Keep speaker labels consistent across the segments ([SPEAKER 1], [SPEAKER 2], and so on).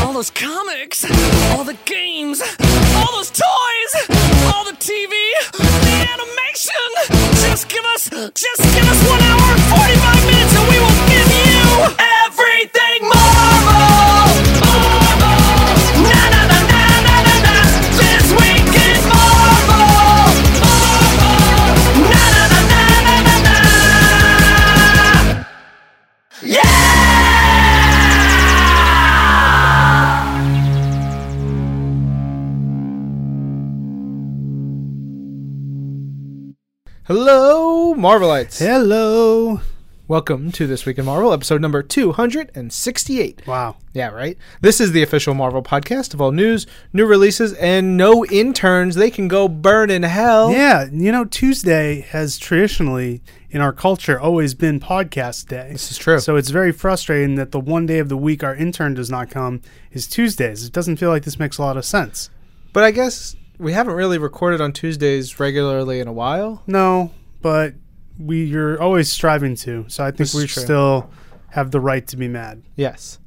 [SPEAKER 1] All those comics, all the games, all those toys, all the TV, the animation. Just give us, just give us one hour and 45 minutes and we will give you everything Marvel. Marvel. Na na na na na na na. This week in Marvel. Marvel. Na na na na na na na.
[SPEAKER 2] Hello, Marvelites.
[SPEAKER 3] Hello.
[SPEAKER 2] Welcome to This Week in Marvel, episode number 268.
[SPEAKER 3] Wow.
[SPEAKER 2] Yeah, right? This is the official Marvel podcast of all news, new releases, and no interns. They can go burn in hell.
[SPEAKER 3] Yeah, you know, Tuesday has traditionally in our culture always been podcast day.
[SPEAKER 2] This is true.
[SPEAKER 3] So it's very frustrating that the one day of the week our intern does not come is Tuesdays. It doesn't feel like this makes a lot of sense.
[SPEAKER 2] But I guess we haven't really recorded on Tuesdays regularly in a while.
[SPEAKER 3] No, but we you're always striving to. So I think
[SPEAKER 2] This is
[SPEAKER 3] we
[SPEAKER 2] true.
[SPEAKER 3] still have the right to be mad.
[SPEAKER 2] Yes.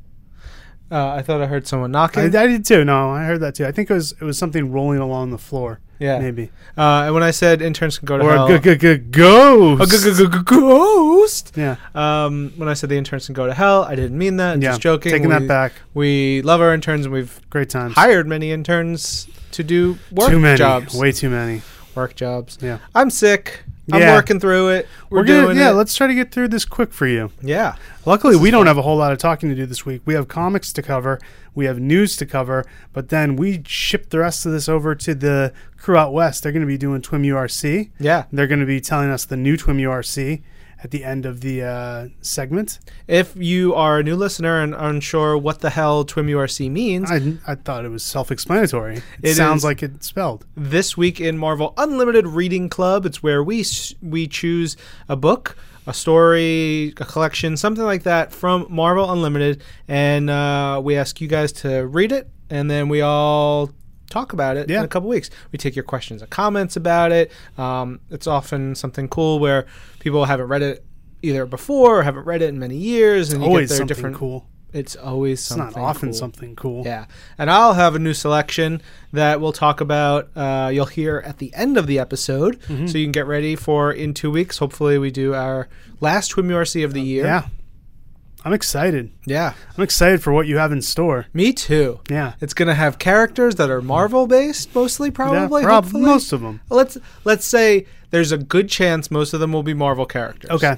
[SPEAKER 2] Uh, I thought I heard someone
[SPEAKER 3] I, I
[SPEAKER 2] knocking.
[SPEAKER 3] did too. No, I heard that too. I think it was it was something rolling along the floor.
[SPEAKER 2] yeah.
[SPEAKER 3] Maybe.
[SPEAKER 2] Uh, and when I said interns can go to
[SPEAKER 3] Or
[SPEAKER 2] hell.
[SPEAKER 3] a good good ghost.
[SPEAKER 2] a g- g- g- ghost.
[SPEAKER 3] Yeah.
[SPEAKER 2] Um, when I said the interns can go to hell, I didn't mean that. I'm
[SPEAKER 3] Yeah.
[SPEAKER 2] just joking.
[SPEAKER 3] Taking
[SPEAKER 2] We-
[SPEAKER 3] that back.
[SPEAKER 2] We love our interns, and we've
[SPEAKER 3] Great times.
[SPEAKER 2] hired many interns to do work
[SPEAKER 3] too many.
[SPEAKER 2] jobs.
[SPEAKER 3] Way too many.
[SPEAKER 2] Work jobs.
[SPEAKER 3] Yeah.
[SPEAKER 2] I'm sick. I'm
[SPEAKER 3] Yeah.
[SPEAKER 2] working through it. We're,
[SPEAKER 3] We're gonna,
[SPEAKER 2] doing
[SPEAKER 3] yeah,
[SPEAKER 2] it.
[SPEAKER 3] let's try to get through this quick for you.
[SPEAKER 2] yeah.
[SPEAKER 3] Luckily, we don't have a whole lot of talking to do this week. We have comics to cover, we have news to cover, but then we ship the rest of this over to the crew out west. They're going to be doing Twim URC.
[SPEAKER 2] Yeah.
[SPEAKER 3] They're going to be telling us the new Twim URC at the end of the uh, segment.
[SPEAKER 2] If you are a new listener and unsure what the hell Twim URC means,
[SPEAKER 3] I, I thought it was self-explanatory. It,
[SPEAKER 2] It
[SPEAKER 3] sounds
[SPEAKER 2] is.
[SPEAKER 3] like it's spelled.
[SPEAKER 2] this week in Marvel Unlimited Reading Club, it's where we s- we choose a book, a story, a collection, something like that from Marvel Unlimited, and uh, we ask you guys to read it, and then we all talk about it in
[SPEAKER 3] Yeah.
[SPEAKER 2] a couple weeks. We take your questions and comments about it. Um, it's often something cool where people haven't read it either before or haven't read it in many years, and you
[SPEAKER 3] Always
[SPEAKER 2] get their
[SPEAKER 3] something
[SPEAKER 2] different.
[SPEAKER 3] cool.
[SPEAKER 2] It's always
[SPEAKER 3] It's
[SPEAKER 2] something
[SPEAKER 3] not often
[SPEAKER 2] cool.
[SPEAKER 3] something cool.
[SPEAKER 2] Yeah, and I'll have a new selection that we'll talk about. Uh, you'll hear at the end of the episode,
[SPEAKER 3] Mm-hmm.
[SPEAKER 2] so you can get ready for in two weeks. Hopefully, we do our last Twim URC of the year.
[SPEAKER 3] Yeah. I'm excited.
[SPEAKER 2] yeah,
[SPEAKER 3] I'm excited for what you have in store.
[SPEAKER 2] me too.
[SPEAKER 3] Yeah.
[SPEAKER 2] It's gonna have characters that are Marvel based, mostly probably.
[SPEAKER 3] yeah, prob-
[SPEAKER 2] hopefully.
[SPEAKER 3] most of them.
[SPEAKER 2] Let's let's say there's a good chance most of them will be Marvel characters.
[SPEAKER 3] Okay.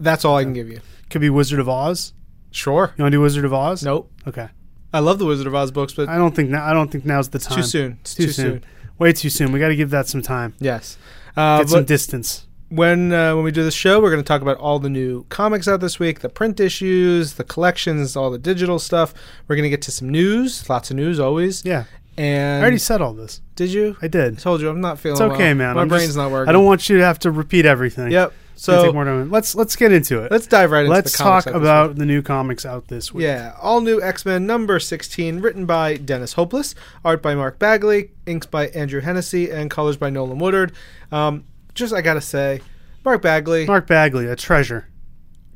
[SPEAKER 2] that's all I can give you.
[SPEAKER 3] Could be Wizard of Oz.
[SPEAKER 2] Sure.
[SPEAKER 3] You want to do Wizard of Oz?
[SPEAKER 2] Nope.
[SPEAKER 3] Okay.
[SPEAKER 2] I love the Wizard of Oz books, but
[SPEAKER 3] I don't think now. I don't think now's the time.
[SPEAKER 2] too soon. It's too, soon.
[SPEAKER 3] Way too soon. We got to give that some time.
[SPEAKER 2] Yes. Uh,
[SPEAKER 3] Get some
[SPEAKER 2] but-
[SPEAKER 3] distance.
[SPEAKER 2] when uh, when we do this show, we're going to talk about all the new comics out this week, the print issues, the collections, all the digital stuff. We're going to get to some news, lots of news always.
[SPEAKER 3] Yeah. I
[SPEAKER 2] And
[SPEAKER 3] already said all this.
[SPEAKER 2] did you?
[SPEAKER 3] I
[SPEAKER 2] I
[SPEAKER 3] did.
[SPEAKER 2] told you I'm not feeling.
[SPEAKER 3] It's okay,
[SPEAKER 2] well.
[SPEAKER 3] man.
[SPEAKER 2] My
[SPEAKER 3] I'm
[SPEAKER 2] brain's
[SPEAKER 3] just-
[SPEAKER 2] not working.
[SPEAKER 3] I don't want you to have to repeat everything.
[SPEAKER 2] Yep.
[SPEAKER 3] It's gonna
[SPEAKER 2] So
[SPEAKER 3] take more time. Let's let's get into it.
[SPEAKER 2] let's dive right into
[SPEAKER 3] Let's
[SPEAKER 2] the comics
[SPEAKER 3] talk
[SPEAKER 2] out this week.
[SPEAKER 3] about the new comics out this week.
[SPEAKER 2] Yeah, all new X Men number 16, written by Dennis Hopeless, art by Mark Bagley, inks by Andrew Hennessy, and colors by Nolan Woodard. Um, just, I gotta say, Mark Bagley,
[SPEAKER 3] Mark Bagley, a treasure.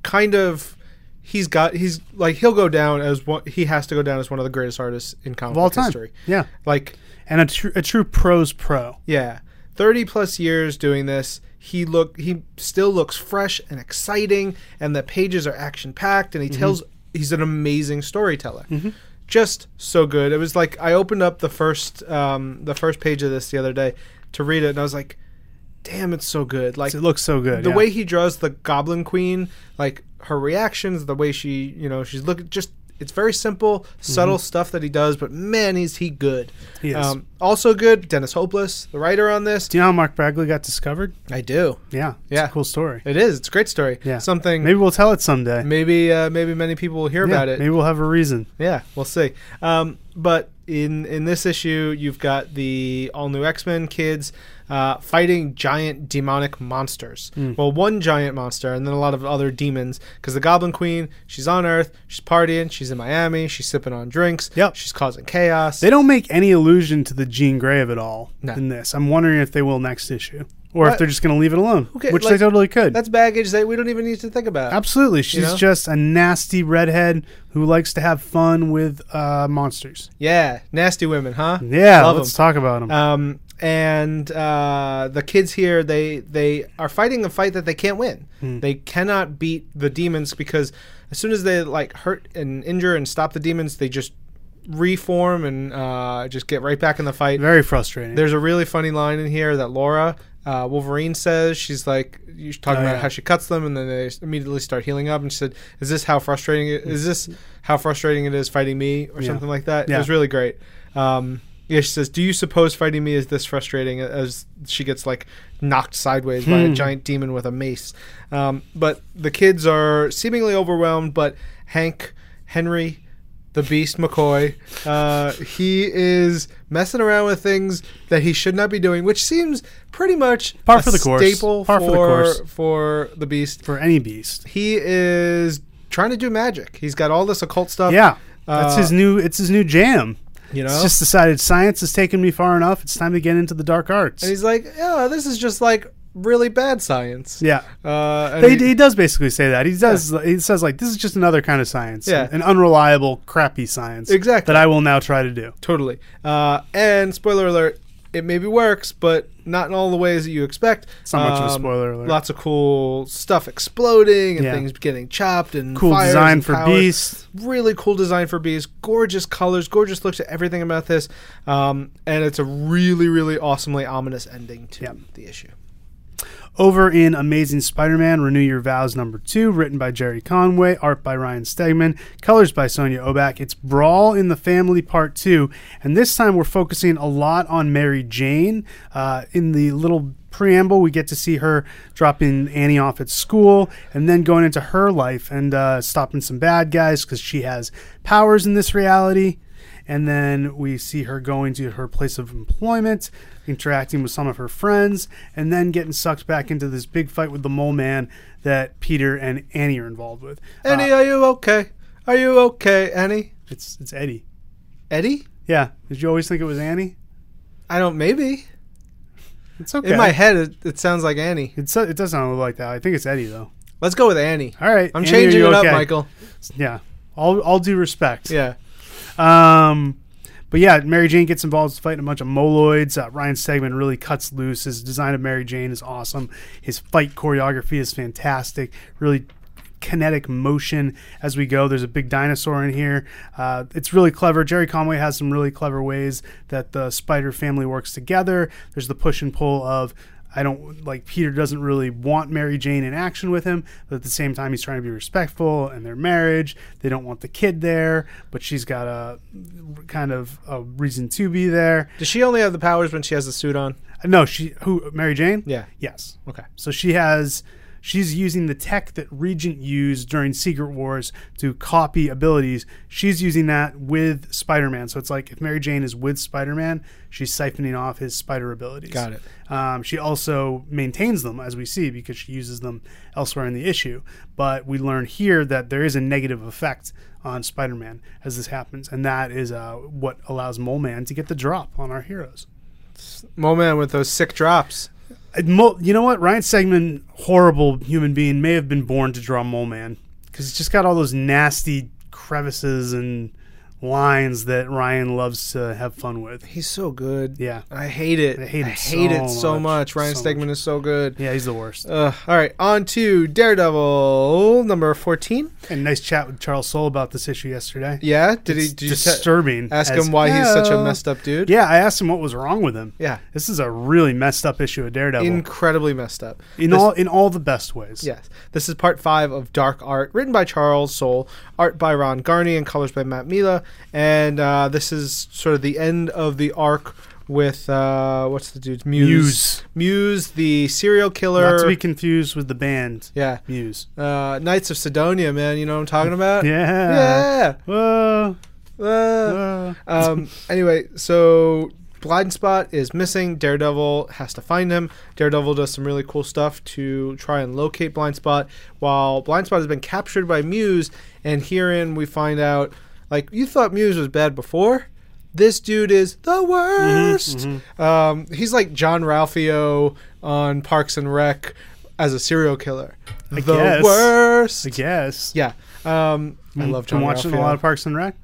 [SPEAKER 2] kind of he's got he's like he'll go down as one he has to go down as one of the greatest artists in comic
[SPEAKER 3] Of all
[SPEAKER 2] book
[SPEAKER 3] time.
[SPEAKER 2] history.
[SPEAKER 3] Yeah.
[SPEAKER 2] Like
[SPEAKER 3] And a, tr- a true pros pro.
[SPEAKER 2] yeah, thirty plus years doing this. He look he still looks fresh and exciting, and the pages are action packed, and he
[SPEAKER 3] Mm-hmm.
[SPEAKER 2] tells he's an amazing storyteller. Just so good. It was like I opened up the first um, the first page of this the other day to read it, and I was like, "Damn, it's so good!" Like
[SPEAKER 3] It looks so good.
[SPEAKER 2] the
[SPEAKER 3] yeah.
[SPEAKER 2] way he draws the goblin queen like her reactions the way she you know she's looking just it's very simple subtle stuff that he does but man is he good
[SPEAKER 3] Mm-hmm.
[SPEAKER 2] Um,
[SPEAKER 3] He is.
[SPEAKER 2] also good dennis hopeless the writer on this
[SPEAKER 3] Do you know how Mark Bagley got discovered?
[SPEAKER 2] i do
[SPEAKER 3] Yeah. It's
[SPEAKER 2] Yeah.
[SPEAKER 3] A cool story.
[SPEAKER 2] it is it's a great story
[SPEAKER 3] Yeah.
[SPEAKER 2] something
[SPEAKER 3] Maybe we'll tell it someday.
[SPEAKER 2] maybe uh, maybe many people will hear
[SPEAKER 3] Yeah,
[SPEAKER 2] about it
[SPEAKER 3] Maybe we'll have a reason.
[SPEAKER 2] Yeah, we'll see. Um, but in in this issue, you've got the all new X Men kids uh, fighting giant demonic monsters.
[SPEAKER 3] Hmm.
[SPEAKER 2] Well, one giant monster, and then a lot of other demons. Because the Goblin Queen, she's on Earth, she's partying, she's in Miami, she's sipping on drinks.
[SPEAKER 3] Yep.
[SPEAKER 2] she's causing chaos.
[SPEAKER 3] They don't make any allusion to the Jean Grey of it all
[SPEAKER 2] No.
[SPEAKER 3] in this. I'm wondering if they will next issue. or if
[SPEAKER 2] What?
[SPEAKER 3] they're just going to leave it alone,
[SPEAKER 2] Okay,
[SPEAKER 3] which they
[SPEAKER 2] like,
[SPEAKER 3] totally could.
[SPEAKER 2] That's baggage that we don't even need to think about.
[SPEAKER 3] Absolutely, she's
[SPEAKER 2] know?
[SPEAKER 3] just a nasty redhead who likes to have fun with uh, monsters.
[SPEAKER 2] Yeah, nasty women, huh?
[SPEAKER 3] Yeah,
[SPEAKER 2] Love
[SPEAKER 3] let's
[SPEAKER 2] 'em.
[SPEAKER 3] talk about them.
[SPEAKER 2] Um, and uh, the kids here, they they are fighting a fight that they can't win.
[SPEAKER 3] Hmm.
[SPEAKER 2] They cannot beat the demons because as soon as they like hurt and injure and stop the demons, they just reform and uh, just get right back in the fight.
[SPEAKER 3] Very frustrating.
[SPEAKER 2] There's a really funny line in here that Laura uh, Wolverine says. She's like, you're talking
[SPEAKER 3] Oh,
[SPEAKER 2] about
[SPEAKER 3] yeah.
[SPEAKER 2] how she cuts them, and then they s- immediately start healing up. And she said, "Is this how frustrating? It, is this how frustrating it is fighting me, or
[SPEAKER 3] Yeah.
[SPEAKER 2] something like that?" It
[SPEAKER 3] Yeah.
[SPEAKER 2] was really great. Um, yeah, she says, "Do you suppose fighting me is this frustrating?" As she gets like knocked sideways by
[SPEAKER 3] Hmm.
[SPEAKER 2] a giant demon with a mace. Um, but the kids are seemingly overwhelmed. But Hank Henry the Beast McCoy. Uh, he is messing around with things that he should not be doing, which seems pretty much
[SPEAKER 3] Par
[SPEAKER 2] a
[SPEAKER 3] for the course.
[SPEAKER 2] staple
[SPEAKER 3] Par
[SPEAKER 2] for,
[SPEAKER 3] for the course.
[SPEAKER 2] for the Beast.
[SPEAKER 3] for any beast.
[SPEAKER 2] He is trying to do magic. He's got all this occult stuff.
[SPEAKER 3] Yeah, that's
[SPEAKER 2] uh,
[SPEAKER 3] his new. It's his new jam.
[SPEAKER 2] you know.
[SPEAKER 3] It's just decided science has taken me far enough. It's time to get into the dark arts.
[SPEAKER 2] and he's like, "Yeah, this is just like really bad science."
[SPEAKER 3] yeah.
[SPEAKER 2] Uh, and
[SPEAKER 3] He,
[SPEAKER 2] he-
[SPEAKER 3] he does basically say that. He does. He says like, "This is just another kind of science,
[SPEAKER 2] Yeah.
[SPEAKER 3] an unreliable, crappy science,
[SPEAKER 2] Exactly.
[SPEAKER 3] That I will now try to do.
[SPEAKER 2] Totally. Uh, and spoiler alert, it maybe works, but not in all the ways that you expect. It's
[SPEAKER 3] not much of a spoiler alert.
[SPEAKER 2] Lots of cool stuff exploding and
[SPEAKER 3] Yeah.
[SPEAKER 2] things getting chopped and
[SPEAKER 3] Cool
[SPEAKER 2] fires
[SPEAKER 3] design
[SPEAKER 2] and
[SPEAKER 3] for
[SPEAKER 2] powers.
[SPEAKER 3] Beast.
[SPEAKER 2] Really cool design for Beast. Gorgeous colors, gorgeous looks at everything about this, um, and it's a really, really awesomely ominous ending to
[SPEAKER 3] Yeah.
[SPEAKER 2] the issue.
[SPEAKER 3] Over in Amazing Spider-Man: Renew Your Vows number two, written by Jerry Conway, art by Ryan Stegman, colors by Sonia Oback. It's Brawl in the Family Part Two, and this time we're focusing a lot on Mary Jane. Uh, in the little preamble, we get to see her dropping Annie off at school, and then going into her life and uh, stopping some bad guys because she has powers in this reality. And then we see her going to her place of employment, interacting with some of her friends, and then getting sucked back into this big fight with the mole man that Peter and Annie are involved with. Uh,
[SPEAKER 2] Annie, are you okay? Are you okay, Annie?
[SPEAKER 3] it's it's Eddie.
[SPEAKER 2] Eddie?
[SPEAKER 3] Yeah. Did you always think it was Annie?
[SPEAKER 2] I don't. Maybe
[SPEAKER 3] It's okay.
[SPEAKER 2] in my head, it, it sounds like Annie.
[SPEAKER 3] It's, it does sound a little like that. I think it's Eddie though.
[SPEAKER 2] Let's go with Annie.
[SPEAKER 3] All right.
[SPEAKER 2] I'm
[SPEAKER 3] Annie, are
[SPEAKER 2] changing
[SPEAKER 3] you
[SPEAKER 2] it
[SPEAKER 3] okay?
[SPEAKER 2] up, Michael.
[SPEAKER 3] Yeah. All all due respect.
[SPEAKER 2] Yeah.
[SPEAKER 3] Um, but yeah, Mary Jane gets involved in fighting a bunch of moloids. Uh, Ryan Stegman really cuts loose. His design of Mary Jane is awesome. His fight choreography is fantastic. Really kinetic motion as we go. There's a big dinosaur in here. Uh, it's really clever. Jerry Conway has some really clever ways that the spider family works together. There's the push and pull of. I don't like Peter doesn't really want Mary Jane in action with him, but at the same time he's trying to be respectful and their marriage. They don't want the kid there, but she's got a kind of a reason to be there.
[SPEAKER 2] Does she only have the powers when she has the suit on?
[SPEAKER 3] No, she who Mary Jane?
[SPEAKER 2] Yeah.
[SPEAKER 3] Yes.
[SPEAKER 2] Okay.
[SPEAKER 3] So she has she's using the tech that Regent used during Secret Wars to copy abilities. She's using that with Spider-Man. So it's like if Mary Jane is with Spider-Man, she's siphoning off his spider abilities.
[SPEAKER 2] Got it.
[SPEAKER 3] Um, she also maintains them as we see because she uses them elsewhere in the issue. But we learn here that there is a negative effect on Spider-Man as this happens, and that is uh, what allows Mole Man to get the drop on our heroes.
[SPEAKER 2] Mole Man with those sick drops.
[SPEAKER 3] Uh, Mo- you know what? Ryan Segman, horrible human being, may have been born to draw Mole Man because it's just got all those nasty crevices and lines that Ryan loves to have fun with.
[SPEAKER 2] He's so good.
[SPEAKER 3] Yeah.
[SPEAKER 2] I hate it. I
[SPEAKER 3] hate
[SPEAKER 2] hate,
[SPEAKER 3] him
[SPEAKER 2] it
[SPEAKER 3] so
[SPEAKER 2] so much.
[SPEAKER 3] much.
[SPEAKER 2] Ryan
[SPEAKER 3] So
[SPEAKER 2] Stegman
[SPEAKER 3] much.
[SPEAKER 2] is so good.
[SPEAKER 3] Yeah, he's the worst.
[SPEAKER 2] Ugh. all right, on to Daredevil number fourteen.
[SPEAKER 3] And nice chat with Charles Soule about this issue yesterday.
[SPEAKER 2] Yeah, did
[SPEAKER 3] It's
[SPEAKER 2] he? Did you te-
[SPEAKER 3] disturbing.
[SPEAKER 2] ask
[SPEAKER 3] as
[SPEAKER 2] him why he's such a
[SPEAKER 3] hell.
[SPEAKER 2] messed up dude?
[SPEAKER 3] Yeah, I asked him what was wrong with him.
[SPEAKER 2] Yeah.
[SPEAKER 3] This is a really messed up issue of Daredevil. In,
[SPEAKER 2] incredibly messed up. This-
[SPEAKER 3] all in all the best ways.
[SPEAKER 2] Yes. This is part five of Dark Art, written by Charles Soule, art by Ron Garney, and colors by Matt Mila. And uh, this is sort of the end of the arc with uh, what's the dude's Muse? Muse, the serial killer.
[SPEAKER 3] Not to be confused with the band
[SPEAKER 2] yeah.
[SPEAKER 3] Muse.
[SPEAKER 2] Uh, Knights of Sidonia, man. You know what I'm talking about?
[SPEAKER 3] Yeah.
[SPEAKER 2] Yeah.
[SPEAKER 3] Whoa.
[SPEAKER 2] Uh,
[SPEAKER 3] whoa.
[SPEAKER 2] um, anyway, so Blind Spot is missing. Daredevil has to find him. Daredevil does some really cool stuff to try and locate Blind Spot, while Blind Spot has been captured by Muse. And herein we find out, like, you thought Muse was bad before. This dude is the
[SPEAKER 3] Mm-hmm,
[SPEAKER 2] worst. Um, he's like John Ralphio on Parks and Rec as a serial killer. the
[SPEAKER 3] guess.
[SPEAKER 2] worst.
[SPEAKER 3] I guess.
[SPEAKER 2] Yeah. Um, I love John
[SPEAKER 3] Been watching
[SPEAKER 2] Ralphio.
[SPEAKER 3] a lot of Parks and Rec.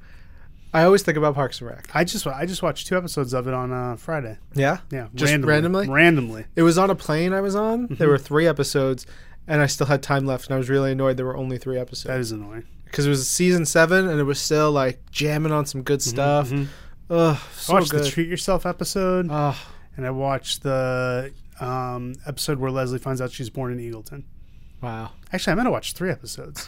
[SPEAKER 2] I always think about Parks and Rec.
[SPEAKER 3] I just I just watched two episodes of it on uh, Friday.
[SPEAKER 2] Yeah.
[SPEAKER 3] Yeah,
[SPEAKER 2] Just randomly?
[SPEAKER 3] Randomly.
[SPEAKER 2] It was on a plane I was on. There
[SPEAKER 3] Mm-hmm.
[SPEAKER 2] were three episodes, and I still had time left, and I was really annoyed there were only three
[SPEAKER 3] That
[SPEAKER 2] episodes
[SPEAKER 3] is annoying.
[SPEAKER 2] because it was season seven, and it was still like jamming on some good stuff. Ugh, so
[SPEAKER 3] I watched
[SPEAKER 2] good. Uh.
[SPEAKER 3] Mm-hmm,
[SPEAKER 2] Ah,
[SPEAKER 3] the treat yourself episode,
[SPEAKER 2] Ugh.
[SPEAKER 3] and I watched the um, episode where Leslie finds out she's born in Eagleton.
[SPEAKER 2] wow.
[SPEAKER 3] Actually, I'm gonna watch three episodes.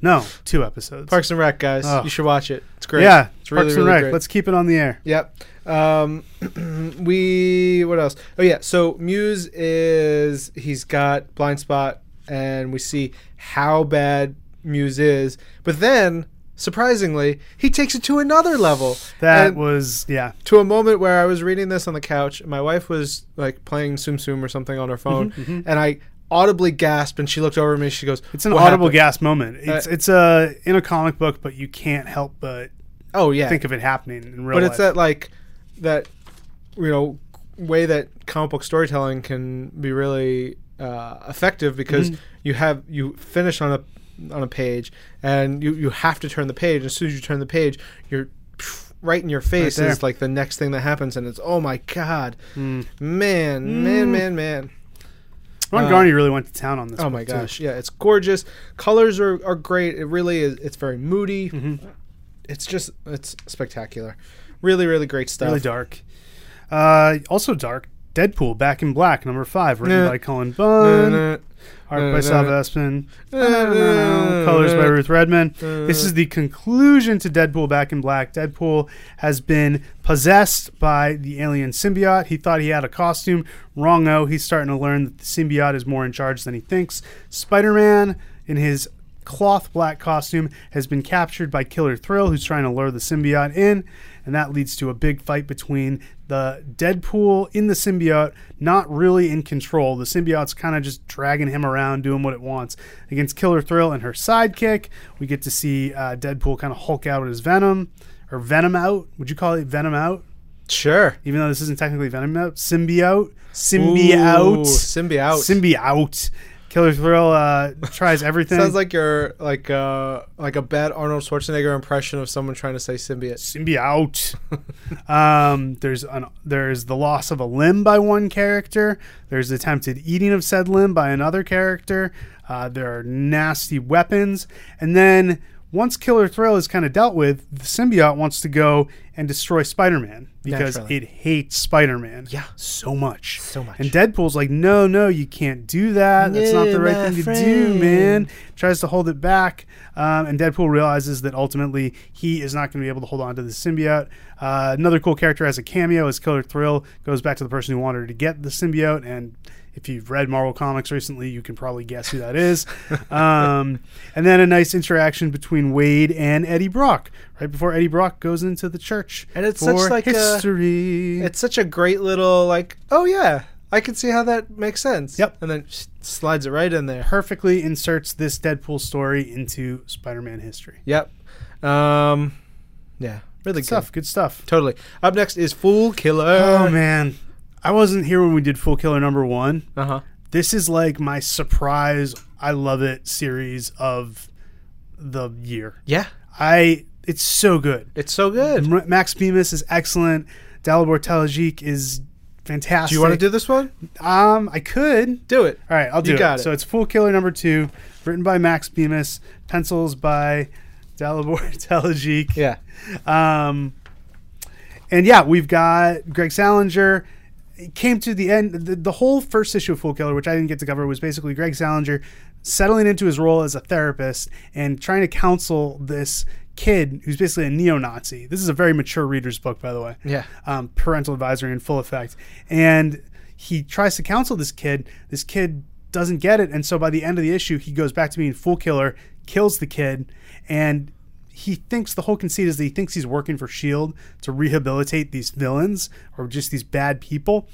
[SPEAKER 3] no, two episodes.
[SPEAKER 2] Parks and Rec, guys,
[SPEAKER 3] Ugh.
[SPEAKER 2] you should watch it. It's great.
[SPEAKER 3] Yeah,
[SPEAKER 2] it's really,
[SPEAKER 3] Parks
[SPEAKER 2] really
[SPEAKER 3] and Rec.
[SPEAKER 2] great.
[SPEAKER 3] Let's keep it on the air.
[SPEAKER 2] Yep. Um, we what else? Oh yeah. So Muse is he's got blind spot, and we see how bad Muse is. But then, surprisingly, he takes it to another level.
[SPEAKER 3] That
[SPEAKER 2] And
[SPEAKER 3] was yeah.
[SPEAKER 2] to a moment where I was reading this on the couch. and My wife was like playing Tsum Tsum or something on her
[SPEAKER 3] Mm-hmm,
[SPEAKER 2] phone, and I audibly gasped, and she looked over at me. and She goes,
[SPEAKER 3] It's an
[SPEAKER 2] "What
[SPEAKER 3] audible
[SPEAKER 2] happened?"
[SPEAKER 3] gasp moment. It's it's uh, in a comic book, but you can't help but
[SPEAKER 2] Oh yeah.
[SPEAKER 3] think of it happening in real
[SPEAKER 2] but
[SPEAKER 3] life.
[SPEAKER 2] it's that like that you know way that comic book storytelling can be really uh, effective because
[SPEAKER 3] Mm-hmm.
[SPEAKER 2] you have you finish on a on a page and you you have to turn the page as soon as you turn the page you're pff, right in your face
[SPEAKER 3] there. Hmm.
[SPEAKER 2] is like the next thing that happens and it's oh my god man
[SPEAKER 3] Mm.
[SPEAKER 2] man man man
[SPEAKER 3] Ron
[SPEAKER 2] uh,
[SPEAKER 3] Garney really went to town on this.
[SPEAKER 2] oh
[SPEAKER 3] book,
[SPEAKER 2] my
[SPEAKER 3] too.
[SPEAKER 2] gosh yeah it's gorgeous colors are, are great it really is it's very moody
[SPEAKER 3] Mm-hmm.
[SPEAKER 2] it's just it's spectacular really really great stuff
[SPEAKER 3] really dark. Uh, also dark. Deadpool Back in Black, number five, written
[SPEAKER 2] Nah.
[SPEAKER 3] by Colin Bunn, art
[SPEAKER 2] nah,
[SPEAKER 3] by
[SPEAKER 2] nah,
[SPEAKER 3] Sav
[SPEAKER 2] nah.
[SPEAKER 3] Espen,
[SPEAKER 2] nah,
[SPEAKER 3] colors by
[SPEAKER 2] nah.
[SPEAKER 3] Ruth Redman. This is the conclusion to Deadpool Back in Black. Deadpool has been possessed by the alien symbiote. He thought he had a costume. Wrong-o. He's starting to learn that the symbiote is more in charge than he thinks. Spider-Man, in his cloth black costume, has been captured by Killer Thrill, who's trying to lure the symbiote in, and that leads to a big fight between the Deadpool in the symbiote, not really in control. The symbiote's kind of just dragging him around, doing what it wants. Against Killer Thrill and her sidekick, we get to see uh, Deadpool kind of Hulk out his venom, or Venom out. Would you call it Venom out?
[SPEAKER 2] Sure.
[SPEAKER 3] Even though this isn't technically Venom out, symbiote, symbiote,
[SPEAKER 2] Ooh, symbiote.
[SPEAKER 3] symbiote. Killer Thrill uh, tries everything.
[SPEAKER 2] Sounds like you're like uh like a bad Arnold Schwarzenegger impression of someone trying to say symbiote.
[SPEAKER 3] symbiote. um, there's an there's the loss of a limb by one character. There's attempted eating of said limb by another character. Uh, there are nasty weapons, and then once Killer Thrill is kind of dealt with, the symbiote wants to go and destroy Spider-Man because
[SPEAKER 2] Naturally.
[SPEAKER 3] it hates Spider-Man.
[SPEAKER 2] Yeah.
[SPEAKER 3] so much,
[SPEAKER 2] So much.
[SPEAKER 3] And Deadpool's like, no, no, you can't do that. That's not
[SPEAKER 2] No,
[SPEAKER 3] the right
[SPEAKER 2] my
[SPEAKER 3] thing to do,
[SPEAKER 2] friend."
[SPEAKER 3] man tries to hold it back, um, and Deadpool realizes that ultimately he is not going to be able to hold on to the symbiote. Uh, another cool character has a cameo as Killer Thrill goes back to the person who wanted her to get the symbiote, and if you've read Marvel comics recently, you can probably guess who that is. um, and then a nice interaction between Wade and Eddie Brock right before Eddie Brock goes into the church,
[SPEAKER 2] And it's
[SPEAKER 3] for
[SPEAKER 2] such like a-
[SPEAKER 3] history.
[SPEAKER 2] It's such a great little like oh yeah, I can see how that makes sense.
[SPEAKER 3] Yep.
[SPEAKER 2] And then s- slides it right in there.
[SPEAKER 3] perfectly inserts this Deadpool story into Spider-Man history.
[SPEAKER 2] Yep. Um yeah, really
[SPEAKER 3] Good
[SPEAKER 2] good.
[SPEAKER 3] stuff, good stuff.
[SPEAKER 2] Totally. Up next is Fool Killer.
[SPEAKER 3] Oh man, I wasn't here when we did Full Killer number one.
[SPEAKER 2] Uh-huh.
[SPEAKER 3] This is like my surprise. I love it series of the year.
[SPEAKER 2] Yeah.
[SPEAKER 3] I it's so good.
[SPEAKER 2] It's so good.
[SPEAKER 3] M- Max Bemis is excellent. Dalibor Telagic is fantastic.
[SPEAKER 2] Do you want to do this one?
[SPEAKER 3] do? Um, I could.
[SPEAKER 2] Do it.
[SPEAKER 3] All right, I'll do
[SPEAKER 2] You
[SPEAKER 3] it.
[SPEAKER 2] got it.
[SPEAKER 3] So it's Fool Killer number two, written by Max Bemis, pencils by Dalibor Telagic.
[SPEAKER 2] Yeah.
[SPEAKER 3] Um, and yeah, we've got Greg Salinger. It came to the end. The, the whole first issue of Fool Killer, which I didn't get to cover, was basically Greg Salinger settling into his role as a therapist and trying to counsel this kid who's basically a neo-Nazi. This is a very mature reader's book, by the way
[SPEAKER 2] Yeah.
[SPEAKER 3] um, parental advisory in full effect. And he tries to counsel this kid. This kid doesn't get it. And so by the end of the issue, he goes back to being Fool Killer, kills the kid, and he thinks the whole conceit is that he E thinks he's working for S.H.I.E.L.D. to rehabilitate these villains or just these bad people.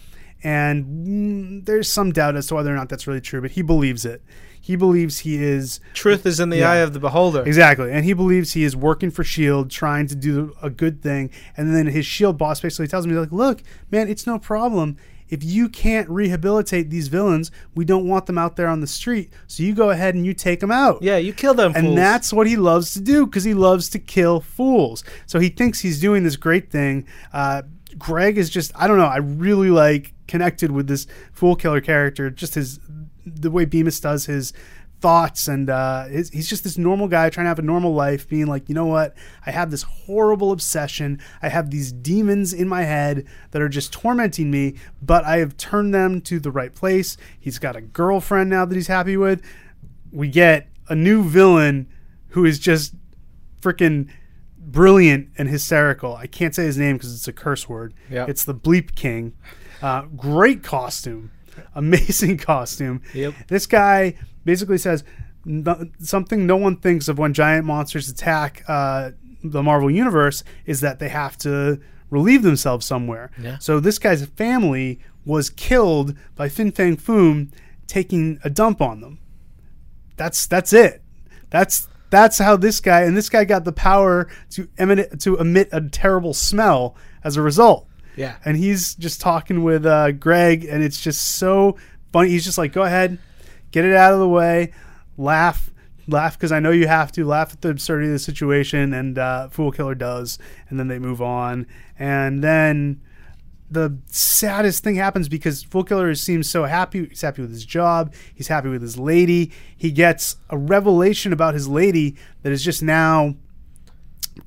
[SPEAKER 3] And mm, there's some doubt as to whether or not that's really true, but he believes it. He believes he is
[SPEAKER 2] Truth is in the
[SPEAKER 3] Yeah.
[SPEAKER 2] eye of the beholder.
[SPEAKER 3] Exactly. And he believes he is working for S.H.I.E.L.D., E trying to do a good thing. And then his S.H.I.E.L.D. E boss basically tells him, he's like, look, man, it's no problem. If you can't rehabilitate these villains, we don't want them out there on the street. So you go ahead and you take them out.
[SPEAKER 2] Yeah, you kill them.
[SPEAKER 3] And
[SPEAKER 2] fools.
[SPEAKER 3] that's what he loves to do because he loves to kill fools. So he thinks he's doing this great thing. Uh, Greg is just, I don't know, I really like connected with this fool killer character, just his, the way Bemis does his thoughts and uh his, he's just this normal guy trying to have a normal life being like you know what i have this horrible obsession i have these demons in my head that are just tormenting me but i have turned them to the right place he's got a girlfriend now that he's happy with we get a new villain who is just freaking brilliant and hysterical. I can't say his name because it's a curse word.
[SPEAKER 2] Yeah.
[SPEAKER 3] It's the Bleep King. Uh, great costume, amazing costume.
[SPEAKER 2] Yep.
[SPEAKER 3] This guy basically says "No- something no one thinks of when giant monsters attack uh, the Marvel Universe is that they have to relieve themselves somewhere.
[SPEAKER 2] Yeah.
[SPEAKER 3] So this guy's family was killed by Fin Fang Foom taking a dump on them that's that's it. That's that's how this guy and this guy got the power to emit to emit a terrible smell as a result.
[SPEAKER 2] Yeah.
[SPEAKER 3] And he's just talking with uh, Greg, and it's just so funny. He's just like, "Go ahead, get it out of the way, laugh, laugh because I know you have to laugh at the absurdity of the situation." And uh, Fool Killer does, and then they move on, and then the saddest thing happens because Fool Killer seems so happy. He's happy with his job. He's happy with his lady. He gets a revelation about his lady that has just now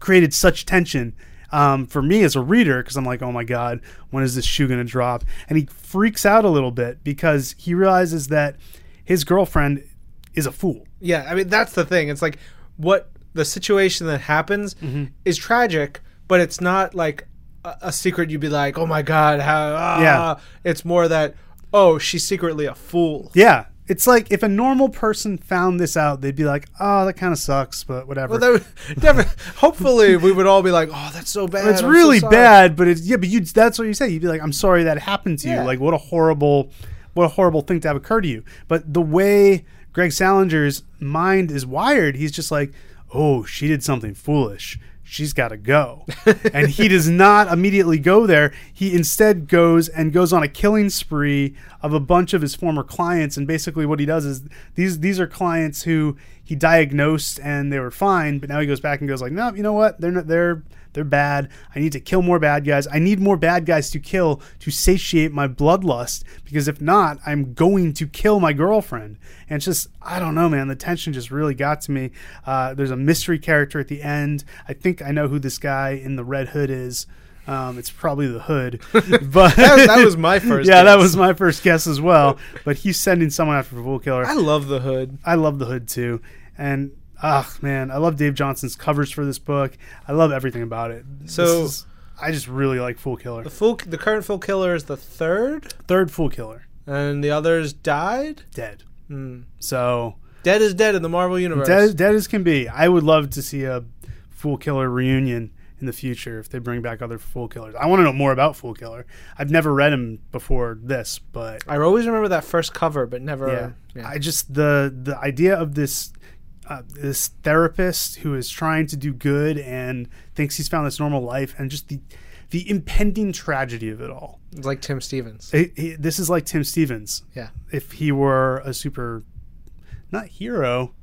[SPEAKER 3] created such tension um, for me as a reader because I'm like, oh my god, when is this shoe going to drop? And he freaks out a little bit because he realizes that his girlfriend is a fool.
[SPEAKER 2] Yeah, I mean that's the thing. It's like what the situation that happens
[SPEAKER 3] Mm-hmm.
[SPEAKER 2] is tragic, but it's not like a, a secret. You'd be like, oh my god, how? Ah.
[SPEAKER 3] Yeah.
[SPEAKER 2] It's more that oh, she's secretly a fool.
[SPEAKER 3] Yeah. It's like if a normal person found this out, they'd be like, "Oh, that kind of sucks," but whatever.
[SPEAKER 2] Well, that would, never, hopefully, we would all be like, oh, that's so bad.
[SPEAKER 3] It's
[SPEAKER 2] I'm so
[SPEAKER 3] really
[SPEAKER 2] sorry."
[SPEAKER 3] bad, but it's yeah, but you that's what you say. You'd be like, I'm sorry that happened to
[SPEAKER 2] Yeah.
[SPEAKER 3] you. Like what a horrible what a horrible thing to have occur to you. But the way Greg Salinger's mind is wired, he's just like, Oh, she did something foolish. She's gotta go. and he does not immediately go there. He instead goes and goes on a killing spree of a bunch of his former clients. And basically what he does is these these are clients who he diagnosed and they were fine, but now he goes back and goes like, No, you know what? They're not they're they're bad. I need to kill more bad guys. I need more bad guys to kill to satiate my bloodlust because if not, I'm going to kill my girlfriend. And it's just, I don't know, man. The tension just really got to me. Uh, there's a mystery character at the end. I think I know who this guy in the red hood is. Um, it's probably the hood, but
[SPEAKER 2] That was- that was my first
[SPEAKER 3] Yeah, that
[SPEAKER 2] guess.
[SPEAKER 3] was my first guess as well. But he's sending someone after Fool Killer.
[SPEAKER 2] I love the hood.
[SPEAKER 3] I love the hood too, and ah man, I love Dave Johnson's covers for this book. I love everything about it.
[SPEAKER 2] So-
[SPEAKER 3] This is- I just really like Fool Killer.
[SPEAKER 2] The fool, the current fool killer is the third,
[SPEAKER 3] Third Fool Killer,
[SPEAKER 2] and the others died.
[SPEAKER 3] dead.
[SPEAKER 2] Hmm.
[SPEAKER 3] So
[SPEAKER 2] Dead is dead in the Marvel universe.
[SPEAKER 3] dead, dead as can be. I would love to see a Fool Killer reunion in the future if they bring back other Fool Killers. I want to know more about Fool Killer. I've never read him before this, but
[SPEAKER 2] I always remember that first cover, but never.
[SPEAKER 3] yeah.
[SPEAKER 2] yeah.
[SPEAKER 3] I just the the idea of this uh, this therapist who is trying to do good and thinks he's found this normal life, and just the the impending tragedy of it all.
[SPEAKER 2] it's like Tim Stevens.
[SPEAKER 3] It- it- this is like Tim Stevens
[SPEAKER 2] Yeah.
[SPEAKER 3] if he were a super not hero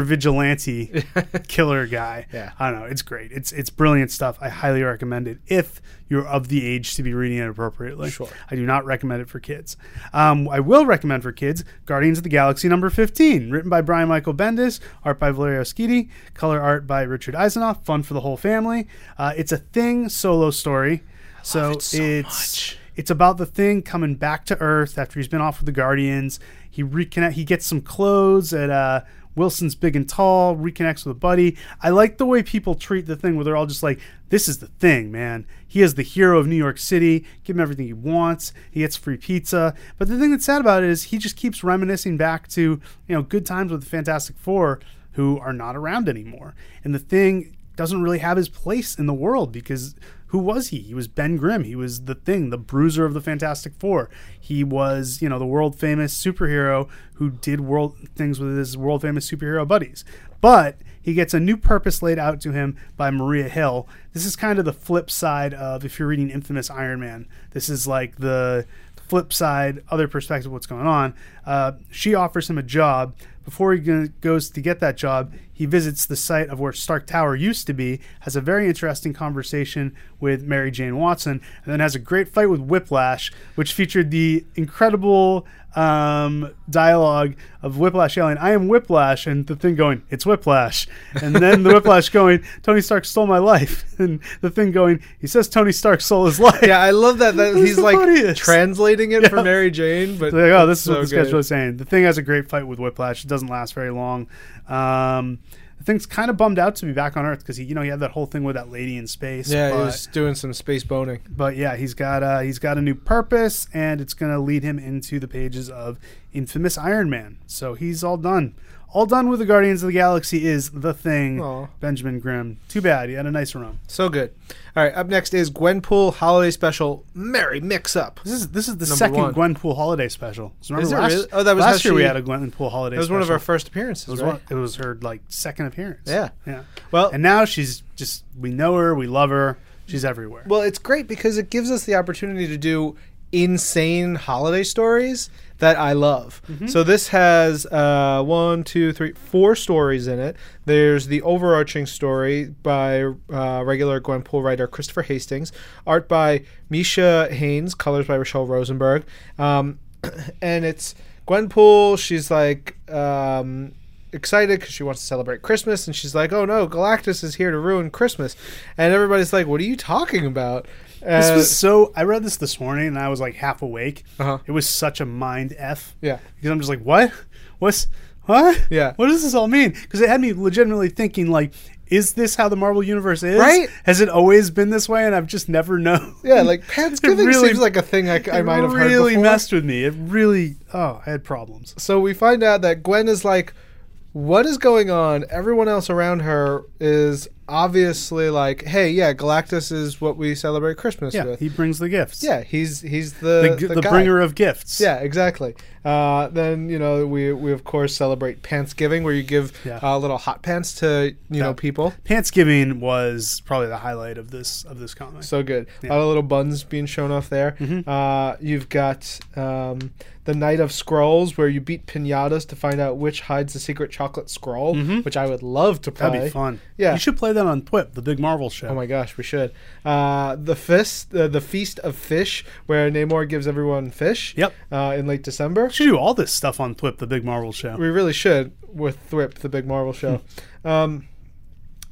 [SPEAKER 3] vigilante killer guy
[SPEAKER 2] Yeah.
[SPEAKER 3] i don't know it's great it's it's brilliant stuff i highly recommend it if you're of the age to be reading it appropriately
[SPEAKER 2] Sure.
[SPEAKER 3] i do not recommend it for kids um, i will recommend for kids guardians of the galaxy number 15 written by brian michael bendis art by valerio schiti color art by richard eisenoff fun for the whole family uh, it's a thing solo story so,
[SPEAKER 2] it so
[SPEAKER 3] it's
[SPEAKER 2] much.
[SPEAKER 3] it's about the thing coming back to Earth after he's been off with the Guardians. He reconnect. He gets some clothes at uh, Wilson's Big and Tall. Reconnects with a buddy. I like the way people treat the thing, where they're all just like, "This is the thing, man. He is the hero of New York City. Give him everything he wants. He gets free pizza." But the thing that's sad about it is he just keeps reminiscing back to you know good times with the Fantastic Four, who are not around anymore. And the thing doesn't really have his place in the world because who was he? He was Ben Grimm. He was the thing, the bruiser of the Fantastic Four. He was, you know, the world famous superhero who did world things with his world famous superhero buddies. But he gets a new purpose laid out to him by Maria Hill. This is kind of the flip side of if you're reading Infamous Iron Man. This is like the flip side, other perspective of what's going on. Uh, she offers him a job. Before he go- goes to get that job, he visits the site of where Stark Tower used to be, has a very interesting conversation with Mary Jane Watson, and then has a great fight with Whiplash, which featured the incredible um, dialogue of Whiplash yelling, I am Whiplash, and the thing going, it's Whiplash. And then the Whiplash going, Tony Stark stole my life. And the thing going, he says Tony Stark stole his life.
[SPEAKER 2] Yeah, I love that. that
[SPEAKER 3] Who's
[SPEAKER 2] he's
[SPEAKER 3] the
[SPEAKER 2] like
[SPEAKER 3] funniest?
[SPEAKER 2] translating it for Mary Jane, but
[SPEAKER 3] They're like, oh, this
[SPEAKER 2] it's
[SPEAKER 3] is what
[SPEAKER 2] so
[SPEAKER 3] this guy's
[SPEAKER 2] good.
[SPEAKER 3] really saying. The thing has a great fight with Whiplash. It doesn't last very long. Um, the thing's kind of bummed out to be back on Earth because he, you know, he had that whole thing with that lady in space.
[SPEAKER 2] Yeah,
[SPEAKER 3] but,
[SPEAKER 2] he was doing some space boning.
[SPEAKER 3] but yeah, he's got uh, he's got a new purpose, and it's going to lead him into the pages of infamous Iron Man. So he's all done. All done with the Guardians of the Galaxy is the thing.
[SPEAKER 2] Aw.
[SPEAKER 3] Benjamin Grimm. Too bad he had a nicer run.
[SPEAKER 2] So good. All right, up next is Gwenpool Holiday Special Merry Mix Up.
[SPEAKER 3] This is this is the
[SPEAKER 2] Number
[SPEAKER 3] second
[SPEAKER 2] one.
[SPEAKER 3] Gwenpool holiday special. So remember
[SPEAKER 2] Is it
[SPEAKER 3] last,
[SPEAKER 2] really? Oh, that was how
[SPEAKER 3] last year we
[SPEAKER 2] she-
[SPEAKER 3] had a Gwenpool holiday.
[SPEAKER 2] That was one of
[SPEAKER 3] special.
[SPEAKER 2] our first appearances.
[SPEAKER 3] It was,
[SPEAKER 2] right?
[SPEAKER 3] one, it was her like second appearance.
[SPEAKER 2] Yeah.
[SPEAKER 3] yeah.
[SPEAKER 2] Well,
[SPEAKER 3] And now she's just we know her, we love her, she's everywhere.
[SPEAKER 2] well, it's great because it gives us the opportunity to do insane holiday stories that I love. So this has uh, one, two, three, four stories in it. There's the overarching story by uh, regular Gwenpool writer Christopher Hastings, art by Misha Haynes, colors by Rochelle Rosenberg, um, and it's Gwenpool. She's like. Um, excited because she wants to celebrate Christmas, and she's like, "Oh no, Galactus is here to ruin Christmas," and everybody's like, "What are you talking about?" Uh,
[SPEAKER 3] this was so I read this this morning and I was like half awake.
[SPEAKER 2] Uh-huh.
[SPEAKER 3] It was such a mind f.
[SPEAKER 2] yeah,
[SPEAKER 3] Because I'm just like, what? What's what?
[SPEAKER 2] Yeah.
[SPEAKER 3] What does this all mean? Because it had me legitimately thinking like, is this how the Marvel universe is?
[SPEAKER 2] Right?
[SPEAKER 3] Has it always been this way? And I've just never known.
[SPEAKER 2] yeah, like Thanksgiving
[SPEAKER 3] really-
[SPEAKER 2] seems like a thing I, I
[SPEAKER 3] It
[SPEAKER 2] might have heard
[SPEAKER 3] really
[SPEAKER 2] before.
[SPEAKER 3] messed with me. It really. Oh, I had problems.
[SPEAKER 2] so we find out that Gwen is like, what is going on? Everyone else around her is obviously like, hey, yeah, Galactus is what we celebrate Christmas
[SPEAKER 3] Yeah,
[SPEAKER 2] with.
[SPEAKER 3] he brings the gifts.
[SPEAKER 2] yeah, he's he's
[SPEAKER 3] the,
[SPEAKER 2] the
[SPEAKER 3] g-
[SPEAKER 2] the,
[SPEAKER 3] the
[SPEAKER 2] guy.
[SPEAKER 3] bringer of gifts.
[SPEAKER 2] Yeah, exactly. Uh, then you know we we of course celebrate Pantsgiving, where you give
[SPEAKER 3] Yeah.
[SPEAKER 2] uh, little hot pants to you know
[SPEAKER 3] Yeah.
[SPEAKER 2] people.
[SPEAKER 3] Pantsgiving was probably the highlight of this of this comic.
[SPEAKER 2] So good. A lot of little buns being shown off there.
[SPEAKER 3] Mm-hmm.
[SPEAKER 2] Uh, you've got um, the Night of Scrolls, where you beat pinatas to find out which hides the secret chocolate scroll, which I would love to play.
[SPEAKER 3] Mm-hmm. That'd be fun.
[SPEAKER 2] Yeah.
[SPEAKER 3] you should play that on Twip, the big Marvel show.
[SPEAKER 2] Oh my gosh, we should. Uh, the fist, uh, the feast of fish, where Namor gives everyone fish.
[SPEAKER 3] Yep.
[SPEAKER 2] Uh, in late December.
[SPEAKER 3] you should do all this stuff on Twip, the big Marvel show. Hmm.
[SPEAKER 2] we really should with Thrip, the big Marvel show. um,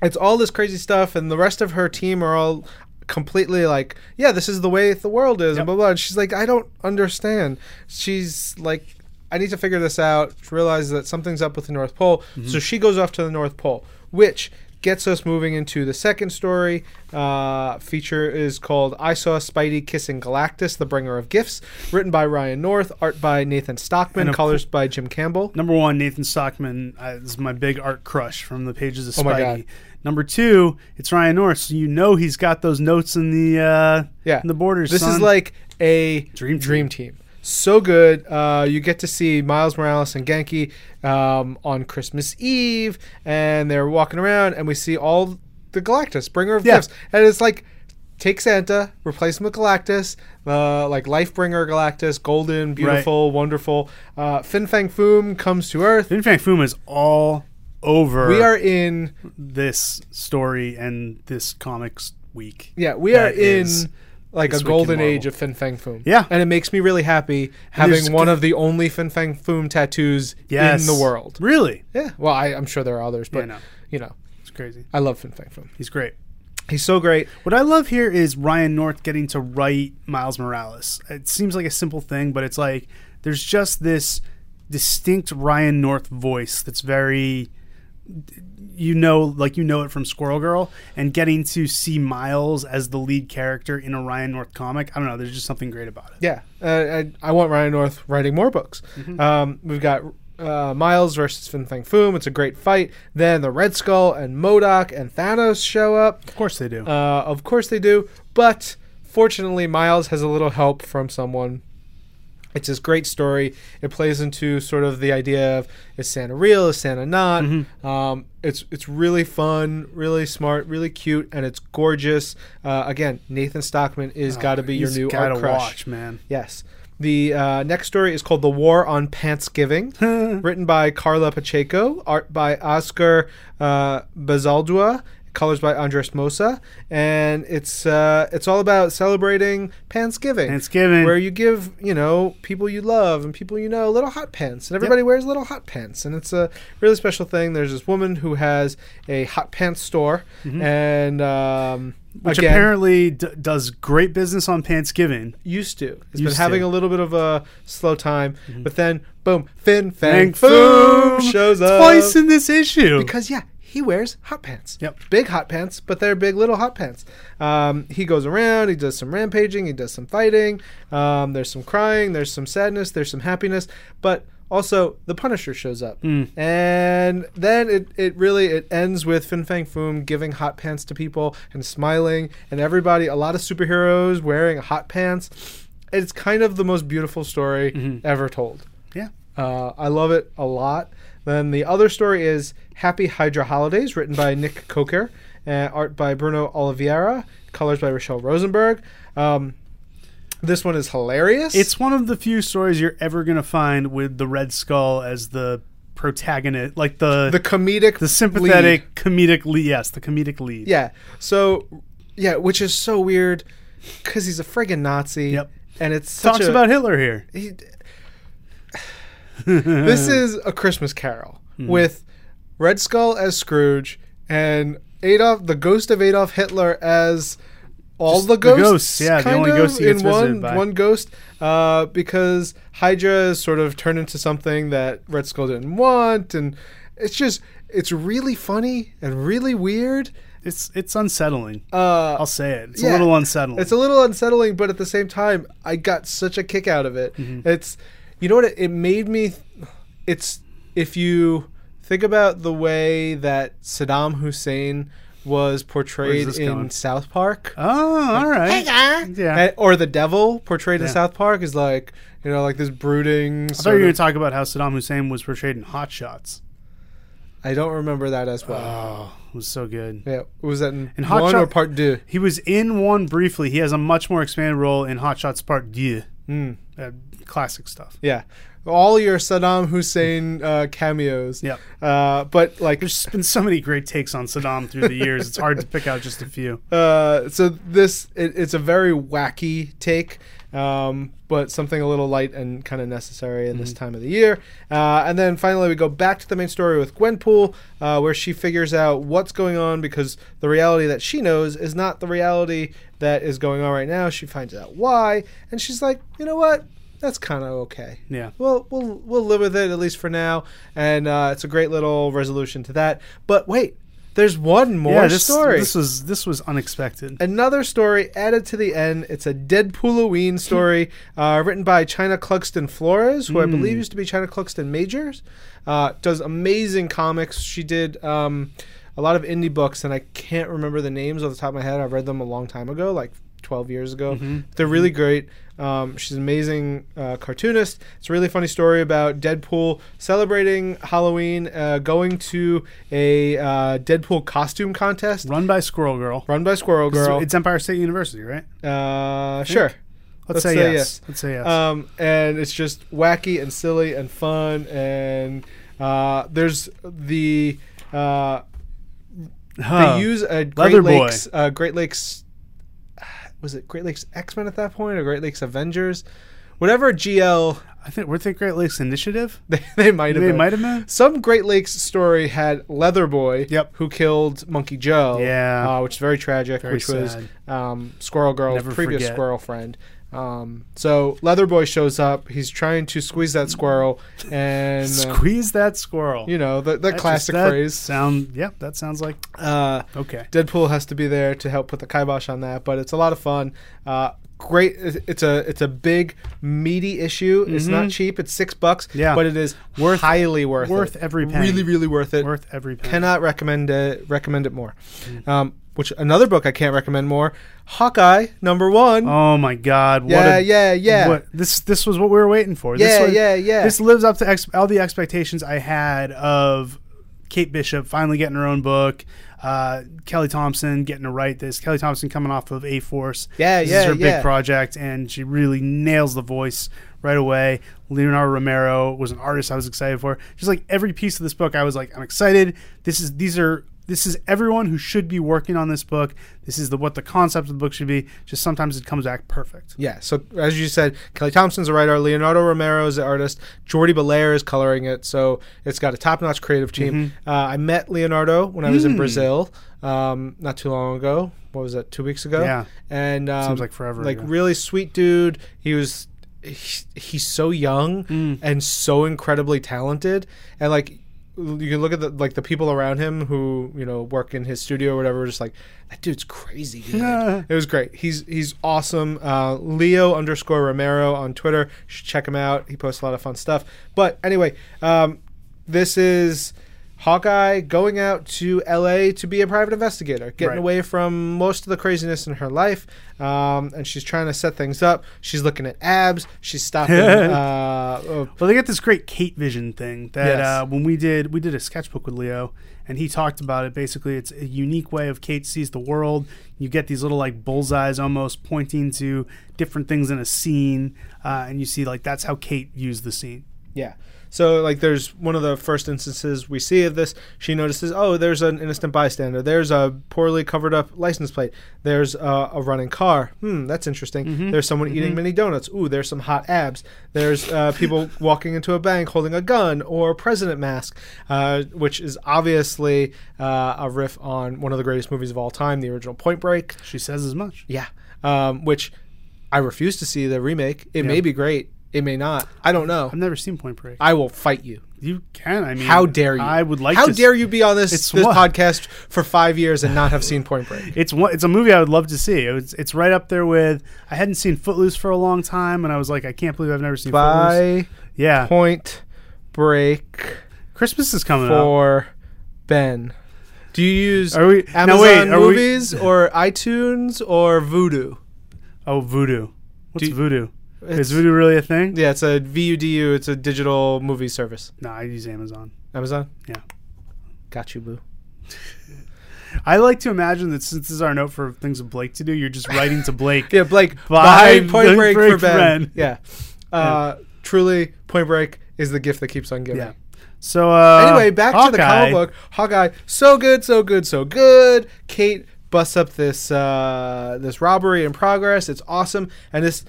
[SPEAKER 2] it's all this crazy stuff, and the rest of her team are all completely like, yeah, this is the way the world is, and
[SPEAKER 3] Yep.
[SPEAKER 2] blah, blah. And she's like, I don't understand. She's like, I need to figure this out. She realizes that something's up with the North Pole.
[SPEAKER 3] Mm-hmm.
[SPEAKER 2] So she goes off to the North Pole, which gets us moving into the second story. Uh, feature is called I Saw Spidey Kissing Galactus, The Bringer of Gifts, written by Ryan North, art by Nathan Stockman,
[SPEAKER 3] And of
[SPEAKER 2] colors by Jim Campbell.
[SPEAKER 3] Number one, Nathan Stockman uh, is my big art crush from the pages of
[SPEAKER 2] Oh my
[SPEAKER 3] Spidey.
[SPEAKER 2] God.
[SPEAKER 3] Number two, it's Ryan North, so you know he's got those notes in the uh,
[SPEAKER 2] Yeah,
[SPEAKER 3] in the borders.
[SPEAKER 2] This is
[SPEAKER 3] son.
[SPEAKER 2] like a dream
[SPEAKER 3] Dream
[SPEAKER 2] team. So good. Uh, you get to see Miles Morales and Genki um, on Christmas Eve, and they're walking around, and we see all the Galactus, bringer of
[SPEAKER 3] Yeah.
[SPEAKER 2] gifts, and it's like. Take Santa, replace him with Galactus, uh, like Life Bringer Galactus, golden, beautiful, wonderful. Uh, Fin Fang Foom comes to Earth.
[SPEAKER 3] Fin Fang Foom is all over.
[SPEAKER 2] We are in,
[SPEAKER 3] this story and this comics week.
[SPEAKER 2] yeah, we
[SPEAKER 3] That
[SPEAKER 2] are in
[SPEAKER 3] is
[SPEAKER 2] like
[SPEAKER 3] this
[SPEAKER 2] a
[SPEAKER 3] week in
[SPEAKER 2] golden
[SPEAKER 3] Marvel.
[SPEAKER 2] age of Fin Fang Foom.
[SPEAKER 3] Yeah.
[SPEAKER 2] and it makes me really happy
[SPEAKER 3] there's
[SPEAKER 2] having one
[SPEAKER 3] g-
[SPEAKER 2] of the only Fin Fang Foom tattoos
[SPEAKER 3] Yes.
[SPEAKER 2] in the world.
[SPEAKER 3] Really,
[SPEAKER 2] Yeah, well, I, I'm sure there are others, but
[SPEAKER 3] Yeah, no.
[SPEAKER 2] you know,
[SPEAKER 3] it's crazy.
[SPEAKER 2] I love Fin Fang Foom.
[SPEAKER 3] He's great.
[SPEAKER 2] He's so great.
[SPEAKER 3] What I love here is Ryan North getting to write Miles Morales. It seems like a simple thing, but it's like there's just this distinct Ryan North voice that's very you know like you know it from Squirrel Girl and getting to see Miles as the lead character in a Ryan North comic. I don't know, there's just something great about it.
[SPEAKER 2] Mm-hmm. Yeah, uh, I, I want Ryan North writing more books. Um, we've got uh, Miles versus Fin Fang Foom. It's a great fight. Then the Red Skull and Modoc and Thanos show up.
[SPEAKER 3] Of course they do.
[SPEAKER 2] Uh, of course they do, but fortunately, Miles has a little help from someone. It's this great story. It plays into sort of the idea of is Santa real, is Santa not?
[SPEAKER 3] Mm-hmm.
[SPEAKER 2] Um, it's it's really fun, really smart, really cute, and it's gorgeous. Uh, again, Nathan Stockman is got to be your
[SPEAKER 3] Oh, He's
[SPEAKER 2] new
[SPEAKER 3] gotta
[SPEAKER 2] art crush.
[SPEAKER 3] watch, man.
[SPEAKER 2] Yes. The uh, next story is called "The War on Pantsgiving," written by Carla Pacheco, art by Oscar uh, Bazaldua, colors by Andres Mosa, and it's uh, it's all about celebrating Pantsgiving.
[SPEAKER 3] Pantsgiving.
[SPEAKER 2] where you give you know people you love and people you know little hot pants, and everybody wears little hot pants, and it's a really special thing. There's this woman who has a hot pants store, and um,
[SPEAKER 3] Mm-hmm. Which
[SPEAKER 2] again,
[SPEAKER 3] apparently d- does great business on Pantsgiving.
[SPEAKER 2] used to. It's been
[SPEAKER 3] Used
[SPEAKER 2] having
[SPEAKER 3] to. Mm-hmm.
[SPEAKER 2] a little bit of a slow time, but then boom, Finn Fang
[SPEAKER 3] Fang
[SPEAKER 2] Foom
[SPEAKER 3] Foom
[SPEAKER 2] shows up
[SPEAKER 3] twice in this issue.
[SPEAKER 2] because yeah, he wears hot pants.
[SPEAKER 3] Yep.
[SPEAKER 2] big hot pants, but they're big little hot pants. Um, he goes around. He does some rampaging. He does some fighting. Um, there's some crying. There's some sadness. There's some happiness, but. Also, the Punisher shows up, and then it, it really it ends with Fin Fang Foom giving hot pants to people and smiling, and everybody a lot of superheroes wearing hot pants. It's kind of the most beautiful story ever told.
[SPEAKER 3] yeah,
[SPEAKER 2] Uh, I love it a lot. Then the other story is Happy Hydra Holidays, written by Nick Coker, uh, art by Bruno Oliveira, colors by Rochelle Rosenberg. Um, this one is hilarious.
[SPEAKER 3] it's one of the few stories you're ever gonna find with the Red Skull as the protagonist, like the
[SPEAKER 2] the comedic,
[SPEAKER 3] the
[SPEAKER 2] lead.
[SPEAKER 3] sympathetic comedic lead. Yes, the comedic lead.
[SPEAKER 2] Yeah. So, yeah, which is so weird because he's a friggin' Nazi.
[SPEAKER 3] Yep.
[SPEAKER 2] And it's such
[SPEAKER 3] talks
[SPEAKER 2] a-
[SPEAKER 3] about Hitler here.
[SPEAKER 2] he, this is a Christmas Carol
[SPEAKER 3] Hmm.
[SPEAKER 2] with Red Skull as Scrooge and Adolf, the ghost of Adolf Hitler as all the
[SPEAKER 3] the
[SPEAKER 2] ghosts.
[SPEAKER 3] ghosts, yeah, the
[SPEAKER 2] kind
[SPEAKER 3] only
[SPEAKER 2] of,
[SPEAKER 3] ghost he gets
[SPEAKER 2] in one
[SPEAKER 3] visited by.
[SPEAKER 2] one ghost, uh, because Hydra is sort of turned into something that Red Skull didn't want, and it's just it's really funny and really weird.
[SPEAKER 3] It's it's unsettling.
[SPEAKER 2] Uh,
[SPEAKER 3] I'll say it. It's
[SPEAKER 2] yeah.
[SPEAKER 3] a little unsettling.
[SPEAKER 2] it's a little unsettling, but at the same time, I got such a kick out of it.
[SPEAKER 3] Mm-hmm.
[SPEAKER 2] It's, you know what? It, it made me. It's if you think about the way that Saddam Hussein was portrayed
[SPEAKER 3] this
[SPEAKER 2] in
[SPEAKER 3] going?
[SPEAKER 2] South Park,
[SPEAKER 3] oh, all right. Yeah. I
[SPEAKER 2] and- or the devil portrayed in
[SPEAKER 3] Yeah.
[SPEAKER 2] South Park is like you know like this brooding.
[SPEAKER 3] thought you
[SPEAKER 2] sort
[SPEAKER 3] were going
[SPEAKER 2] of-
[SPEAKER 3] to talk about how Saddam Hussein was portrayed in Hot Shots.
[SPEAKER 2] I don't remember that as well.
[SPEAKER 3] Oh, it was so good.
[SPEAKER 2] yeah, was that in,
[SPEAKER 3] In Hot
[SPEAKER 2] one
[SPEAKER 3] Shot-
[SPEAKER 2] or part two?
[SPEAKER 3] He was in one briefly. He has a much more expanded role in Hot Shots Part Deux.
[SPEAKER 2] Mm.
[SPEAKER 3] Uh, classic stuff.
[SPEAKER 2] Yeah, all your Saddam Hussein uh, cameos.
[SPEAKER 3] Yep.
[SPEAKER 2] uh, but like
[SPEAKER 3] There's been so many great takes on Saddam through the years. It's hard to pick out just a few.
[SPEAKER 2] Uh, so this it, it's a very wacky take um, but something a little light and kind of necessary in this
[SPEAKER 3] Mm-hmm.
[SPEAKER 2] time of the year uh, and then finally we go back to the main story with gwenpool uh, where she figures out what's going on because the reality that she knows is not the reality that is going on right now she finds out why and she's like you know what that's kind of okay
[SPEAKER 3] Yeah.
[SPEAKER 2] well, we'll we'll live with it at least for now, and uh, it's a great little resolution to that. But wait, there's one more
[SPEAKER 3] yeah, this,
[SPEAKER 2] story
[SPEAKER 3] this was this was unexpected.
[SPEAKER 2] another story added to the end. It's a Deadpooloween story uh, written by China Cluxton Flores, who I believe used to be China Cluxton Majors. Uh, does amazing comics. She did um, a lot of indie books, and I can't remember the names off the top of my head. I read them a long time ago, like 12 years ago. They're really great. Um, she's an amazing uh, cartoonist. It's a really funny story about Deadpool celebrating Halloween, uh, going to a uh, Deadpool costume contest
[SPEAKER 3] Run by Squirrel Girl.
[SPEAKER 2] run by Squirrel Girl.
[SPEAKER 3] It's Empire State University, right?
[SPEAKER 2] Uh, sure.
[SPEAKER 3] Let's, say, yes. Let's say yes.
[SPEAKER 2] Um, and it's just wacky and silly and fun. And uh, there's the uh,
[SPEAKER 3] Huh.
[SPEAKER 2] they use a Great
[SPEAKER 3] Leather Boy.
[SPEAKER 2] Lakes. Uh, Great Lakes. Was it Great Lakes X Men at that point, or Great Lakes Avengers? Whatever GL
[SPEAKER 3] I think were they Great Lakes Initiative?
[SPEAKER 2] they, they might have
[SPEAKER 3] They
[SPEAKER 2] been.
[SPEAKER 3] might have been.
[SPEAKER 2] Some Great Lakes story had Leatherboy,
[SPEAKER 3] Yep.
[SPEAKER 2] who killed Monkey Joe,
[SPEAKER 3] Yeah.
[SPEAKER 2] uh, which is very tragic, which was
[SPEAKER 3] sad.
[SPEAKER 2] um, Squirrel Girl's
[SPEAKER 3] Never
[SPEAKER 2] previous
[SPEAKER 3] forget.
[SPEAKER 2] squirrel friend. Um, so Leatherboy shows up. He's trying to squeeze that squirrel, and uh,
[SPEAKER 3] Squeeze that squirrel.
[SPEAKER 2] you know the, the
[SPEAKER 3] That just-
[SPEAKER 2] classic
[SPEAKER 3] that
[SPEAKER 2] phrase.
[SPEAKER 3] Sound. Yep. That sounds like
[SPEAKER 2] Uh,
[SPEAKER 3] okay.
[SPEAKER 2] Deadpool has to be there to help put the kibosh on that, but it's a lot of fun. Uh, great, it- it's a it's a big meaty issue. It's not cheap. It's six bucks.
[SPEAKER 3] Mm-hmm. Yeah.
[SPEAKER 2] but it is worth highly worth
[SPEAKER 3] worth
[SPEAKER 2] it.
[SPEAKER 3] every penny.
[SPEAKER 2] Really, really worth it.
[SPEAKER 3] Worth Mm. every penny.
[SPEAKER 2] Cannot recommend it. Recommend it more. Um, which another book I can't recommend more. Hawkeye number one.
[SPEAKER 3] Oh my God! What
[SPEAKER 2] yeah,
[SPEAKER 3] a,
[SPEAKER 2] yeah, yeah.
[SPEAKER 3] What, this this was what we were waiting for.
[SPEAKER 2] Yeah,
[SPEAKER 3] this was,
[SPEAKER 2] yeah, yeah.
[SPEAKER 3] This lives up to ex- all the expectations I had of Kate Bishop finally getting her own book. Uh, Kelly Thompson getting to write this. Kelly Thompson coming off of A Force.
[SPEAKER 2] Yeah,
[SPEAKER 3] this
[SPEAKER 2] yeah,
[SPEAKER 3] is her
[SPEAKER 2] yeah.
[SPEAKER 3] big project, and she really nails the voice right away. Leonardo Romero was an artist I was excited for. Just like every piece of this book, I was like, I'm excited. This is these are this is everyone who should be working on this book. This is the what the concept of the book should be. Just sometimes it comes back perfect.
[SPEAKER 2] Yeah. So as you said, Kelly Thompson's a writer, Leonardo Romero is the artist, Jordi Belair is coloring it. So it's got a top-notch creative team.
[SPEAKER 3] Mm-hmm.
[SPEAKER 2] Uh, I met Leonardo when I was
[SPEAKER 3] Hmm.
[SPEAKER 2] in Brazil um, not too long ago. What was that? Two weeks ago.
[SPEAKER 3] Yeah.
[SPEAKER 2] And um,
[SPEAKER 3] Seems like forever
[SPEAKER 2] Like
[SPEAKER 3] ago.
[SPEAKER 2] really sweet dude. He was. He, he's so young and so incredibly talented, and like you can look at the like the people around him who you know work in his studio or whatever. Just like that dude's crazy. Dude. it was great. He's he's awesome. Uh, Leo underscore Romero on Twitter. You should check him out. He posts a lot of fun stuff. But anyway, um, this is Hawkeye going out to L.A. to be a private investigator, getting
[SPEAKER 3] Right.
[SPEAKER 2] away from most of the craziness in her life, um, and she's trying to set things up. She's looking at abs. She's stopping. uh, uh,
[SPEAKER 3] Well, they got this great Kate Vision thing that
[SPEAKER 2] Yes.
[SPEAKER 3] uh, when we did we did a sketchbook with Leo, and he talked about it. Basically, it's a unique way of Kate sees the world. You get these little like bullseyes almost pointing to different things in a scene, uh, and you see like that's how Kate views the scene.
[SPEAKER 2] Yeah. So like there's one of the first instances we see of this, she notices, oh, there's an innocent bystander. There's a poorly covered up license plate. There's uh, a running car. Hmm, that's interesting. There's someone eating mini donuts. Ooh, there's some hot abs. There's uh, people walking into a bank holding a gun or president mask, uh, which is obviously uh, a riff on one of the greatest movies of all time, the original Point Break.
[SPEAKER 3] She says as much.
[SPEAKER 2] Yeah. Um, which I refuse to see the remake. It may be great. It may not. I don't know.
[SPEAKER 3] I've never seen Point Break.
[SPEAKER 2] I will fight you.
[SPEAKER 3] you can. I mean,
[SPEAKER 2] How dare you?
[SPEAKER 3] I would like.
[SPEAKER 2] How
[SPEAKER 3] to
[SPEAKER 2] dare you be on this
[SPEAKER 3] It's
[SPEAKER 2] this
[SPEAKER 3] what-
[SPEAKER 2] podcast for five years and not have seen Point Break?
[SPEAKER 3] It's one. It's a movie I would love to see. It's it's right up there with. I hadn't seen Footloose for a long time, and I was like, I can't believe I've never seen Footloose.
[SPEAKER 2] By
[SPEAKER 3] Yeah,
[SPEAKER 2] Point Break
[SPEAKER 3] Christmas is coming up.
[SPEAKER 2] for Ben. Do you use
[SPEAKER 3] Are we- now
[SPEAKER 2] Amazon
[SPEAKER 3] wait, are we-
[SPEAKER 2] movies or iTunes or Voodoo?
[SPEAKER 3] Oh, voodoo. What's
[SPEAKER 2] Do-
[SPEAKER 3] voodoo?
[SPEAKER 2] It's-
[SPEAKER 3] Is voodoo really a thing?
[SPEAKER 2] Yeah, it's a VUDU. It's a digital movie service.
[SPEAKER 3] No, I use Amazon.
[SPEAKER 2] Amazon.
[SPEAKER 3] Yeah.
[SPEAKER 2] Got you, boo.
[SPEAKER 3] I like to imagine that since this is our note for things with Blake to do, you're just writing to Blake.
[SPEAKER 2] Yeah, Blake. By
[SPEAKER 3] By
[SPEAKER 2] Point
[SPEAKER 3] the
[SPEAKER 2] Break,
[SPEAKER 3] Break
[SPEAKER 2] for Ben.
[SPEAKER 3] Ben.
[SPEAKER 2] Yeah. Uh, Truly, Point Break is the gift that keeps on giving.
[SPEAKER 3] Yeah. So uh,
[SPEAKER 2] anyway, back to the
[SPEAKER 3] Hawkeye.
[SPEAKER 2] comic book. Hawkeye, so good, so good, so good. Kate busts up this uh, this robbery in progress. It's awesome, and this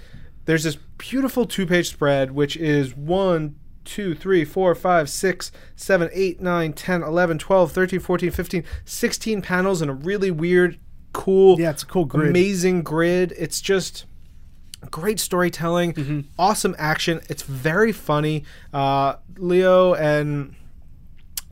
[SPEAKER 2] there's this beautiful two page spread, which is one. 2, 3, 4, 5, 6, 7, 8, 9, 10, 11, 12, 13, 14, 15, 16 panels and a really weird, cool,
[SPEAKER 3] Yeah, it's a cool grid.
[SPEAKER 2] amazing grid. It's just great storytelling,
[SPEAKER 3] Mm-hmm.
[SPEAKER 2] awesome action. It's very funny. Uh, Leo and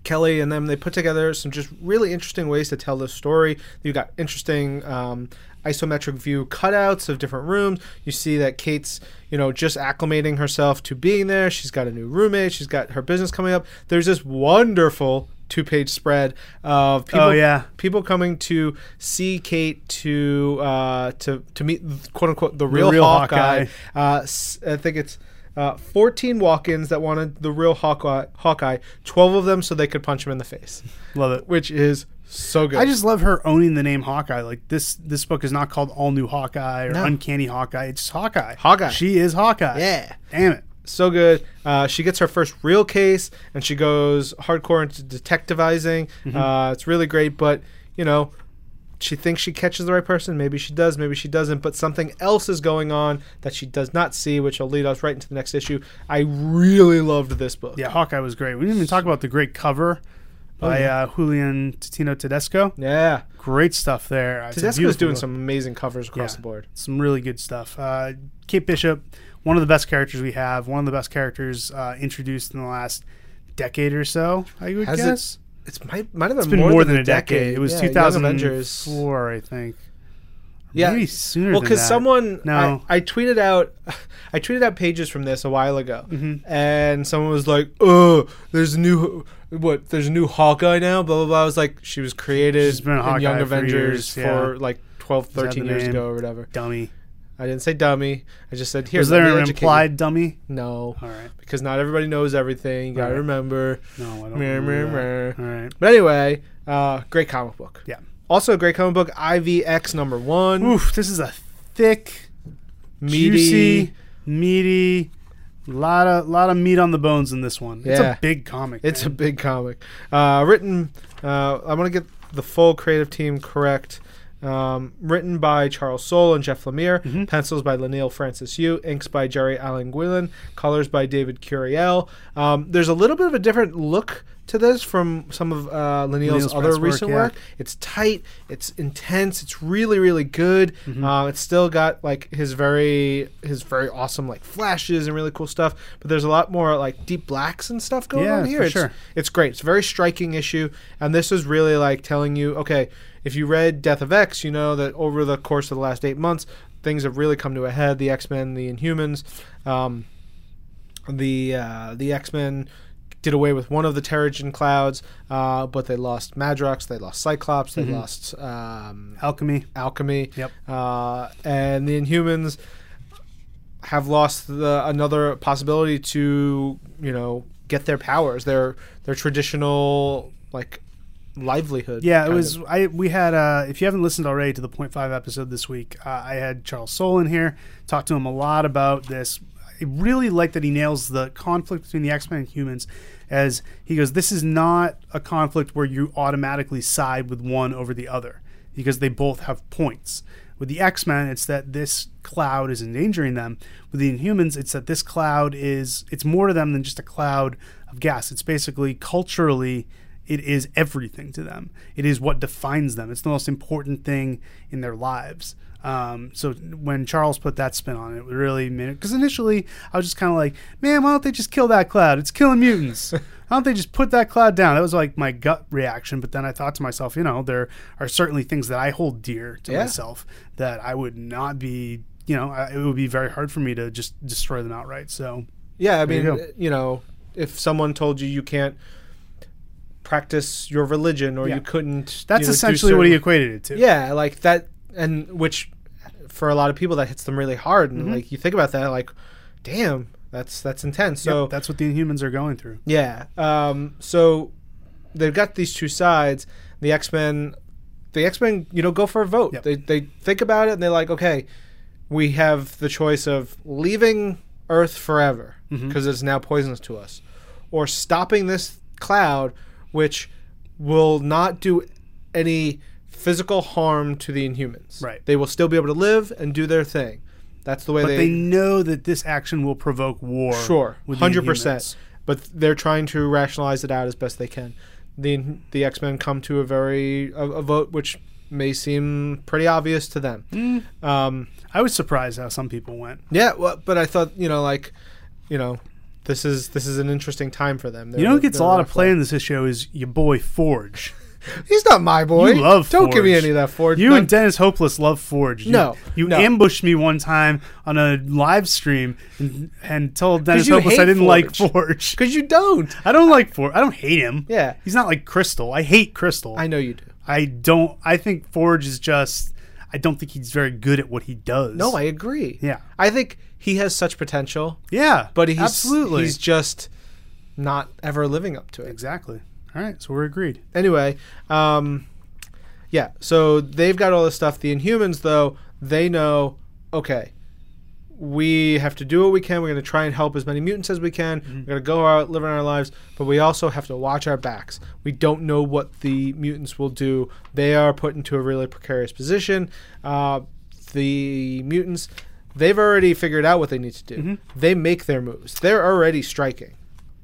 [SPEAKER 2] Kelly and them they put together some just really interesting ways to tell this story. You got interesting um, isometric view cutouts of different rooms. You see that Kate's you know just acclimating herself to being there. She's got a new roommate. She's got her business coming up. There's this wonderful two page spread of people
[SPEAKER 3] Oh, yeah.
[SPEAKER 2] people coming to see Kate to uh, to to meet quote unquote the real,
[SPEAKER 3] real
[SPEAKER 2] Hawkeye.
[SPEAKER 3] Hawkeye.
[SPEAKER 2] Uh, s- I think it's uh, 14 walk-ins that wanted the real Hawkeye, Hawkeye. 12 of them so they could punch him in the face,
[SPEAKER 3] Love it.
[SPEAKER 2] which is so good.
[SPEAKER 3] I just love her owning the name Hawkeye. Like this, this book is not called All New Hawkeye or
[SPEAKER 2] No.
[SPEAKER 3] Uncanny Hawkeye. It's just Hawkeye.
[SPEAKER 2] Hawkeye.
[SPEAKER 3] She is Hawkeye.
[SPEAKER 2] Yeah.
[SPEAKER 3] Damn it.
[SPEAKER 2] so good. Uh, she gets her first real case and she goes hardcore into detectivizing.
[SPEAKER 3] Mm-hmm.
[SPEAKER 2] Uh, it's really great, but you know. She thinks she catches the right person. Maybe she does. Maybe she doesn't. But something else is going on that she does not see, which will lead us right into the next issue. I really loved this book.
[SPEAKER 3] Yeah, Hawkeye was great. We didn't even talk about the great cover. by
[SPEAKER 2] Oh, yeah.
[SPEAKER 3] uh, Julian Tino Tedesco.
[SPEAKER 2] Yeah.
[SPEAKER 3] Great stuff there. It's a
[SPEAKER 2] Tedesco's
[SPEAKER 3] beautiful
[SPEAKER 2] doing
[SPEAKER 3] book.
[SPEAKER 2] some amazing covers across
[SPEAKER 3] Yeah.
[SPEAKER 2] the board.
[SPEAKER 3] some really good stuff. Uh, Kate Bishop, one of the best characters we have, one of the best characters uh, introduced in the last decade or so. I would
[SPEAKER 2] Has it-
[SPEAKER 3] guess
[SPEAKER 2] It's might might have
[SPEAKER 3] it's been more, than, a decade. It was
[SPEAKER 2] Yeah, Young
[SPEAKER 3] 2004, I think.
[SPEAKER 2] Yeah.
[SPEAKER 3] maybe sooner.
[SPEAKER 2] Well,
[SPEAKER 3] because
[SPEAKER 2] because someone,
[SPEAKER 3] No.
[SPEAKER 2] I, I tweeted out, I tweeted out pages from this a while ago,
[SPEAKER 3] Mm-hmm.
[SPEAKER 2] and someone was like, "Oh, there's a new what? There's a new Hawkeye now." Blah blah blah. I was like, she was created
[SPEAKER 3] She's been a
[SPEAKER 2] in Young
[SPEAKER 3] Hawkeye for
[SPEAKER 2] Avengers
[SPEAKER 3] years,
[SPEAKER 2] for,
[SPEAKER 3] yeah.
[SPEAKER 2] like 12,
[SPEAKER 3] that
[SPEAKER 2] 13
[SPEAKER 3] the
[SPEAKER 2] years
[SPEAKER 3] name?
[SPEAKER 2] ago or whatever.
[SPEAKER 3] dummy.
[SPEAKER 2] I didn't say dummy. I just said here.
[SPEAKER 3] Was
[SPEAKER 2] let
[SPEAKER 3] there
[SPEAKER 2] me
[SPEAKER 3] an
[SPEAKER 2] educate you."
[SPEAKER 3] implied dummy?
[SPEAKER 2] No,
[SPEAKER 3] All right.
[SPEAKER 2] because not everybody knows everything. You gotta
[SPEAKER 3] Right.
[SPEAKER 2] remember.
[SPEAKER 3] No, I don't.
[SPEAKER 2] Meh,
[SPEAKER 3] remember
[SPEAKER 2] meh,
[SPEAKER 3] that.
[SPEAKER 2] meh.
[SPEAKER 3] All right.
[SPEAKER 2] But anyway, uh, great comic book.
[SPEAKER 3] Yeah.
[SPEAKER 2] Also, a great comic book. IVX number one.
[SPEAKER 3] Oof, this is a thick,
[SPEAKER 2] meaty.
[SPEAKER 3] juicy, meaty. Lot of lot of meat on the bones in this one. It's
[SPEAKER 2] Yeah.
[SPEAKER 3] a big comic.
[SPEAKER 2] It's a
[SPEAKER 3] man.
[SPEAKER 2] big comic. Uh, written, uh, I want to get the full creative team correct. Um, written by Charles Soule and Jeff Lemire.
[SPEAKER 3] Mm-hmm.
[SPEAKER 2] Pencils by Lanil Francis Yu. Inks by Jerry Allen Guillen. Colors by David Curiel. Um, there's a little bit of a different look to this from some of uh, Lanil's
[SPEAKER 3] Lanil's
[SPEAKER 2] other
[SPEAKER 3] past work,
[SPEAKER 2] recent
[SPEAKER 3] yeah.
[SPEAKER 2] work. It's tight. It's intense. It's really, really good.
[SPEAKER 3] Mm-hmm.
[SPEAKER 2] Uh, it's still got like his very his very awesome like flashes and really cool stuff. But there's a lot more like deep blacks and stuff going
[SPEAKER 3] Yeah,
[SPEAKER 2] on here.
[SPEAKER 3] for
[SPEAKER 2] it's,
[SPEAKER 3] sure.
[SPEAKER 2] it's great. It's a very striking issue, and this is really like telling you, okay, if you read Death of X, you know that over the course of the last eight months, things have really come to a head. The X Men, the Inhumans. Um, the uh, the X Men did away with one of the Terrigen clouds, uh, but they lost Madrox, they lost Cyclops, they lost um,
[SPEAKER 3] alchemy.
[SPEAKER 2] Alchemy,
[SPEAKER 3] Mm-hmm. Yep.
[SPEAKER 2] uh, and the Inhumans have lost the another possibility to you know get their powers, their their traditional like livelihood.
[SPEAKER 3] Yeah, it
[SPEAKER 2] kind
[SPEAKER 3] was.
[SPEAKER 2] of.
[SPEAKER 3] I we had. Uh, if you haven't listened already to the point five episode this week, uh, I had Charles Soule in here. Talked to him a lot about this. I really like that he nails the conflict between the X Men and humans. As he goes, this is not a conflict where you automatically side with one over the other because they both have points. With the X Men, it's that this cloud is endangering them. With the Inhumans, it's that this cloud is. It's more to them than just a cloud of gas. It's basically culturally it is everything to them. It is what defines them. It's the most important thing in their lives. Um, so when Charles put that spin on it, it really made it. Because initially, I was just kind of like, man, why don't they just kill that cloud? It's killing mutants. why don't they just put that cloud down? That was like my gut reaction. But then I thought to myself, you know, there are certainly things that I hold dear to
[SPEAKER 2] Yeah.
[SPEAKER 3] myself that I would not be, you know, I, it would be very hard for me to just destroy them outright. So
[SPEAKER 2] Yeah, I
[SPEAKER 3] There
[SPEAKER 2] mean, uh,
[SPEAKER 3] you
[SPEAKER 2] you, know, if someone told you you can't practice your religion or
[SPEAKER 3] Yeah.
[SPEAKER 2] you couldn't,
[SPEAKER 3] that's
[SPEAKER 2] you know, do
[SPEAKER 3] essentially what he
[SPEAKER 2] certain-
[SPEAKER 3] equated it to.
[SPEAKER 2] yeah like that and which for a lot of people that hits them really hard and like you think about that like damn that's that's intense
[SPEAKER 3] So
[SPEAKER 2] so
[SPEAKER 3] that's what the Inhumans are going through.
[SPEAKER 2] yeah um so they've got these two sides the x-men the x-men you know go for a vote
[SPEAKER 3] Yep.
[SPEAKER 2] they, they think about it and they're like okay we have the choice of leaving earth forever
[SPEAKER 3] Mm-hmm.
[SPEAKER 2] because it's now poisonous to us or stopping this cloud which will not do any physical harm to the inhumans
[SPEAKER 3] Right.
[SPEAKER 2] they will still be able to live and do their thing that's the way
[SPEAKER 3] But they know that this action will provoke war.
[SPEAKER 2] Sure,
[SPEAKER 3] with the
[SPEAKER 2] hundred percent.
[SPEAKER 3] Inhumans.
[SPEAKER 2] But they're trying to rationalize it out as best they can. The the X Men come to a very a, a vote which may seem pretty obvious to them.
[SPEAKER 3] Mm.
[SPEAKER 2] Um,
[SPEAKER 3] I was surprised how some people went.
[SPEAKER 2] yeah, well, but I thought you know like you know this is this is an interesting time for them.
[SPEAKER 3] You know, who gets a
[SPEAKER 2] They're
[SPEAKER 3] lot of
[SPEAKER 2] rough
[SPEAKER 3] play in this issue is your boy Forge.
[SPEAKER 2] life. He's not my boy.
[SPEAKER 3] You love
[SPEAKER 2] Don't give me
[SPEAKER 3] Forge.
[SPEAKER 2] any of that Forge.
[SPEAKER 3] You
[SPEAKER 2] None-
[SPEAKER 3] and Dennis Hopeless love Forge. You-
[SPEAKER 2] No,
[SPEAKER 3] you
[SPEAKER 2] no.
[SPEAKER 3] ambushed me one time on a live stream and, and told Dennis
[SPEAKER 2] you
[SPEAKER 3] Hopeless
[SPEAKER 2] hate
[SPEAKER 3] I didn't like
[SPEAKER 2] Forge.
[SPEAKER 3] Forge.
[SPEAKER 2] because you don't.
[SPEAKER 3] I don't like Forge. I don't hate him.
[SPEAKER 2] Yeah.
[SPEAKER 3] he's not like Crystal. I hate Crystal.
[SPEAKER 2] I know you do.
[SPEAKER 3] I don't. I think Forge is just. I don't think he's very good at what he does.
[SPEAKER 2] No, I agree.
[SPEAKER 3] Yeah.
[SPEAKER 2] I think he has such potential,
[SPEAKER 3] Yeah,
[SPEAKER 2] but he's
[SPEAKER 3] absolutely
[SPEAKER 2] he's just not ever living up to it.
[SPEAKER 3] exactly. All right, so we're agreed.
[SPEAKER 2] anyway, um, yeah. So they've got all this stuff. The Inhumans, though, they know. Okay, we have to do what we can. We're going to try and help as many mutants as we can. We're going to go out, living our lives, but we also have to watch our backs. We don't know what the mutants will do. They are put into a really precarious position. Uh, the mutants. They've already figured out what they need to do. They make their moves. They're already striking.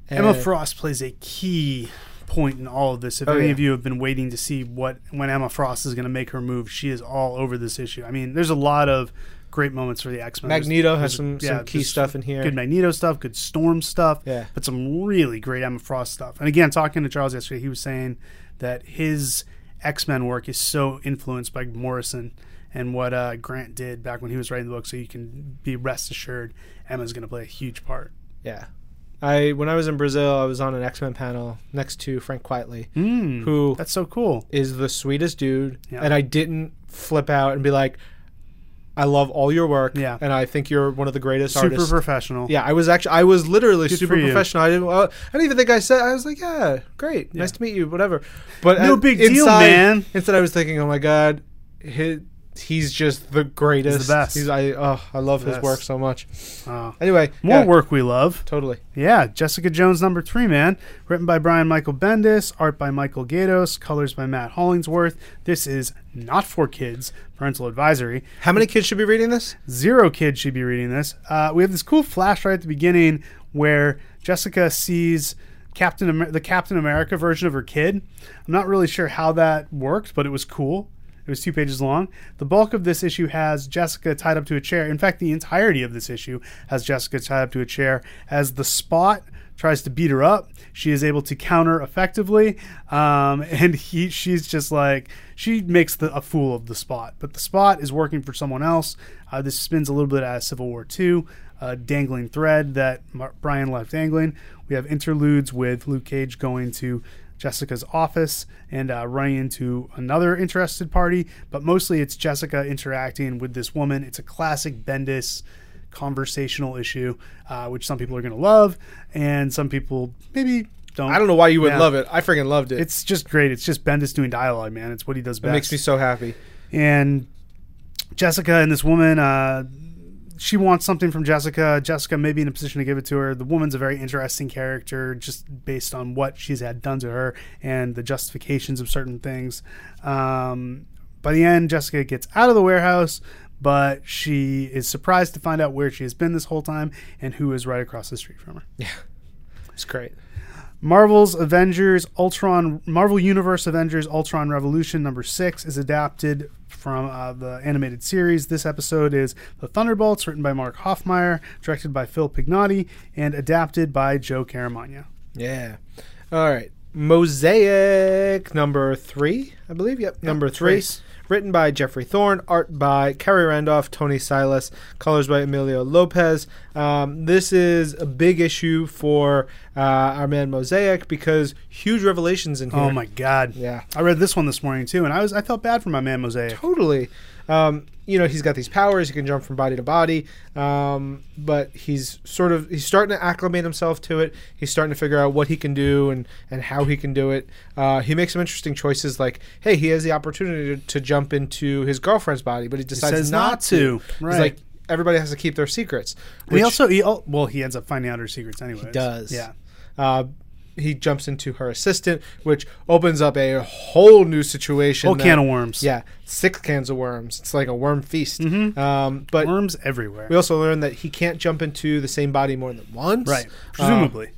[SPEAKER 3] Emma
[SPEAKER 2] And-
[SPEAKER 3] Frost plays a key point in all of this. If
[SPEAKER 2] Oh,
[SPEAKER 3] any
[SPEAKER 2] yeah.
[SPEAKER 3] of you have been waiting to see what when Emma Frost is going to make her move, she is all over this issue. I mean, there's a lot of great moments for the X Men.
[SPEAKER 2] Magneto has some, some key stuff in here.
[SPEAKER 3] Good Magneto stuff, good Storm stuff,
[SPEAKER 2] Yeah.
[SPEAKER 3] but some really great Emma Frost stuff. And again, talking to Charles yesterday, he was saying that his X Men work is so influenced by Morrison and what uh, Grant did back when he was writing the book. So you can be rest assured, Emma's going to play a huge part.
[SPEAKER 2] Yeah. I when I was in Brazil, I was on an X Men panel next to Frank Quietly,
[SPEAKER 3] Mm,
[SPEAKER 2] who
[SPEAKER 3] That's so cool.
[SPEAKER 2] is the sweetest dude,
[SPEAKER 3] Yeah.
[SPEAKER 2] and I didn't flip out and be like, "I love all your work,
[SPEAKER 3] Yeah.
[SPEAKER 2] and I think you're one of the greatest
[SPEAKER 3] Super
[SPEAKER 2] artists."
[SPEAKER 3] professional.
[SPEAKER 2] yeah, I was actually I was literally
[SPEAKER 3] Good
[SPEAKER 2] super
[SPEAKER 3] for you.
[SPEAKER 2] professional. I didn't I didn't even think I said I was like, "Yeah, great, nice to meet you, whatever." But
[SPEAKER 3] No
[SPEAKER 2] at-
[SPEAKER 3] big deal, man.
[SPEAKER 2] Instead, I was thinking, "Oh my god, he, he's just the greatest,
[SPEAKER 3] best.
[SPEAKER 2] He's, I oh, I love his
[SPEAKER 3] Best.
[SPEAKER 2] work so much."
[SPEAKER 3] Uh,
[SPEAKER 2] Anyway,
[SPEAKER 3] more
[SPEAKER 2] yeah,
[SPEAKER 3] work we love.
[SPEAKER 2] totally.
[SPEAKER 3] Yeah, Jessica Jones number three, man. Written by Brian Michael Bendis, art by Michael Gatos, colors by Matt Hollingsworth. This is not for kids, parental advisory.
[SPEAKER 2] How many kids should be reading this?
[SPEAKER 3] Zero kids should be reading this. Uh, we have this cool flash right at the beginning where Jessica sees Captain Amer- the Captain America version of her kid. I'm not really sure how that worked, but it was cool. It was two pages long. The bulk of this issue has Jessica tied up to a chair. In fact, the entirety of this issue has Jessica tied up to a chair as the spot tries to beat her up. She is able to counter effectively, um, and he she's just like she makes the, a fool of the spot. But the spot is working for someone else. Uh, this spins a little bit out of Civil War II, a dangling thread that Mar- Brian left dangling. We have interludes with Luke Cage going to Jessica's office and uh, running into another interested party, but mostly it's Jessica interacting with this woman. It's a classic Bendis conversational issue, uh, which some people are going to love, and some people maybe don't.
[SPEAKER 2] I don't know why you would
[SPEAKER 3] Yeah.
[SPEAKER 2] love it. I freaking loved it.
[SPEAKER 3] It's just great. It's just Bendis doing dialogue, man. It's what he does
[SPEAKER 2] it
[SPEAKER 3] best.
[SPEAKER 2] makes me so happy.
[SPEAKER 3] and Jessica and this woman, uh, she wants something from Jessica. Jessica may be in a position to give it to her. The woman's a very interesting character, just based on what she's had done to her and the justifications of certain things. Um, by the end, Jessica gets out of the warehouse, but she is surprised to find out where she has been this whole time and who is right across the street from her.
[SPEAKER 2] It's great.
[SPEAKER 3] Marvel's Avengers Ultron, Marvel Universe Avengers Ultron Revolution number six is adapted from uh, the animated series. This episode is The Thunderbolts, written by Mark Hoffmeyer, directed by Phil Pignotti, and adapted by Joe Caramagna.
[SPEAKER 2] Yeah. All right. Mosaic number three, I believe. Yep. number three.
[SPEAKER 3] Trace.
[SPEAKER 2] Written by Jeffrey Thorne, art by Carrie Randolph, Tony Silas, colors by Emilio Lopez. Um, this is a big issue for uh, our man Mosaic because huge revelations in here.
[SPEAKER 3] Oh my God!
[SPEAKER 2] Yeah.
[SPEAKER 3] I read this one this morning too, and I was I felt bad for my man Mosaic.
[SPEAKER 2] Totally. Um, you know, he's got these powers. He can jump from body to body, um, but he's sort of he's starting to acclimate himself to it. He's starting to figure out what he can do and and how he can do it. Uh, he makes some interesting choices, like hey, he has the opportunity to, to jump into his girlfriend's body, but he decides
[SPEAKER 3] says
[SPEAKER 2] not,
[SPEAKER 3] not
[SPEAKER 2] to.
[SPEAKER 3] to.
[SPEAKER 2] He's
[SPEAKER 3] Right.
[SPEAKER 2] like everybody has to keep their secrets.
[SPEAKER 3] And he
[SPEAKER 2] which-
[SPEAKER 3] also he al- well he ends up finding out her secrets anyway. He
[SPEAKER 2] does.
[SPEAKER 3] Yeah.
[SPEAKER 2] uh, he jumps into her assistant, which opens up a whole new situation.
[SPEAKER 3] Whole
[SPEAKER 2] that-
[SPEAKER 3] can of worms.
[SPEAKER 2] Yeah, six cans of worms. It's like a worm feast.
[SPEAKER 3] Mm-hmm.
[SPEAKER 2] Um, but
[SPEAKER 3] Worms everywhere.
[SPEAKER 2] we also learned that he can't jump into the same body more than once.
[SPEAKER 3] right.
[SPEAKER 2] Uh,
[SPEAKER 3] Presumably.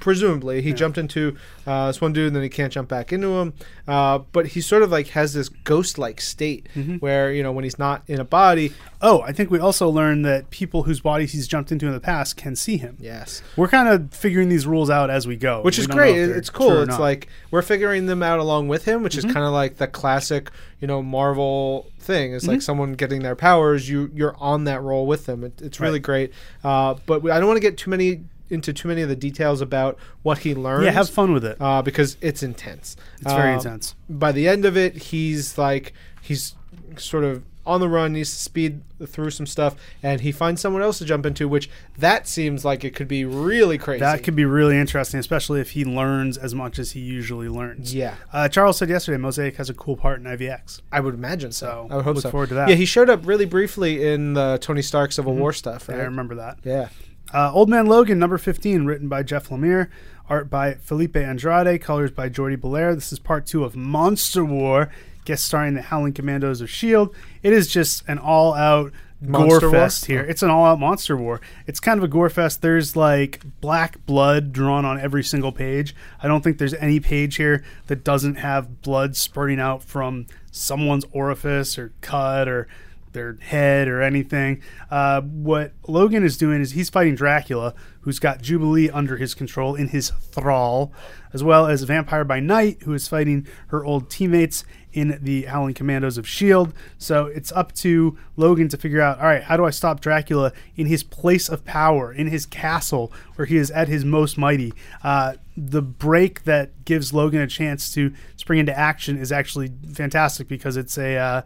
[SPEAKER 2] presumably he jumped into uh, this one dude and then he can't jump back into him uh, but he sort of like has this ghost-like state
[SPEAKER 3] Mm-hmm.
[SPEAKER 2] where you know when he's not in a body
[SPEAKER 3] Oh, I think we also learned that people whose bodies he's jumped into in the past can see him.
[SPEAKER 2] yes
[SPEAKER 3] We're kind of figuring these rules out as we go,
[SPEAKER 2] which
[SPEAKER 3] We
[SPEAKER 2] is
[SPEAKER 3] don't know
[SPEAKER 2] great
[SPEAKER 3] if
[SPEAKER 2] It-
[SPEAKER 3] they're
[SPEAKER 2] it's cool
[SPEAKER 3] true or
[SPEAKER 2] it's
[SPEAKER 3] not. Mm-hmm.
[SPEAKER 2] like we're figuring them out along with him which is kind of like the classic you know marvel thing it's
[SPEAKER 3] Mm-hmm.
[SPEAKER 2] like someone getting their powers you you're on that roll with them it, it's really
[SPEAKER 3] Right.
[SPEAKER 2] great uh, but we, i don't want to get too many into too many of the details about what he learns
[SPEAKER 3] yeah, have fun with it.
[SPEAKER 2] uh, because it's intense.
[SPEAKER 3] It's very
[SPEAKER 2] Um,
[SPEAKER 3] intense.
[SPEAKER 2] By the end of it, he's like he's sort of on the run, needs to speed through some stuff, and he finds someone else to jump into, which that seems like it could be really crazy.
[SPEAKER 3] That could be really interesting, especially if he learns as much as he usually learns.
[SPEAKER 2] Yeah.
[SPEAKER 3] Uh, Charles said yesterday, Mosaic has a cool part in IVX.
[SPEAKER 2] I would imagine so.
[SPEAKER 3] So,
[SPEAKER 2] I would hope
[SPEAKER 3] look
[SPEAKER 2] so.
[SPEAKER 3] forward to that. Mm-hmm.
[SPEAKER 2] Yeah, he showed up really briefly in the Tony Stark Civil War stuff,
[SPEAKER 3] I
[SPEAKER 2] right?
[SPEAKER 3] remember that.
[SPEAKER 2] Yeah.
[SPEAKER 3] Uh, Old Man Logan, number 15, written by Jeff Lemire, art by Felipe Andrade, colors by Jordi Belair. This is part two of E Monster War, guest starring the Howling Commandos of S.H.I.E.L.D. It is just an all out
[SPEAKER 2] Monster
[SPEAKER 3] gore
[SPEAKER 2] war?
[SPEAKER 3] fest here. It's an all-out monster war. It's kind of a gore fest. There's like black blood drawn on every single page. I don't think there's any page here that doesn't have blood spurting out from someone's orifice or cut or their head or anything. Uh, what Logan is doing is he's fighting Dracula, who's got Jubilee under his control in his thrall, as well as Vampire by Night, who is fighting her old teammates in the Howling Commandos of S.H.I.E.L.D. E So it's up to Logan to figure out all right, how do I stop Dracula in his place of power, in his castle, where he is at his most mighty? Uh, the break that gives Logan a chance to spring into action is actually fantastic because it's a. Uh,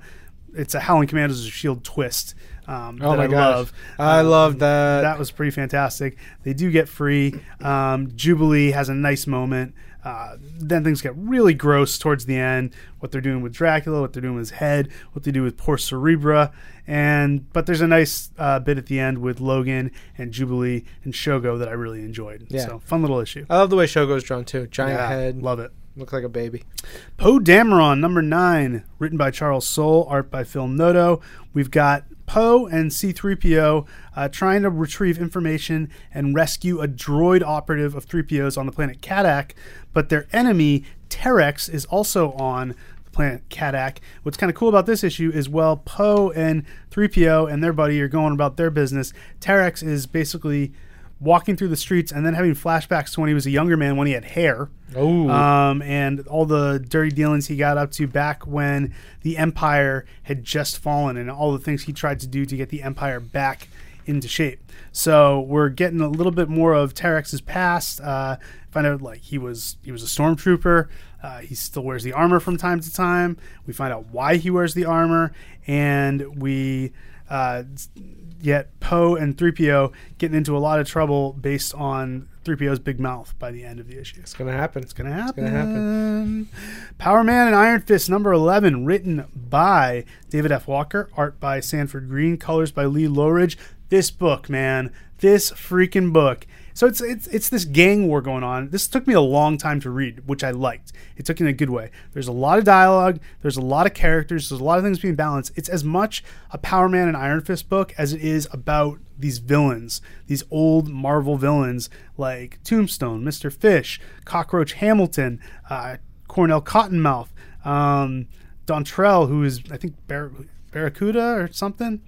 [SPEAKER 3] it's a Howling Commandos of Shield E twist um,
[SPEAKER 2] Oh
[SPEAKER 3] that
[SPEAKER 2] my
[SPEAKER 3] I
[SPEAKER 2] gosh.
[SPEAKER 3] love. Um,
[SPEAKER 2] I love that.
[SPEAKER 3] That was pretty fantastic. They do get free. Um, Jubilee has a nice moment. Uh, then things get really gross towards the end. What they're doing with Dracula, what they're doing with his head, what they do with poor Cerebra, and but there's a nice uh, bit at the end with Logan and Jubilee and Shogo that I really enjoyed.
[SPEAKER 2] Yeah.
[SPEAKER 3] So fun little issue.
[SPEAKER 2] I love the way Shogo's drawn too. Giant
[SPEAKER 3] Yeah,
[SPEAKER 2] head,
[SPEAKER 3] love it.
[SPEAKER 2] look like a baby.
[SPEAKER 3] Poe Dameron, number nine, written by Charles Soule, art by Phil Noto. We've got Poe and C3PO uh, trying to retrieve information and rescue a droid operative of 3POs on the planet Kadak, but their enemy, Terex, is also on the planet Kadak. What's kind of cool about this issue is while Poe and 3PO and their buddy are going about their business, Terex is basically walking through the streets and then having flashbacks to when he was a younger man when he had hair
[SPEAKER 2] Oh,
[SPEAKER 3] um, and all the dirty dealings he got up to back when the empire had just fallen and all the things he tried to do to get the empire back into shape so we're getting a little bit more of terex's past uh, find out like he was he was a stormtrooper uh, he still wears the armor from time to time we find out why he wears the armor and we uh, yet Poe and 3PO getting into a lot of trouble based on 3PO's big mouth by the end of the issue.
[SPEAKER 2] it's gonna happen. It's
[SPEAKER 3] Gonna happen.
[SPEAKER 2] gonna
[SPEAKER 3] Power Man and Iron Fist number eleven, written by David F. Walker, art by Sanford Green, colors by Lee Lowridge. This book, man, this freaking book. So it's it's it's this gang war going on. This took me a long time to read, which I liked. It took it in a good way. There's a lot of dialogue. There's a lot of characters. There's a lot of things being balanced. It's as much a Power Man and Iron Fist book as it is about these villains, these old Marvel villains like Tombstone, Mr. Fish, Cockroach Hamilton, uh, Cornell Cottonmouth, um, Dontrell, who is, I think, Bar- Barracuda or something.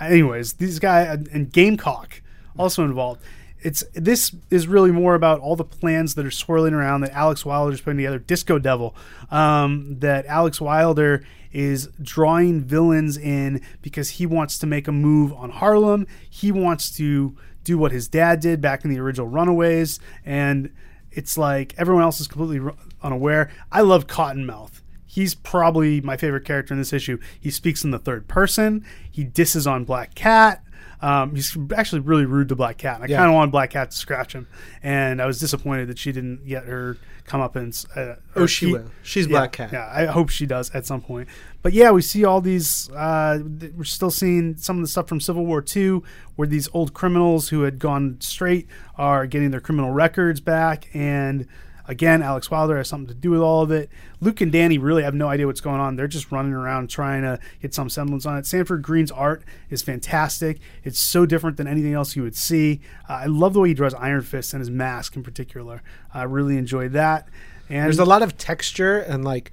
[SPEAKER 3] Anyways, these guy and- and Gamecock also involved. It's this is really more about all the plans that are swirling around that Alex Wilder is putting together. Disco Devil, um, that Alex Wilder is drawing villains in because he wants to make a move on Harlem. He wants to do what his dad did back in the original Runaways, and it's like everyone else is completely ru- unaware. I love Cottonmouth. He's probably my favorite character in this issue. He speaks in the third person. He disses on Black Cat. Um, he's actually really rude to Black Cat. I
[SPEAKER 2] Yeah.
[SPEAKER 3] kind of wanted Black Cat to scratch him, and I was disappointed that she didn't get her come up and. Uh,
[SPEAKER 2] Oh,
[SPEAKER 3] or
[SPEAKER 2] she
[SPEAKER 3] he-
[SPEAKER 2] will. She's
[SPEAKER 3] yeah,
[SPEAKER 2] Black Cat.
[SPEAKER 3] Yeah, I hope she does at some point. But yeah, we see all these. Uh, th- we're still seeing some of the stuff from Civil War II, where these old criminals who had gone straight are getting their criminal records back. And again, Alex Wilder has something to do with all of it. Luke and Danny really have no idea what's going on. They're just running around trying to get some semblance on it. Sanford Green's art is fantastic. It's so different than anything else you would see. Uh, I love the way he draws Iron Fist and his mask in particular. I really enjoyed that. And
[SPEAKER 2] There's a lot of texture and like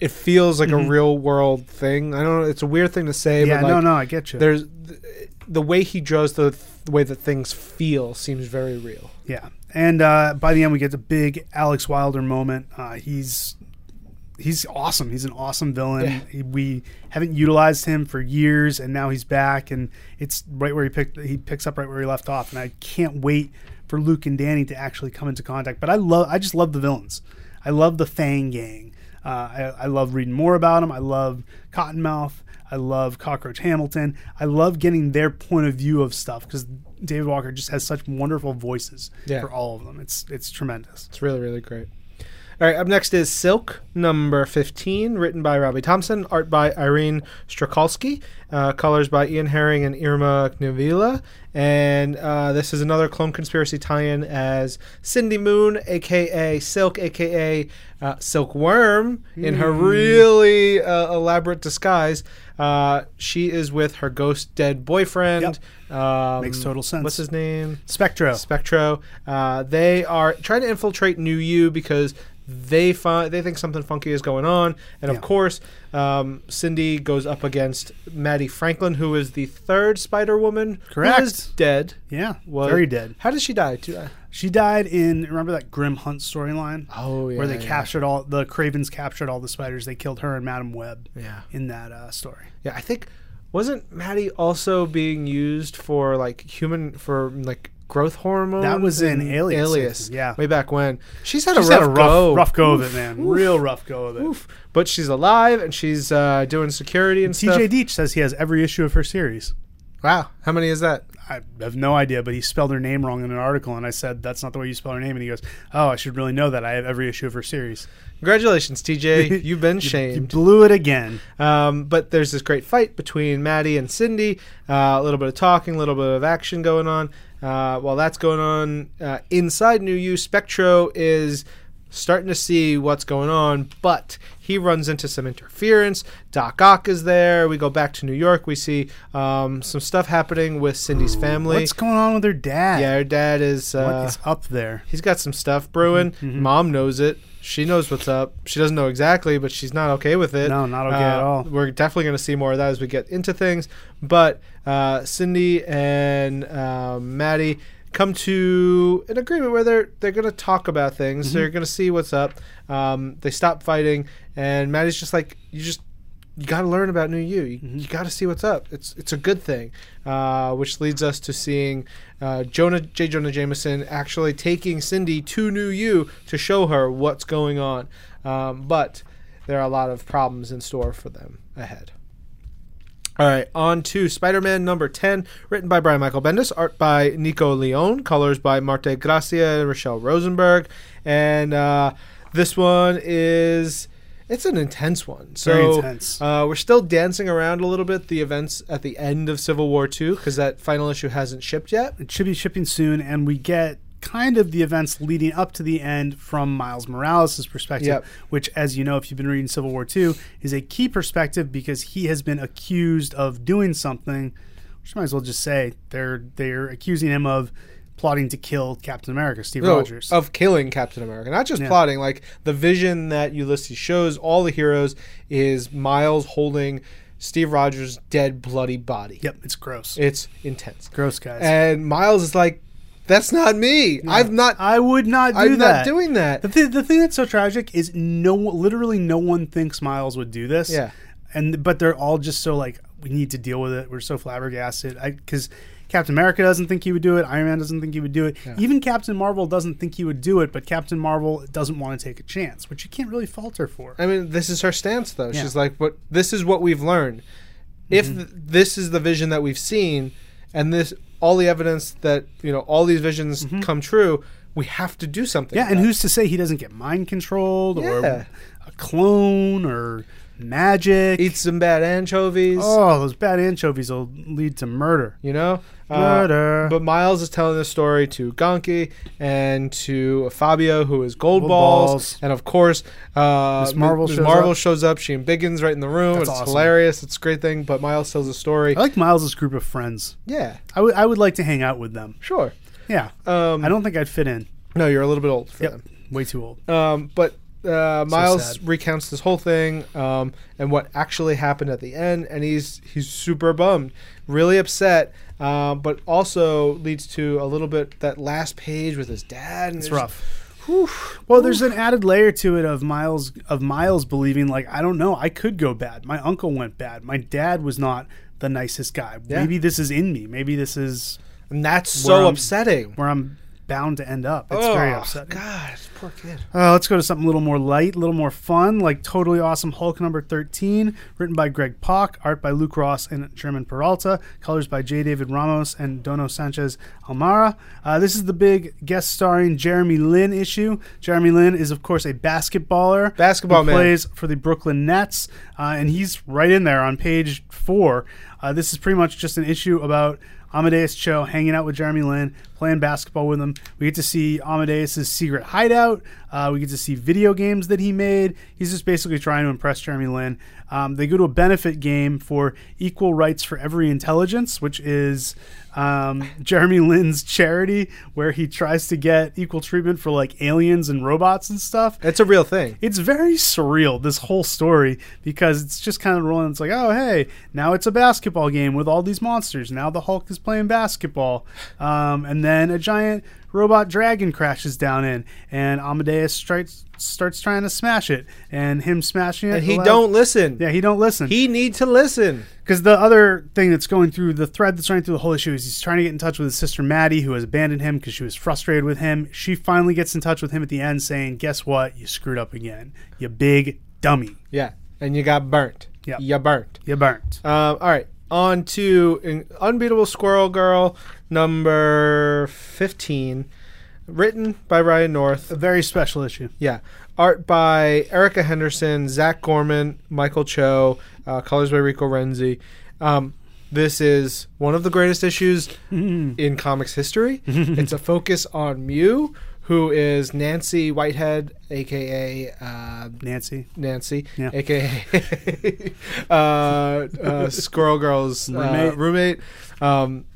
[SPEAKER 2] it feels like a real world thing. I don't know. It's a weird thing to say,
[SPEAKER 3] Mm-hmm. Yeah,
[SPEAKER 2] but like
[SPEAKER 3] no, no, I get you.
[SPEAKER 2] there's th- the way he draws the, the way that things feel seems very real.
[SPEAKER 3] Yeah, and uh, by the end we get the big Alex Wilder moment. Uh, he's he's awesome. He's an awesome villain.
[SPEAKER 2] Yeah.
[SPEAKER 3] He- we haven't utilized him for years, and now he's back, and it's right where he picked. He picks up right where he left off, and I can't wait for Luke and Danny to actually come into contact. But I love, I just love the villains. I love the Fang Gang. Uh, I, I love reading more about them. I love Cottonmouth. I love Cockroach Hamilton. I love getting their point of view of stuff because David Walker just has such wonderful voices
[SPEAKER 2] Yeah.
[SPEAKER 3] for all of them. It's it's tremendous.
[SPEAKER 2] It's really really great. All right, up next is Silk, number 15, written by Robbie Thompson, art by Irene Strakowski, uh, colors by Ian Herring and Irma Knivila. And uh, this is another Clone Conspiracy tie in as Cindy Moon, aka Silk, aka uh, Silkworm, in her
[SPEAKER 3] Hmm.
[SPEAKER 2] really uh, elaborate disguise. Uh, she is with her ghost dead boyfriend. Um,
[SPEAKER 3] Makes total sense.
[SPEAKER 2] What's his name?
[SPEAKER 3] Spectro.
[SPEAKER 2] Spectro. Uh, they are trying to infiltrate New You because they find they think something funky is going on, and
[SPEAKER 3] Yeah.
[SPEAKER 2] of course, um, Cindy goes up against Maddie Franklin, who is the third Spider Woman.
[SPEAKER 3] Correct.
[SPEAKER 2] Who is dead.
[SPEAKER 3] yeah,
[SPEAKER 2] Was-
[SPEAKER 3] very dead.
[SPEAKER 2] How did she die? Too? uh,
[SPEAKER 3] She died in remember that Grim Hunt storyline.
[SPEAKER 2] Oh, yeah,
[SPEAKER 3] where they
[SPEAKER 2] yeah.
[SPEAKER 3] captured all the Cravens captured all the spiders. They killed her and Madam Web.
[SPEAKER 2] Yeah.
[SPEAKER 3] in that uh, story.
[SPEAKER 2] Yeah, I think wasn't Maddie also being used for like human for like growth hormone?
[SPEAKER 3] That was in
[SPEAKER 2] and
[SPEAKER 3] Alias, I
[SPEAKER 2] Alias.
[SPEAKER 3] think, yeah.
[SPEAKER 2] way back when. She's had
[SPEAKER 3] She's
[SPEAKER 2] a rough
[SPEAKER 3] had a rough
[SPEAKER 2] go.
[SPEAKER 3] rough go
[SPEAKER 2] Oof,
[SPEAKER 3] of it, man.
[SPEAKER 2] oof.
[SPEAKER 3] Real rough go of it.
[SPEAKER 2] Oof. But she's alive and she's uh, doing security and stuff.
[SPEAKER 3] TJ Deitch says he has every issue of her series.
[SPEAKER 2] Wow, how many is that?
[SPEAKER 3] I have no idea, but he spelled her name wrong in an article, and I said that's not the way you spell her name. And he goes, "Oh, I should really know that. I have every issue of her series."
[SPEAKER 2] Congratulations, TJ. You've been
[SPEAKER 3] He
[SPEAKER 2] shamed.
[SPEAKER 3] blew it again.
[SPEAKER 2] Um, but there's this great fight between Maddie and Cindy. Uh, a little bit of talking, a little bit of action going on. Uh, while that's going on uh, inside New You, Spectro is starting to see what's going on, but he runs into some interference. Doc Ock is there. We go back to New York. We see um, some stuff happening with Cindy's family.
[SPEAKER 3] What's going on with her dad?
[SPEAKER 2] yeah, her dad is. Uh,
[SPEAKER 3] what is up there?
[SPEAKER 2] he's got some stuff brewing.
[SPEAKER 3] Mm-hmm,
[SPEAKER 2] Mom knows it. She knows what's up. She doesn't know exactly, but she's not okay with it. Uh,
[SPEAKER 3] No, not okay at all.
[SPEAKER 2] We're definitely going to see more of that as we get into things. But uh, Cindy and um Maddie come to an agreement where they're they're going to talk about things. They're going to see what's up. Um, they stop fighting, and Maddie's just like, "You just you got to learn about new you. You, you got to see what's up. It's it's a good thing, uh, which leads us to seeing uh, Jonah J. Jonah Jameson actually taking Cindy to new you to show her what's going on. Um, but there are a lot of problems in store for them ahead. All right, on to Spider-Man number 10, written by Brian Michael Bendis, art by Nico Leone, colors by Marte Gracia and Rochelle Rosenberg. And uh, this one is it's an intense one. So
[SPEAKER 3] Very intense.
[SPEAKER 2] Uh, we're still dancing around a little bit the events at the end of Civil War 2 cuz that final issue hasn't shipped yet.
[SPEAKER 3] It should be shipping soon, and we get kind of the events leading up to the end from Miles Morales' perspective,
[SPEAKER 2] Yep.
[SPEAKER 3] which, as you know, if you've been reading Civil War II, is a key perspective because he has been accused of doing something. Which might as well just say they're they're accusing him of plotting to kill Captain America, Steve
[SPEAKER 2] No,
[SPEAKER 3] Rogers.
[SPEAKER 2] of killing Captain America, not just
[SPEAKER 3] Yeah.
[SPEAKER 2] plotting. Like the vision that Ulysses shows all the heroes is Miles holding Steve Rogers' dead, bloody body.
[SPEAKER 3] yep, it's gross.
[SPEAKER 2] It's intense.
[SPEAKER 3] gross, guys.
[SPEAKER 2] And Miles is like, "That's not me. I've not.
[SPEAKER 3] I would not do
[SPEAKER 2] I'm not
[SPEAKER 3] that.
[SPEAKER 2] doing that."
[SPEAKER 3] The, th- the thing that's so tragic is no, literally no one thinks Miles would do this.
[SPEAKER 2] Yeah.
[SPEAKER 3] and but they're all just so like we need to deal with it. We're so flabbergasted because Captain America doesn't think he would do it. Iron Man doesn't think he would do it. Even Captain Marvel doesn't think he would do it. But Captain Marvel doesn't want to take a chance, which you can't really falter for.
[SPEAKER 2] I mean, this is her stance, though. She's like, "But this is what we've learned.
[SPEAKER 3] Mm-hmm.
[SPEAKER 2] If th- this is the vision that we've seen, and this all the evidence that you know all these visions come true, we have to do something."
[SPEAKER 3] Mm-hmm. yeah, and
[SPEAKER 2] about it."
[SPEAKER 3] who's to say he doesn't get mind controlled or
[SPEAKER 2] Yeah.
[SPEAKER 3] a clone or magic?
[SPEAKER 2] eat some bad anchovies?
[SPEAKER 3] oh, those bad anchovies will lead to murder.
[SPEAKER 2] You know? Uh,
[SPEAKER 3] Murder.
[SPEAKER 2] but Miles is telling this story to Gonki and to Fabio, who is Gold,
[SPEAKER 3] Gold
[SPEAKER 2] Balls.
[SPEAKER 3] Balls.
[SPEAKER 2] And of course, uh, Ms.
[SPEAKER 3] Marvel
[SPEAKER 2] Ms.
[SPEAKER 3] shows
[SPEAKER 2] Marvel
[SPEAKER 3] up.
[SPEAKER 2] shows up. She and Biggins right in the room.
[SPEAKER 3] That's
[SPEAKER 2] it's
[SPEAKER 3] awesome. Oh,
[SPEAKER 2] hilarious. It's a great thing. But Miles tells a story.
[SPEAKER 3] I like Miles's group of friends.
[SPEAKER 2] Yeah,
[SPEAKER 3] I would I would like to hang out with them.
[SPEAKER 2] sure.
[SPEAKER 3] Yeah.
[SPEAKER 2] Um,
[SPEAKER 3] I don't think I'd fit in.
[SPEAKER 2] no, you're a little bit old for
[SPEAKER 3] Yep.
[SPEAKER 2] them.
[SPEAKER 3] Way too old.
[SPEAKER 2] Um, but uh, Miles
[SPEAKER 3] sad.
[SPEAKER 2] recounts this whole thing um, and what actually happened at the end, and he's he's super bummed, really upset, um, but also leads to a little bit that last page with his dad. And
[SPEAKER 3] It's
[SPEAKER 2] there's-
[SPEAKER 3] rough.
[SPEAKER 2] Whew.
[SPEAKER 3] Well, there's an added layer to it of Miles of Miles believing like I don't know, I could go bad. My uncle went bad. My dad was not the nicest guy.
[SPEAKER 2] Yeah.
[SPEAKER 3] Maybe this is in me. Maybe this is
[SPEAKER 2] and that's
[SPEAKER 3] Where
[SPEAKER 2] so
[SPEAKER 3] I'm-
[SPEAKER 2] upsetting. Oh,
[SPEAKER 3] where I'm bound to end up. It's very upsetting.
[SPEAKER 2] God, poor kid.
[SPEAKER 3] Uh, let's go to something a little more light, a little more fun, like Totally Awesome Hulk number 13, written by Greg Pak, art by Luke Ross and German Peralta, colors by J. David Ramos and Dono Sanchez Almara. Uh, this is the big guest starring Jeremy Lin issue. Jeremy Lin is, of course, a basketballer.
[SPEAKER 2] Basketball
[SPEAKER 3] who
[SPEAKER 2] man.
[SPEAKER 3] plays for the Brooklyn Nets, uh, and he's right in there on page four. Uh, this is pretty much just an issue about Amadeus Cho hanging out with Jeremy Lin, playing basketball with him. We get to see Amadeus's secret hideout. Uh, we get to see video games that he made. He's just basically trying to impress Jeremy Lin. Um, they go to a benefit game for Equal Rights for Every Intelligence, which is um, Jeremy Lin's charity where he tries to get equal treatment for like aliens and robots and stuff
[SPEAKER 2] It's a real thing.
[SPEAKER 3] it's very surreal this whole story because it's just kind of rolling it's like oh hey now it's a basketball game with all these monsters now the hulk is playing basketball um, and then a giant robot dragon crashes down in and amadeus starts starts trying to smash it and him smashing it
[SPEAKER 2] And he
[SPEAKER 3] allows-
[SPEAKER 2] don't listen.
[SPEAKER 3] yeah he don't listen
[SPEAKER 2] He need to listen.
[SPEAKER 3] because the other thing that's going through the thread that's running through the whole issue is he's trying to get in touch with his sister Maddie, who has abandoned him because she was frustrated with him. She finally gets in touch with him at the end, saying, "Guess what? You screwed up again. You big dummy.
[SPEAKER 2] Yeah, and you got burnt.
[SPEAKER 3] Yep.
[SPEAKER 2] you burnt.
[SPEAKER 3] You burnt."
[SPEAKER 2] Um, all right, on to in- Unbeatable Squirrel Girl number 15, written by Ryan North.
[SPEAKER 3] A very special issue.
[SPEAKER 2] Yeah, art by Erica Henderson, Zach Gorman, Michael Cho, uh, colors by Rico Renzi. Um, this is one of the greatest issues in comics history. it's a focus on Mew, who is Nancy Whitehead, aka uh,
[SPEAKER 3] Nancy,
[SPEAKER 2] Nancy,
[SPEAKER 3] Yeah.
[SPEAKER 2] aka uh, uh, Squirrel Girl's roommate.
[SPEAKER 3] Roommate.
[SPEAKER 2] Uh, roommate.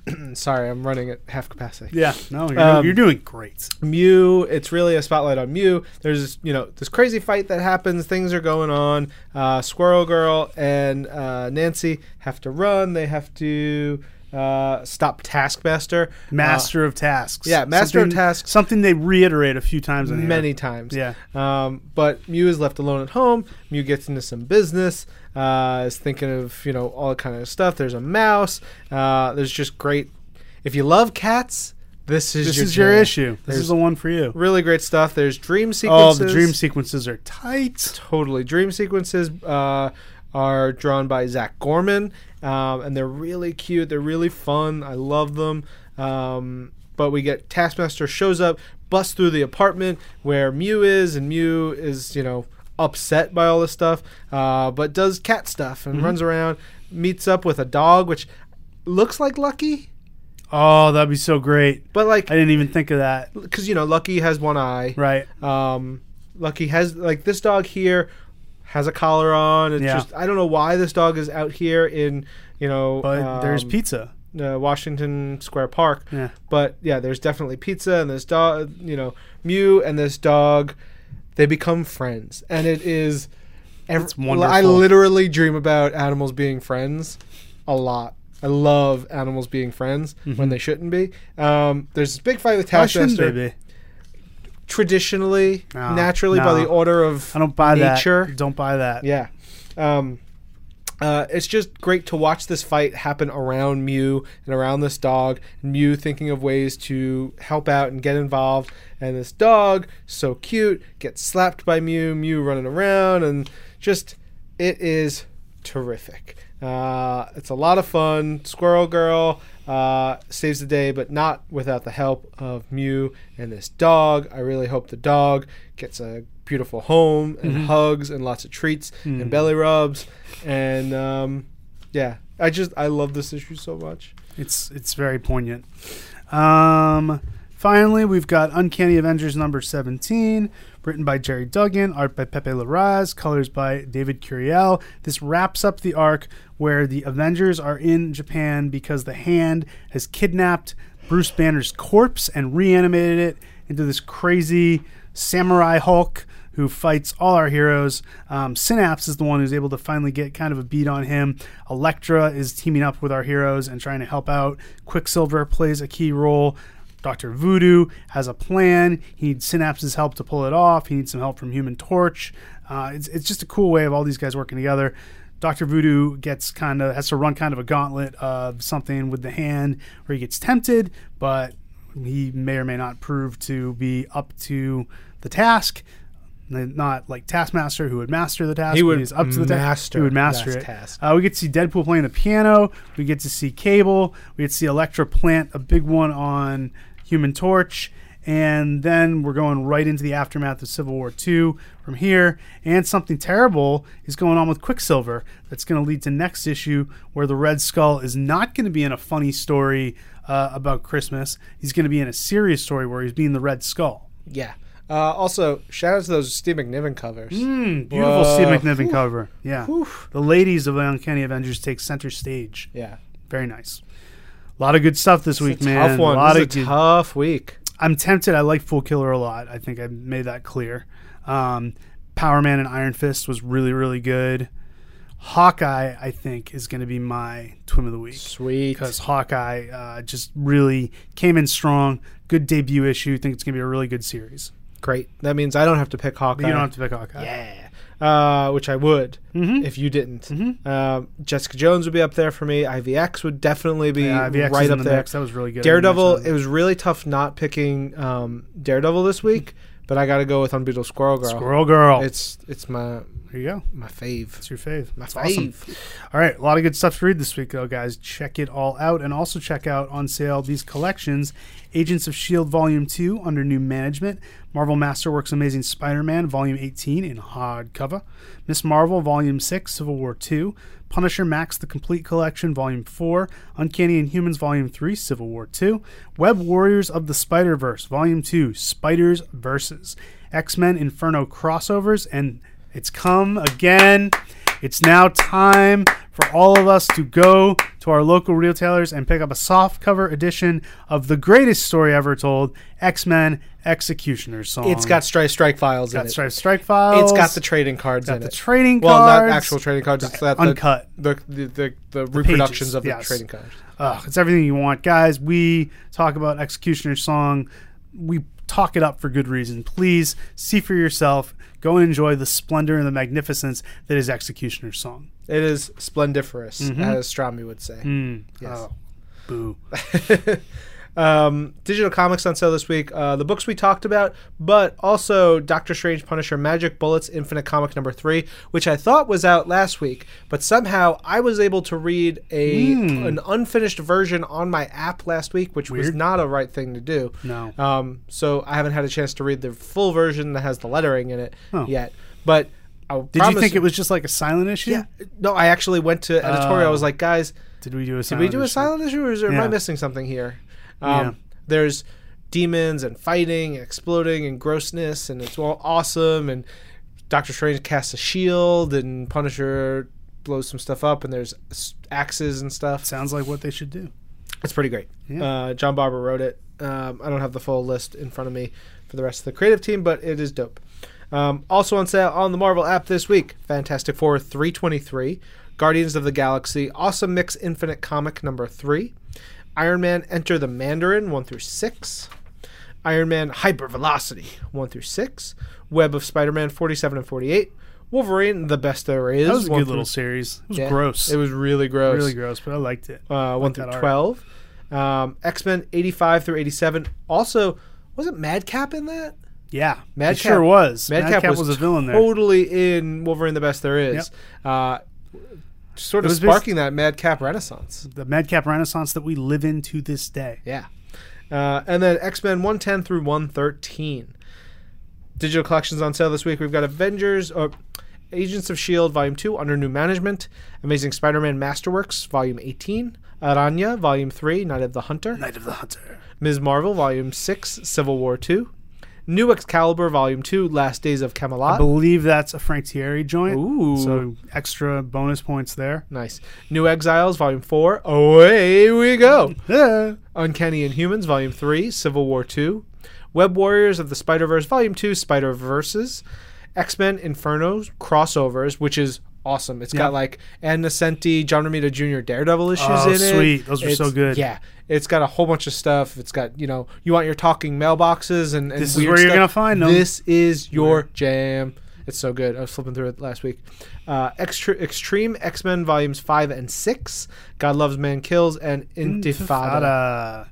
[SPEAKER 2] Um, sorry, I'm running at half capacity.
[SPEAKER 3] yeah, no, you're,
[SPEAKER 2] Um, uh,
[SPEAKER 3] you're doing great.
[SPEAKER 2] Mew, it's really a spotlight on Mew. There's you know this crazy fight that happens. Things are going on. Uh, Squirrel Girl and uh, Nancy have to run. They have to uh, stop Taskmaster. Uh,
[SPEAKER 3] Master of tasks.
[SPEAKER 2] yeah, master of
[SPEAKER 3] Something-
[SPEAKER 2] tasks.
[SPEAKER 3] Something they reiterate a few times on here.
[SPEAKER 2] many times.
[SPEAKER 3] Yeah.
[SPEAKER 2] Um, but Mew is left alone at home. Mew gets into some business. Uh, is thinking of you know all kind of stuff. There's a mouse. Uh, there's just great. If you love cats, this is
[SPEAKER 3] This
[SPEAKER 2] your
[SPEAKER 3] is your
[SPEAKER 2] jam.
[SPEAKER 3] issue. This
[SPEAKER 2] There's
[SPEAKER 3] is the one for you.
[SPEAKER 2] really great stuff. There's dream
[SPEAKER 3] Oh,
[SPEAKER 2] sequences.
[SPEAKER 3] the dream sequences are tight.
[SPEAKER 2] totally dream sequences uh, are drawn by Zach Gorman, um, and they're really cute. They're really fun. I love them. Um, but we get Taskmaster shows up, busts through the apartment where Mew is, and Mew is you know upset by all this stuff, uh, but does cat stuff and runs around, meets up with a dog which looks like Lucky,
[SPEAKER 3] Oh, that'd be so great.
[SPEAKER 2] but like
[SPEAKER 3] I didn't even think of that.
[SPEAKER 2] because you know Lucky has one eye,
[SPEAKER 3] Right.
[SPEAKER 2] um, Lucky has like this dog here has a collar on. It's
[SPEAKER 3] Yeah.
[SPEAKER 2] just I don't know why this dog is out here in you know
[SPEAKER 3] But there's
[SPEAKER 2] um,
[SPEAKER 3] pizza.
[SPEAKER 2] uh, Washington Square Park.
[SPEAKER 3] Yeah.
[SPEAKER 2] But yeah, there's definitely pizza and this dog. You know, Mew and this dog, they become friends, and it is. ev-
[SPEAKER 3] It's wonderful.
[SPEAKER 2] I literally dream about animals being friends, a lot. I love animals being friends when they shouldn't be. Um, there's this big fight with
[SPEAKER 3] Mm-hmm. Why shouldn't
[SPEAKER 2] Taskmaster
[SPEAKER 3] they be?
[SPEAKER 2] traditionally,
[SPEAKER 3] No,
[SPEAKER 2] naturally by
[SPEAKER 3] no.
[SPEAKER 2] the order of
[SPEAKER 3] I don't buy
[SPEAKER 2] Nature.
[SPEAKER 3] that. Don't buy that.
[SPEAKER 2] yeah. Um, uh, it's just great to watch this fight happen around Mew and around this dog. Mew thinking of ways to help out and get involved, and this dog, so cute, gets slapped by Mew. Mew running around, and just it is terrific. Uh, it's a lot of fun. Squirrel Girl uh, saves the day, but not without the help of Mew and this dog. I really hope the dog gets a beautiful home and
[SPEAKER 3] Mm-hmm.
[SPEAKER 2] hugs and lots of treats
[SPEAKER 3] Mm.
[SPEAKER 2] and belly rubs. And um, yeah, I just, I love this issue so much.
[SPEAKER 3] It's it's very poignant. Um, finally, we've got Uncanny Avengers number 17, written by Jerry Duggan, art by Pepe Larraz, colors by David Curiel. This wraps up the arc where the Avengers are in Japan because the Hand has kidnapped Bruce Banner's corpse and reanimated it into this crazy samurai Hulk who fights all our heroes. Um, Synapse is the one who's able to finally get kind of a beat on him. Elektra is teaming up with our heroes and trying to help out. Quicksilver plays a key role. Dr. Voodoo has a plan. He needs Synapse's help to pull it off. He needs some help from Human Torch. Uh, it's, it's just a cool way of all these guys working together. Dr. Voodoo gets kind of has to run kind of a gauntlet of something with the hand where he gets tempted, but he may or may not prove to be up to the task. Not like Taskmaster, who would master the task.
[SPEAKER 2] He
[SPEAKER 3] but
[SPEAKER 2] would
[SPEAKER 3] he's up to the task.
[SPEAKER 2] master
[SPEAKER 3] He would master
[SPEAKER 2] that
[SPEAKER 3] it.
[SPEAKER 2] task.
[SPEAKER 3] Uh, we get to see Deadpool playing the piano. We get to see Cable. We get to see Elektra plant a big one on Human Torch. And then we're going right into the aftermath of Civil War II from here. And something terrible is going on with Quicksilver that's going to lead to next issue where the Red Skull is not going to be in a funny story uh, about Christmas. He's going to be in a serious story where he's being the Red Skull.
[SPEAKER 2] Yeah. Uh, also, shout out to those Steve McNiven covers.
[SPEAKER 3] Mm. Hmm, Beautiful
[SPEAKER 2] Whoa.
[SPEAKER 3] Steve McNiven cover. Yeah. The ladies of the Uncanny Avengers take center stage.
[SPEAKER 2] Yeah.
[SPEAKER 3] Very nice. A lot of good stuff this week, man.
[SPEAKER 2] Tough one.
[SPEAKER 3] A lot
[SPEAKER 2] This
[SPEAKER 3] of
[SPEAKER 2] is a
[SPEAKER 3] good-
[SPEAKER 2] tough week.
[SPEAKER 3] I'm tempted. I like Fool Killer a lot. I think I made that clear. Um, Power Man and Iron Fist was really, really good. Hawkeye, I think, is going to be my twin of the week
[SPEAKER 2] Sweet.
[SPEAKER 3] because Hawkeye uh, just really came in strong. Good debut issue. Think it's going to be a really good series.
[SPEAKER 2] Great. That means I don't have to pick Hawkeye.
[SPEAKER 3] But you don't have to pick Hawkeye.
[SPEAKER 2] Yeah. Uh, which I would
[SPEAKER 3] Mm-hmm.
[SPEAKER 2] if you didn't. Um, Jessica Jones would be up there for me. IVX would definitely be
[SPEAKER 3] Yeah, IVX Uh, is
[SPEAKER 2] right
[SPEAKER 3] in
[SPEAKER 2] up
[SPEAKER 3] the
[SPEAKER 2] there.
[SPEAKER 3] mix. That was really good. I didn't
[SPEAKER 2] Daredevil,
[SPEAKER 3] mention
[SPEAKER 2] it was really tough not picking um, Daredevil this week, but I got to go with Unbeatable Squirrel Girl.
[SPEAKER 3] Squirrel Girl.
[SPEAKER 2] Oh. It's it's my
[SPEAKER 3] there you go.
[SPEAKER 2] my fave.
[SPEAKER 3] It's your fave.
[SPEAKER 2] My
[SPEAKER 3] That's awesome.
[SPEAKER 2] fave.
[SPEAKER 3] All right, a lot of good stuff to read this week, though, guys. Check it all out, and also check out on sale these collections: Agents of Shield E Volume Two under new management, Marvel Masterworks Amazing Spider-Man Volume 18 in hardcover, Miss Marvel Volume Six Civil War Two, Punisher Max the Complete Collection Volume Four, Uncanny Inhumans Volume Three Civil War Two, Web Warriors of the Spider Verse Volume Two Spiders Versus, X Men Inferno crossovers, and it's come again. It's now time for all of us to go to our local retailers and pick up a soft cover edition of the greatest story ever told, X Men Executioner's Song.
[SPEAKER 2] It's got strike strike files in
[SPEAKER 3] got
[SPEAKER 2] it.
[SPEAKER 3] strike, strike files.
[SPEAKER 2] It's got the trading cards
[SPEAKER 3] got
[SPEAKER 2] in
[SPEAKER 3] the
[SPEAKER 2] it.
[SPEAKER 3] trading
[SPEAKER 2] well,
[SPEAKER 3] cards.
[SPEAKER 2] not actual trading cards. It's that
[SPEAKER 3] Uncut.
[SPEAKER 2] The the the, the, reproductions
[SPEAKER 3] pages,
[SPEAKER 2] of the
[SPEAKER 3] yes.
[SPEAKER 2] trading cards.
[SPEAKER 3] Ugh, it's everything you want, guys. We talk about Executioner's Song. We talk it up for good reason. Please see for yourself. Go and enjoy the splendor and the magnificence that is Executioner's Song.
[SPEAKER 2] It is splendiferous, as Strami would say. Yes.
[SPEAKER 3] Mm-hmm. Oh, boo.
[SPEAKER 2] um, digital comics on sale this week. Uh, the books we talked about, but also Doctor Strange, Punisher, Magic Bullets, Infinite Comic number three, which I thought was out last week, but somehow I was able to read a an unfinished version on my app last week, which was
[SPEAKER 3] Mm. Weird.
[SPEAKER 2] not a right thing to do.
[SPEAKER 3] No.
[SPEAKER 2] Um, so I haven't had a chance to read the full version that has the lettering in it
[SPEAKER 3] Oh.
[SPEAKER 2] yet. But I
[SPEAKER 3] Did you think it was Oh. just like a silent issue?
[SPEAKER 2] Yeah. No, I actually went to editorial. I was like, guys,
[SPEAKER 3] Did we do a
[SPEAKER 2] did
[SPEAKER 3] silent
[SPEAKER 2] we do a
[SPEAKER 3] issue?
[SPEAKER 2] silent issue, or, is, or am I
[SPEAKER 3] Yeah.
[SPEAKER 2] missing something here? Um,
[SPEAKER 3] Yeah.
[SPEAKER 2] There's demons and fighting and exploding and grossness, and it's all awesome. And Doctor Strange casts a shield, and Punisher blows some stuff up, and there's s- axes and stuff.
[SPEAKER 3] Sounds like what they should do.
[SPEAKER 2] It's pretty great.
[SPEAKER 3] Yeah.
[SPEAKER 2] Uh, John Barber wrote it. Um, I don't have the full list in front of me for the rest of the creative team, but it is dope. Um, also on sale on the Marvel app this week Fantastic Four 323, Guardians of the Galaxy, Awesome Mix Infinite Comic number 3, Iron Man Enter the Mandarin 1 through 6, Iron Man Hypervelocity 1 through 6, Web of Spider Man 47 and 48, Wolverine The Best There Is.
[SPEAKER 3] That was a
[SPEAKER 2] 1
[SPEAKER 3] good
[SPEAKER 2] through-
[SPEAKER 3] little series. It was
[SPEAKER 2] Yeah.
[SPEAKER 3] gross.
[SPEAKER 2] It was really gross
[SPEAKER 3] really gross, but I liked it.
[SPEAKER 2] uh, 1
[SPEAKER 3] that
[SPEAKER 2] through
[SPEAKER 3] art.
[SPEAKER 2] 12. Um, X Men 85 through 87. Also, wasn't Madcap in that?
[SPEAKER 3] Yeah,
[SPEAKER 2] Madcap
[SPEAKER 3] it sure was.
[SPEAKER 2] Madcap, was,
[SPEAKER 3] a villain there.
[SPEAKER 2] Totally in Wolverine the Best There Is. Uh, sort
[SPEAKER 3] It
[SPEAKER 2] of
[SPEAKER 3] was bas-
[SPEAKER 2] sparking that Madcap renaissance.
[SPEAKER 3] The Madcap Renaissance that we live in to this day.
[SPEAKER 2] Yeah. Uh, and then X Men 110 through 113. Digital collections on sale this week. We've got Avengers or Agents of S.H.I.E.L.D. E Volume 2 under new management, Amazing Spider Man Masterworks Volume 18, Aranya Volume 3, Night of the Hunter.
[SPEAKER 3] Night of the Hunter.
[SPEAKER 2] Ms. Marvel, Volume 6, Civil War 2. New Excalibur, Volume 2, Last Days of
[SPEAKER 3] I
[SPEAKER 2] Camelot.
[SPEAKER 3] believe that's a Frank Thierry joint.
[SPEAKER 2] Ooh.
[SPEAKER 3] So extra bonus points there.
[SPEAKER 2] nice. New Exiles, Volume 4. Away we go.
[SPEAKER 3] Yeah.
[SPEAKER 2] Uncanny Inhumans, Volume 3, Civil War 2. Web Warriors of the Spider Verse, Volume 2, Spider Verses. X Men Infernos crossovers, which is awesome. It's
[SPEAKER 3] Yeah.
[SPEAKER 2] got like Ann Nesenti, John Romita Jr. Daredevil issues
[SPEAKER 3] Oh,
[SPEAKER 2] in it.
[SPEAKER 3] sweet. Those were
[SPEAKER 2] It's-
[SPEAKER 3] so good.
[SPEAKER 2] Yeah. It's got a whole bunch of stuff. It's got, you know, you want your talking mailboxes and, and
[SPEAKER 3] This is
[SPEAKER 2] weird
[SPEAKER 3] where you're
[SPEAKER 2] stuff.
[SPEAKER 3] gonna find 'em.
[SPEAKER 2] This is your jam. It's so good. I was flipping through it last week. Uh, Extra, Extreme X Men Volumes 5 and 6, God Loves Man Kills, and Intifada.
[SPEAKER 3] Fada.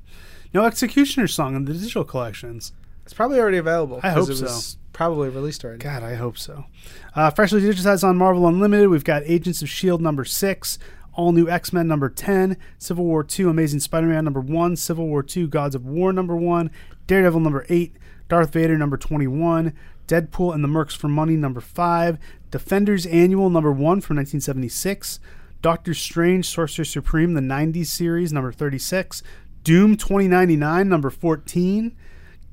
[SPEAKER 3] No Executioner song in the digital collections.
[SPEAKER 2] It's probably already available.
[SPEAKER 3] I
[SPEAKER 2] 'cause
[SPEAKER 3] hope
[SPEAKER 2] it was Probably released already.
[SPEAKER 3] God, I hope so. Uh, freshly digitized on Marvel Unlimited, we've got Agents of S.H.I.E.L.D. E number six, All New X Men number 10, Civil War 2, Amazing Spider Man number one, Civil War 2, Gods of War number one, Daredevil number eight, Darth Vader number 21, Deadpool and the Mercs for Money number five, Defenders Annual number one from 1976, Doctor Strange Sorcerer Supreme, the 90s series number 36, Doom 2099 number 14.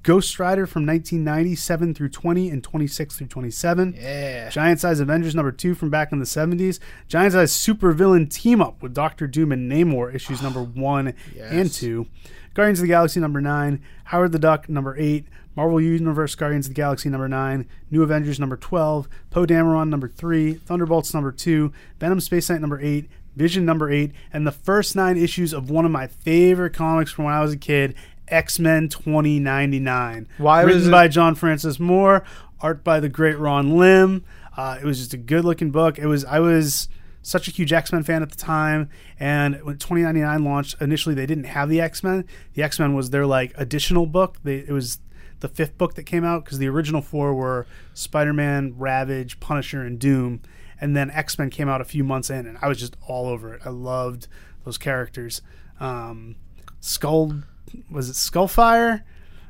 [SPEAKER 3] Ghost Rider from 1997 through 20 and 26 through 27.
[SPEAKER 2] Yeah.
[SPEAKER 3] Giant Size Avengers number 2 from back in the 70s. Giant Size Supervillain Team Up with Doctor Doom and Namor issues number 1 and
[SPEAKER 2] Yes.
[SPEAKER 3] 2. Guardians of the Galaxy number 9. Howard the Duck number 8. Marvel Universe Guardians of the Galaxy number 9. New Avengers number 12. Poe Dameron number 3. Thunderbolts number 2. Venom Space Knight number 8. Vision number 8. And the first 9 issues of one of my favorite comics from when I was a kid. X Men 2099.
[SPEAKER 2] Why
[SPEAKER 3] Written
[SPEAKER 2] was it-
[SPEAKER 3] by John Francis Moore, art by the great Ron Lim. Uh, it was just a good looking book. It was I was such a huge X Men fan at the time, and when 2099 launched, initially they didn't have the X Men. The X Men was their like additional book. They, it was the fifth book that came out because the original four were Spider Man, Ravage, Punisher, and Doom, and then X Men came out a few months in, and I was just all over it. I loved those characters. Um, Skull was it Skullfire?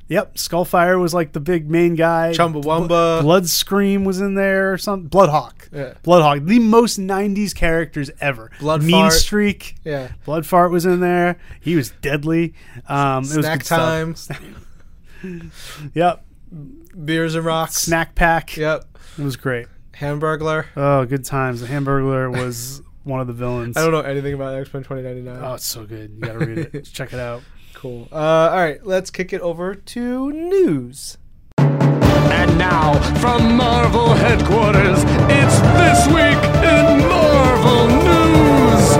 [SPEAKER 3] Yep, Skullfire was like the big main guy.
[SPEAKER 2] Chumbawamba.
[SPEAKER 3] Blood Scream was in there or something. Bloodhawk.
[SPEAKER 2] Yeah.
[SPEAKER 3] Bloodhawk, the most '90s characters ever.
[SPEAKER 2] Blood
[SPEAKER 3] Mean
[SPEAKER 2] Fart.
[SPEAKER 3] Streak.
[SPEAKER 2] yeah.
[SPEAKER 3] Bloodfart was in there. He was deadly. Um, it was
[SPEAKER 2] Snack
[SPEAKER 3] good stuff.
[SPEAKER 2] time.
[SPEAKER 3] Yep.
[SPEAKER 2] Beers and rocks.
[SPEAKER 3] Snack pack.
[SPEAKER 2] Yep.
[SPEAKER 3] It was great.
[SPEAKER 2] Hamburglar.
[SPEAKER 3] Oh, good times. The Hamburglar was one of the villains.
[SPEAKER 2] I don't know anything about X Men 2099.
[SPEAKER 3] Oh, it's so good. You gotta read it. Check it out.
[SPEAKER 2] Cool. Uh, all right, let's kick it over to news.
[SPEAKER 1] And now, from Marvel headquarters, it's This Week in Marvel News!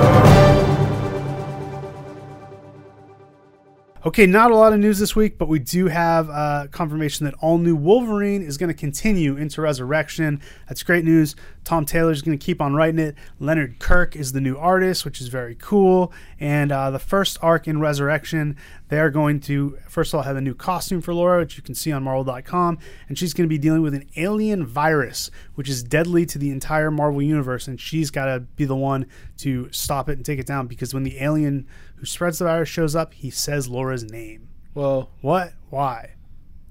[SPEAKER 3] Okay, not a lot of news this week, but we do have uh, confirmation that all new Wolverine is going to continue into Resurrection. That's great news. Tom Taylor is going to keep on writing it. Leonard Kirk is the new artist, which is very cool. And uh, the first arc in Resurrection, they are going to, first of all, have a new costume for Laura, which you can see on Marvel.com. And she's going to be dealing with an alien virus, which is deadly to the entire Marvel universe. And she's got to be the one to stop it and take it down because when the alien who spreads the virus shows up, he says Laura's name.
[SPEAKER 2] Well,
[SPEAKER 3] What? Why?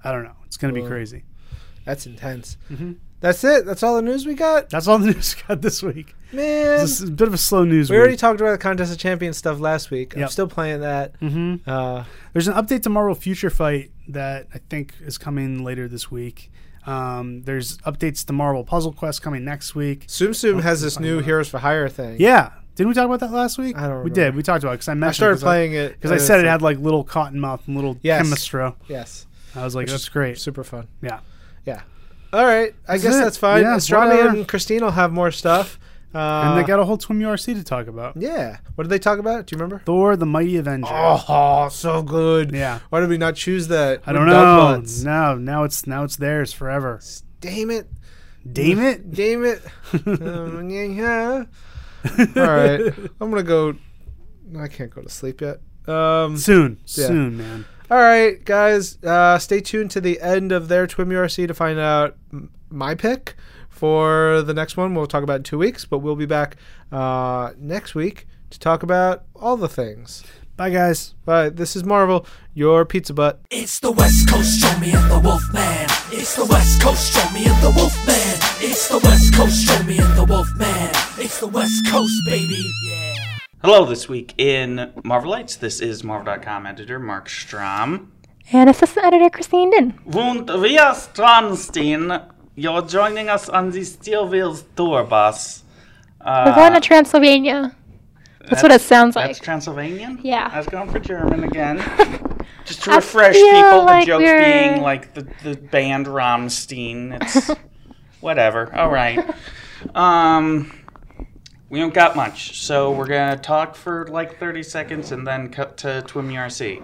[SPEAKER 3] I don't know. It's going to be
[SPEAKER 2] Whoa.
[SPEAKER 3] crazy.
[SPEAKER 2] that's intense.
[SPEAKER 3] Mm-hmm.
[SPEAKER 2] That's it. That's all the news we got,
[SPEAKER 3] That's all the news we got this week.
[SPEAKER 2] man.
[SPEAKER 3] This is a bit of a slow news
[SPEAKER 2] we
[SPEAKER 3] week.
[SPEAKER 2] already talked about the contest of champions stuff last week. I'm
[SPEAKER 3] Yep.
[SPEAKER 2] still playing that.
[SPEAKER 3] Mhm.
[SPEAKER 2] Uh,
[SPEAKER 3] There's an update to Marvel Future Fight that I think is coming later this week. Um, there's updates to Marvel Puzzle Quest coming next week.
[SPEAKER 2] Tsum Tsum has this
[SPEAKER 3] fine
[SPEAKER 2] new
[SPEAKER 3] with that.
[SPEAKER 2] Heroes for Hire thing.
[SPEAKER 3] Yeah, didn't we talk about that last week?
[SPEAKER 2] I don't
[SPEAKER 3] We
[SPEAKER 2] remember.
[SPEAKER 3] did. We talked about it because I mentioned.
[SPEAKER 2] I started
[SPEAKER 3] 'cause
[SPEAKER 2] playing it
[SPEAKER 3] because I, said it uh, had like little Cottonmouth and little
[SPEAKER 2] Yes.
[SPEAKER 3] Chemistro.
[SPEAKER 2] yes,
[SPEAKER 3] I was like,
[SPEAKER 2] Which
[SPEAKER 3] that's
[SPEAKER 2] is
[SPEAKER 3] great.
[SPEAKER 2] super fun.
[SPEAKER 3] Yeah.
[SPEAKER 2] Yeah. All right, I
[SPEAKER 3] That's
[SPEAKER 2] guess
[SPEAKER 3] it.
[SPEAKER 2] that's fine.
[SPEAKER 3] Yeah,
[SPEAKER 2] Astronomy
[SPEAKER 3] what, uh,
[SPEAKER 2] and Christine will have more stuff. Uh,
[SPEAKER 3] And they got a whole Twim URC to talk about.
[SPEAKER 2] yeah. What did they talk about? Do you remember?
[SPEAKER 3] Thor: The Mighty Avenger.
[SPEAKER 2] Oh, so good.
[SPEAKER 3] Yeah.
[SPEAKER 2] Why did we not choose that?
[SPEAKER 3] I
[SPEAKER 2] We're
[SPEAKER 3] don't
[SPEAKER 2] dumb
[SPEAKER 3] know.
[SPEAKER 2] butts.
[SPEAKER 3] No, now it's now it's theirs forever.
[SPEAKER 2] Damn it.
[SPEAKER 3] Damn it!
[SPEAKER 2] Damn it. Um, yeah, yeah. All right. I'm going to go. I can't go to sleep yet. Um,
[SPEAKER 3] Soon,
[SPEAKER 2] Yeah.
[SPEAKER 3] soon, man.
[SPEAKER 2] all right, guys. Uh, stay tuned to the end of their Twim URC to find out m- my pick for the next one. We'll talk about it in two weeks, but we'll be back uh, next week to talk about all the things.
[SPEAKER 3] Bye, guys.
[SPEAKER 2] But this is Marvel, your pizza butt.
[SPEAKER 4] It's the West Coast, show me and the Wolfman. It's the West Coast, show me and the Wolfman. It's the West Coast, show me and the Wolfman. It's the West Coast, baby. Yeah.
[SPEAKER 5] Hello, this week in Marvelites. This is Marvel.com editor Mark Strom.
[SPEAKER 6] And assistant editor Christine Din.
[SPEAKER 5] Und wir Stromstein, you're joining us on the Steel Wheels tour bus.
[SPEAKER 6] We're going to Transylvania. That's, what it sounds like.
[SPEAKER 5] Ah. That's Transylvanian?
[SPEAKER 6] Yeah.
[SPEAKER 5] I was going for German again. Just to refresh
[SPEAKER 6] feel
[SPEAKER 5] people, the
[SPEAKER 6] like
[SPEAKER 5] joke
[SPEAKER 6] we're-
[SPEAKER 5] being like the, the band Romstein. It's whatever. All right. Um, we don't got much, so we're going to talk for like 30 seconds and then cut to Twim ERC.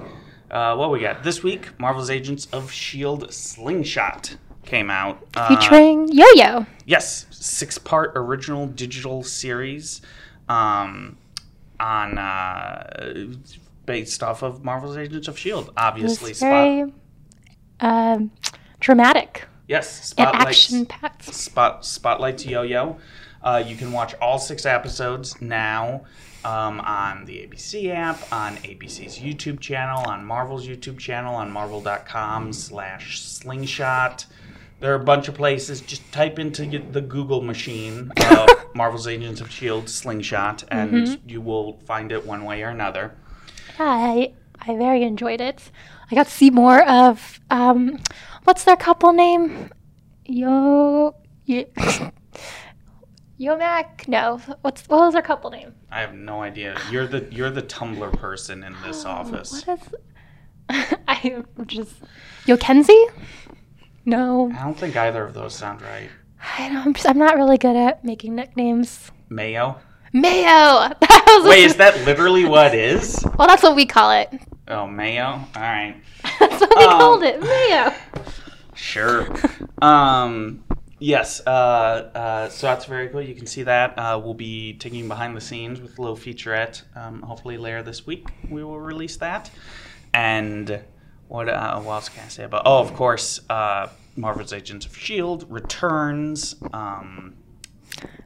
[SPEAKER 5] Uh, what we got? This week, Marvel's Agents of S.H.I.E.L.D. E Slingshot came out. Uh,
[SPEAKER 6] Featuring Yo Yo.
[SPEAKER 5] Yes, six part original digital series um, on uh, based off of Marvel's Agents of Shield, E obviously.
[SPEAKER 6] It's
[SPEAKER 5] Spot,
[SPEAKER 6] very um, dramatic
[SPEAKER 5] yes,
[SPEAKER 6] and
[SPEAKER 5] spotlights.
[SPEAKER 6] action packed.
[SPEAKER 5] Spot Spotlights Yo Yo. Uh, you can watch all six episodes now um, on the ABC app, on ABC's YouTube channel, on Marvel's YouTube channel, on Marvel.com/slash Slingshot. There are a bunch of places. Just type into y- the Google machine of Marvel's Agents of Shield E Slingshot, and you will find it one way or another.
[SPEAKER 6] I I very enjoyed it. I got to see more of um, what's their couple name? Yo, Yo Yomac? No, what's what was their couple name?
[SPEAKER 5] I have no idea. You're the you're the Tumblr person in this office.
[SPEAKER 6] What is? I just Yokenzie? No,
[SPEAKER 5] I don't think either of those sound right.
[SPEAKER 6] I don't, I'm, just, I'm not really good at making nicknames.
[SPEAKER 5] Mayo.
[SPEAKER 6] Mayo. That was
[SPEAKER 5] Wait, is that literally what is?
[SPEAKER 6] well, that's what we call it.
[SPEAKER 5] Oh, mayo. All right,
[SPEAKER 6] That's what we
[SPEAKER 5] Oh.
[SPEAKER 6] called it. Mayo.
[SPEAKER 5] sure. Um, yes. Uh, uh, so that's very cool. You can see that. Uh, we'll be taking behind the scenes with a little featurette. Um, hopefully later this week we will release that. And what, uh, what else can I say about? Oh, of course, uh, Marvel's Agents of Shield E returns um,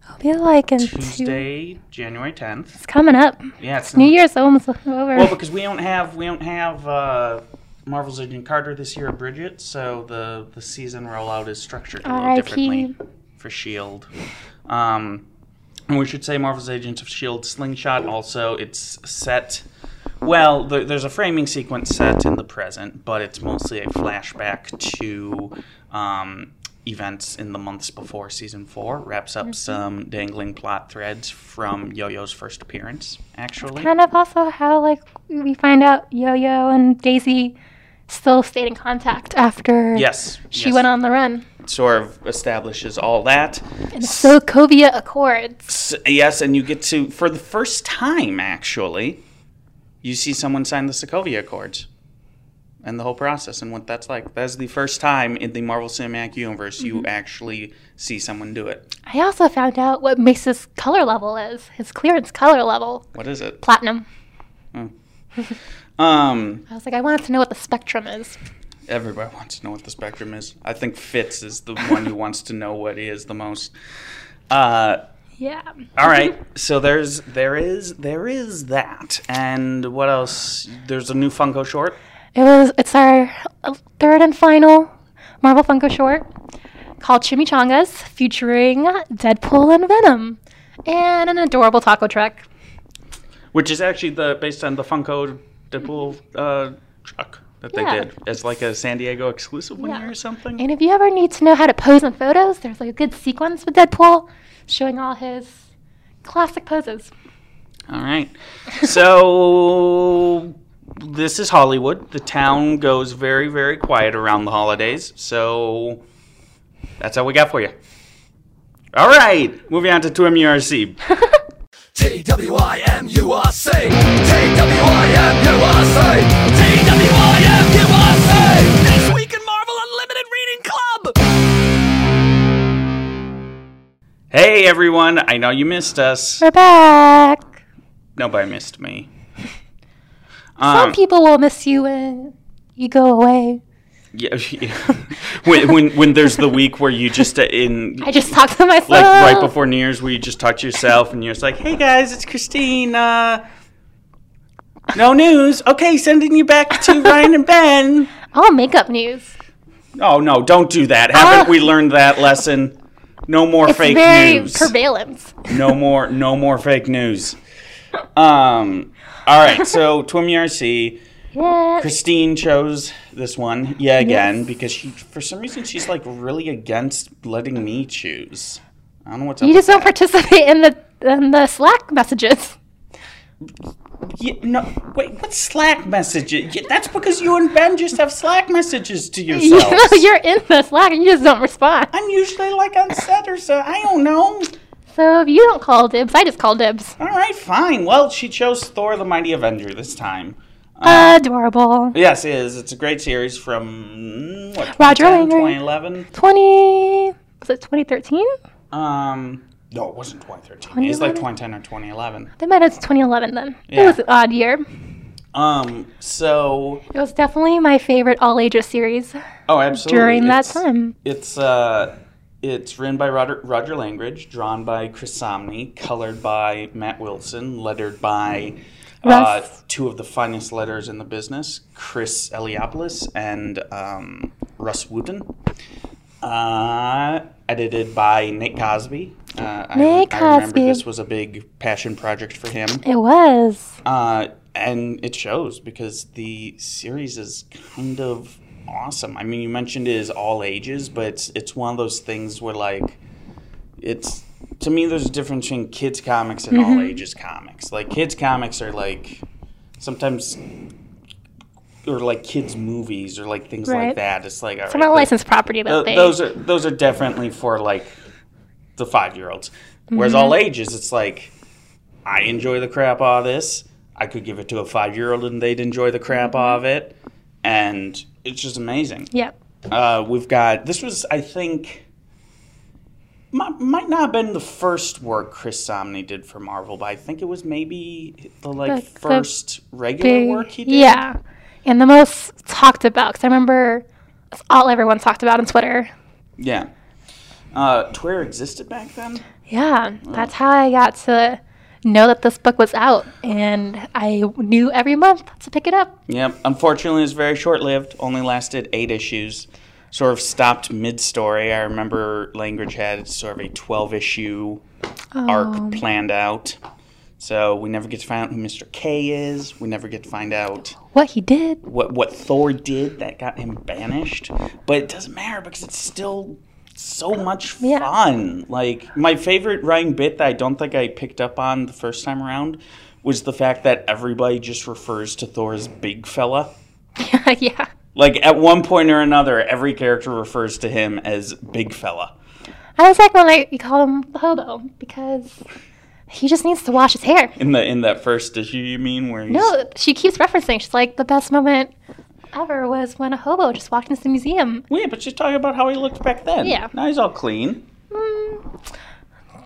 [SPEAKER 6] I'll be like in two.
[SPEAKER 5] Tuesday, January tenth.
[SPEAKER 6] It's coming up.
[SPEAKER 5] Yeah, it's
[SPEAKER 6] New Year's almost over.
[SPEAKER 5] Well, because we don't have we don't have uh, Marvel's Agent Carter this year, Bridget. So the the season rollout is structured a little
[SPEAKER 6] RIP.
[SPEAKER 5] differently for Shield. E Um, and we should say Marvel's Agents of Shield E Slingshot. Also, it's set. Well, there, there's a framing sequence set in the present, but it's mostly a flashback to um, events in the months before season four. Wraps
[SPEAKER 6] Mm-hmm.
[SPEAKER 5] up some dangling plot threads from Yo Yo's first appearance, actually.
[SPEAKER 6] kind of also how like we find out Yo Yo and Daisy still stayed in contact after
[SPEAKER 5] Yes.
[SPEAKER 6] she
[SPEAKER 5] yes.
[SPEAKER 6] went on the run.
[SPEAKER 5] sort of establishes all that.
[SPEAKER 6] And the Sokovia Accords.
[SPEAKER 5] S- yes, and you get to, for the first time, actually, you see someone sign the Sokovia Accords and the whole process and what that's like. That's the first time in the Marvel Cinematic Universe you actually see someone do it.
[SPEAKER 6] I also found out what Mace's color level is. His clearance color level.
[SPEAKER 5] What is it?
[SPEAKER 6] Platinum.
[SPEAKER 5] Um,
[SPEAKER 6] I was like, I wanted to know what the spectrum is.
[SPEAKER 5] everybody wants to know what the spectrum is. I think Fitz is the one who wants to know what he is the most. Uh,
[SPEAKER 6] Yeah.
[SPEAKER 5] All right. So there's there is there is that. And what else? There's a new Funko short.
[SPEAKER 6] It was it's our uh, third and final Marvel Funko short called Chimichangas, featuring Deadpool and Venom. And an adorable taco truck.
[SPEAKER 5] which is actually the based on the Funko Deadpool uh, truck that they
[SPEAKER 6] Yeah.
[SPEAKER 5] did as like a San Diego exclusive one
[SPEAKER 6] Yeah.
[SPEAKER 5] year or something.
[SPEAKER 6] And if you ever need to know how to pose in photos, there's like a good sequence with Deadpool showing all his classic poses.
[SPEAKER 5] All right. So this is Hollywood. The town goes very very quiet around the holidays. So that's all we got for you. All right. Moving on to 2MURC.
[SPEAKER 4] T-W-I-M-U-R-C T-W-I-M-U-R-C T-W-I-M-U-R-C
[SPEAKER 1] This week in Marvel Unlimited Reading Club.
[SPEAKER 5] hey everyone. I know you missed us.
[SPEAKER 6] We're back.
[SPEAKER 5] Nobody missed me. Um. Uh,
[SPEAKER 6] Some people will miss you when you go away.
[SPEAKER 5] Yeah, yeah. when, when when there's the week where you just uh, in
[SPEAKER 6] I just talked to myself.
[SPEAKER 5] like right before New Year's where you just talk to yourself and you're just like, "Hey guys, it's Christine. Uh, no news. Okay, sending you back to Ryan and Ben.
[SPEAKER 6] All makeup news.
[SPEAKER 5] Oh no, don't do that. Haven't
[SPEAKER 6] Ah.
[SPEAKER 5] we learned that lesson? No more
[SPEAKER 6] It's
[SPEAKER 5] fake
[SPEAKER 6] very
[SPEAKER 5] news.
[SPEAKER 6] prevalent.
[SPEAKER 5] no more no more fake news. Um. All right. So TwimRC.
[SPEAKER 6] Yeah.
[SPEAKER 5] Christine chose this one, yeah, again, because she, for some reason, she's like really against letting me choose. I don't know what's up.
[SPEAKER 6] You
[SPEAKER 5] with
[SPEAKER 6] just don't participate in the in the Slack messages.
[SPEAKER 5] Yeah, no, wait, what Slack messages? Yeah, that's because you and Ben just have Slack messages to
[SPEAKER 6] You
[SPEAKER 5] yourselves.
[SPEAKER 6] know, you're in the Slack and you just don't respond.
[SPEAKER 5] I'm usually like on set or so. I don't know.
[SPEAKER 6] So if you don't call dibs, I just call dibs.
[SPEAKER 5] All right, fine. Well, she chose Thor: The Mighty Avenger this time. Uh-huh.
[SPEAKER 6] Adorable.
[SPEAKER 5] Yes, it is. It's a great series from mm, what
[SPEAKER 6] Roger
[SPEAKER 5] 2010, 2011.
[SPEAKER 6] Ebert. Twenty was it twenty thirteen?
[SPEAKER 5] Um, no, it wasn't 2013. It's like 2010 or 2011.
[SPEAKER 6] They might have twenty eleven then. It
[SPEAKER 5] Yeah.
[SPEAKER 6] was an odd year.
[SPEAKER 5] Um, so
[SPEAKER 6] It was definitely my favorite all ages series
[SPEAKER 5] oh, absolutely.
[SPEAKER 6] during that
[SPEAKER 5] It's-
[SPEAKER 6] time.
[SPEAKER 5] It's uh, it's written by Roger, Roger Langridge, drawn by Chris Somney, colored by Matt Wilson, lettered by uh,
[SPEAKER 6] Russ.
[SPEAKER 5] two of the finest letters in the business, Chris Eliopoulos and um, Russ Wooten. Uh, edited by Nick Cosby. Uh, I-
[SPEAKER 6] Nick
[SPEAKER 5] I, remember
[SPEAKER 6] Cosby.
[SPEAKER 5] this was a big passion project for him.
[SPEAKER 6] It was.
[SPEAKER 5] Uh, and it shows because the series is kind of awesome. I mean, you mentioned it is all ages, but it's it's one of those things where like it's to me there's a difference between kids comics and
[SPEAKER 6] Mm-hmm.
[SPEAKER 5] all ages comics. Like kids comics are like sometimes or like kids movies or like things like
[SPEAKER 6] Right.
[SPEAKER 5] that. It's like all
[SPEAKER 6] It's not
[SPEAKER 5] right,
[SPEAKER 6] licensed property,
[SPEAKER 5] Th-
[SPEAKER 6] but they.
[SPEAKER 5] those are those are definitely for like the five year olds. Whereas
[SPEAKER 6] Mm-hmm.
[SPEAKER 5] all ages, it's like I enjoy the crap out of this. I could give it to a five year old and they'd enjoy the crap
[SPEAKER 6] Mm-hmm.
[SPEAKER 5] out of it, and it's just amazing.
[SPEAKER 6] Yep.
[SPEAKER 5] Uh, we've got this was I think might, might not have been the first work Chris Somney did for Marvel, but I think it was maybe the like
[SPEAKER 6] Like the
[SPEAKER 5] first regular
[SPEAKER 6] Big-
[SPEAKER 5] work he did.
[SPEAKER 6] yeah. And the most talked about, because I remember it's all everyone talked about on Twitter.
[SPEAKER 5] yeah. Uh, Twitter existed back then.
[SPEAKER 6] Yeah, that's how I got to know that this book was out, and I knew every month to pick it up.
[SPEAKER 5] Yep. Unfortunately, it was very short lived, only lasted eight issues. Sort of stopped mid story. I remember Langridge had sort of a 12 issue arc planned out. So we never get to find out who Mr. K is. We never get to find out
[SPEAKER 6] What he did,
[SPEAKER 5] what, what Thor did that got him banished. But it doesn't matter because it's still so much
[SPEAKER 6] Yeah.
[SPEAKER 5] fun. Like, my favorite writing bit that I don't think I picked up on the first time around was the fact that everybody just refers to Thor as Big Fella.
[SPEAKER 6] yeah,
[SPEAKER 5] Like at one point or another, every character refers to him as Big Fella.
[SPEAKER 6] I was like when I you call him the hobo because he just needs to wash his hair.
[SPEAKER 5] In the in that first issue, you mean where he's
[SPEAKER 6] No, she keeps referencing. She's like the best moment ever was when a hobo just walked into the museum.
[SPEAKER 5] Well, yeah, but she's talking about how he looked back then.
[SPEAKER 6] Yeah.
[SPEAKER 5] now he's all clean.
[SPEAKER 6] Mm,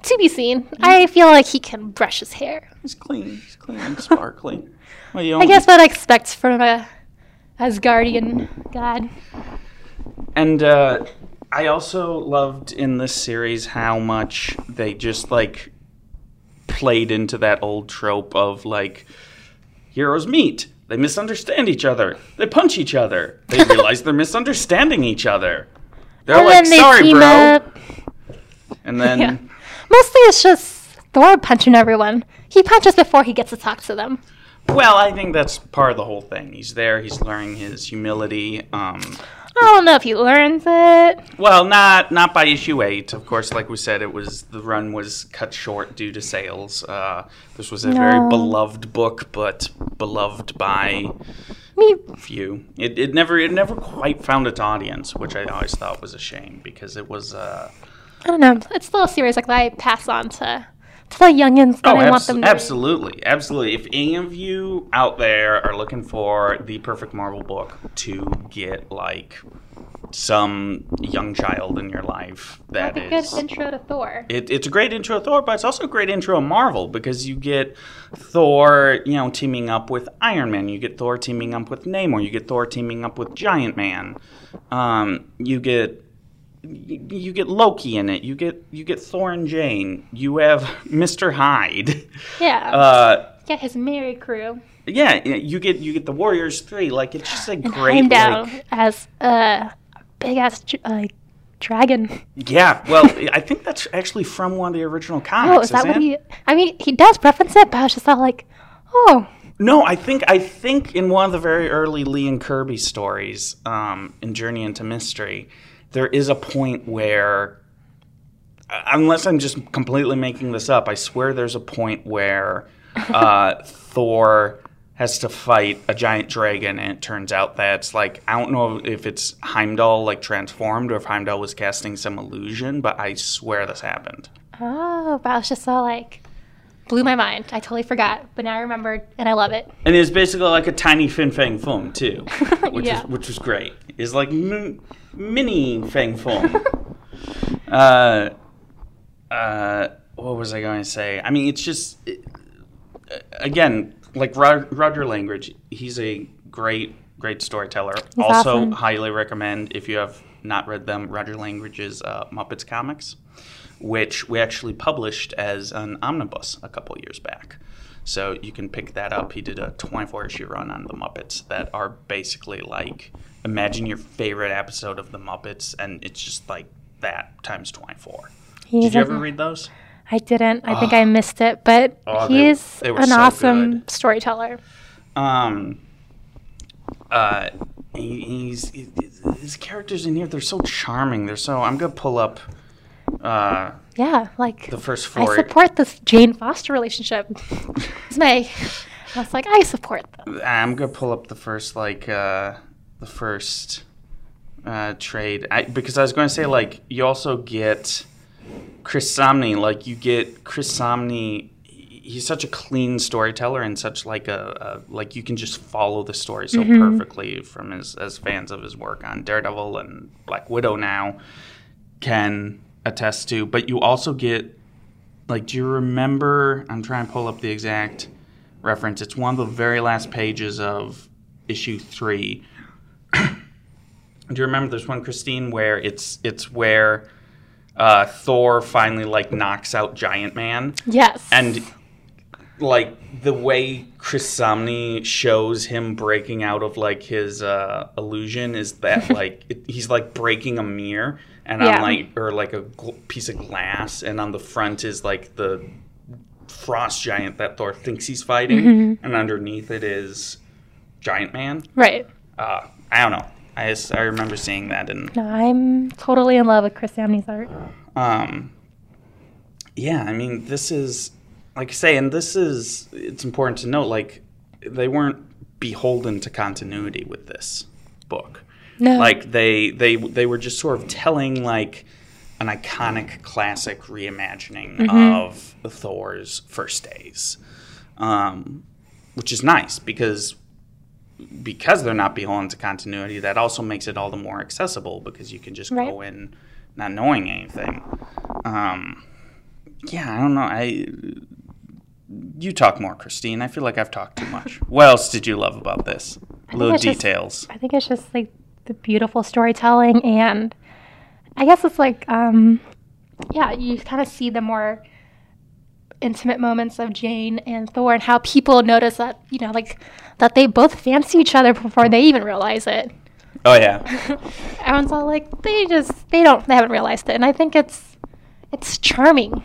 [SPEAKER 6] To be seen, I feel like he can brush his hair.
[SPEAKER 5] He's clean. He's clean and sparkly. Well, you
[SPEAKER 6] I guess what I expect from a Asgardian god.
[SPEAKER 5] And uh, I also loved in this series how much they just like played into that old trope of like heroes meet, they misunderstand each other, they punch each other, they realize they're misunderstanding each other. They're
[SPEAKER 6] And
[SPEAKER 5] like,
[SPEAKER 6] then they
[SPEAKER 5] sorry,
[SPEAKER 6] team
[SPEAKER 5] bro.
[SPEAKER 6] up.
[SPEAKER 5] And then,
[SPEAKER 6] Yeah. Mostly it's just Thor punching everyone. He punches before he gets to talk to them.
[SPEAKER 5] well, I think that's part of the whole thing. He's there, he's learning his humility. Um,
[SPEAKER 6] I don't know if he learns it.
[SPEAKER 5] Well, not not by issue eight, of course. Like we said, it was the run was cut short due to sales. Uh, this was a very
[SPEAKER 6] No.
[SPEAKER 5] beloved book, but beloved by
[SPEAKER 6] Me,
[SPEAKER 5] few. It, it never it never quite found its audience, which I always thought was a shame because it was. Uh,
[SPEAKER 6] I don't know. It's still a series like that I pass on to to the youngins that
[SPEAKER 5] oh,
[SPEAKER 6] I
[SPEAKER 5] abso-
[SPEAKER 6] want them to. read.
[SPEAKER 5] absolutely, absolutely. If any of you out there are looking for the perfect Marvel book to get like some young child in your life, that is.
[SPEAKER 6] That's a good intro to Thor.
[SPEAKER 5] it, it's a great intro to Thor, but it's also a great intro to Marvel because you get Thor, you know, teaming up with Iron Man. You get Thor teaming up with Namor. You get Thor teaming up with Giant Man. Um, you get you, you get Loki in it. You get you get Thor and Jane. You have Mister Hyde.
[SPEAKER 6] Yeah.
[SPEAKER 5] Uh,
[SPEAKER 6] yeah, his merry crew.
[SPEAKER 5] yeah, you get you get the Warriors three. Like it's just a great
[SPEAKER 6] I'm down
[SPEAKER 5] like-
[SPEAKER 6] as a big ass dr- like dragon.
[SPEAKER 5] yeah. Well, I think that's actually from one of the original comics.
[SPEAKER 6] Oh, is that
[SPEAKER 5] isn't
[SPEAKER 6] what
[SPEAKER 5] it?
[SPEAKER 6] he? I mean, he does preference it, but I was just all like, oh,
[SPEAKER 5] No, I think I think in one of the very early Lee and Kirby stories, um, in Journey into Mystery, there is a point where, uh, unless I'm just completely making this up, I swear there's a point where uh, Thor has to fight a giant dragon, and it turns out that's like I don't know if it's Heimdall like transformed or if Heimdall was casting some illusion, but I swear this happened.
[SPEAKER 6] oh, but I was just all like, blew my mind. I totally forgot, but now I remembered, and I love it.
[SPEAKER 5] And it's basically like a tiny fin fang foam too, which
[SPEAKER 6] Yeah.
[SPEAKER 5] is which is great. It's like m- mini fang foam. uh, uh, what was I going to say? I mean, it's just it, again, like Rod, Roger Langridge, he's a great, great storyteller.
[SPEAKER 6] He's
[SPEAKER 5] also,
[SPEAKER 6] awesome.
[SPEAKER 5] highly recommend if you have not read them, Roger Langridge's uh, Muppets comics, which we actually published as an omnibus a couple years back. So you can pick that up. He did a 24 issue run on the Muppets that are basically like imagine your favorite episode of the Muppets, and it's just like that times 24.
[SPEAKER 6] He's
[SPEAKER 5] Did you
[SPEAKER 6] a-
[SPEAKER 5] ever read those?
[SPEAKER 6] I didn't. I think I missed it, but
[SPEAKER 5] Oh, Ah. they-
[SPEAKER 6] he's
[SPEAKER 5] they were
[SPEAKER 6] an
[SPEAKER 5] so
[SPEAKER 6] awesome
[SPEAKER 5] good.
[SPEAKER 6] storyteller.
[SPEAKER 5] um uh he, he's he- his characters in here they're so charming they're so i'm gonna pull up uh
[SPEAKER 6] Yeah, like
[SPEAKER 5] the first
[SPEAKER 6] I
[SPEAKER 5] four
[SPEAKER 6] support this Jane Foster relationship. it's May. I was like, I support them.
[SPEAKER 5] i'm gonna pull up the first like uh the first uh trade I, because i was gonna say like you also get chris somney like you get chris somney he- he's such a clean storyteller and such like a, a like you can just follow the story so perfectly from his as fans of his work on daredevil and black widow now can attest to. But you also get, like, do you remember? I'm trying to pull up the exact reference. It's one of the very last pages of issue three. do you remember this one, Christine? Where it's it's where uh, Thor finally like knocks out Giant Man
[SPEAKER 6] Yes.
[SPEAKER 5] and like the way Chris Somney shows him breaking out of like his uh, illusion is that like it, he's like breaking a mirror and
[SPEAKER 6] Yeah.
[SPEAKER 5] on like or like a gl- piece of glass and on the front is like the frost giant that Thor thinks he's fighting and underneath it is Giant Man.
[SPEAKER 6] right.
[SPEAKER 5] Uh, I don't know. I just, I remember seeing that and
[SPEAKER 6] No, I'm totally in love with Chris Samney's art.
[SPEAKER 5] um, yeah, I mean, this is like I say, and this is it's important to note. Like they weren't beholden to continuity with this book.
[SPEAKER 6] No.
[SPEAKER 5] Like they they they were just sort of telling like an iconic classic reimagining
[SPEAKER 6] Mm-hmm.
[SPEAKER 5] of Thor's first days, um, which is nice because because they're not beholden to continuity. That also makes it all the more accessible because you can just
[SPEAKER 6] Right.
[SPEAKER 5] go in not knowing anything. Um, yeah, I don't know. I you talk more, Christine. I feel like I've talked too much. what else did you love about this? Little
[SPEAKER 6] it's just-
[SPEAKER 5] details.
[SPEAKER 6] I think it's just like the beautiful storytelling, and I guess it's like, um, yeah, you kind of see the more intimate moments of Jane and Thor, and how people notice that you know, like that they both fancy each other before they even realize it.
[SPEAKER 5] oh yeah.
[SPEAKER 6] Everyone's all like, they just they don't they haven't realized it, and I think it's it's charming.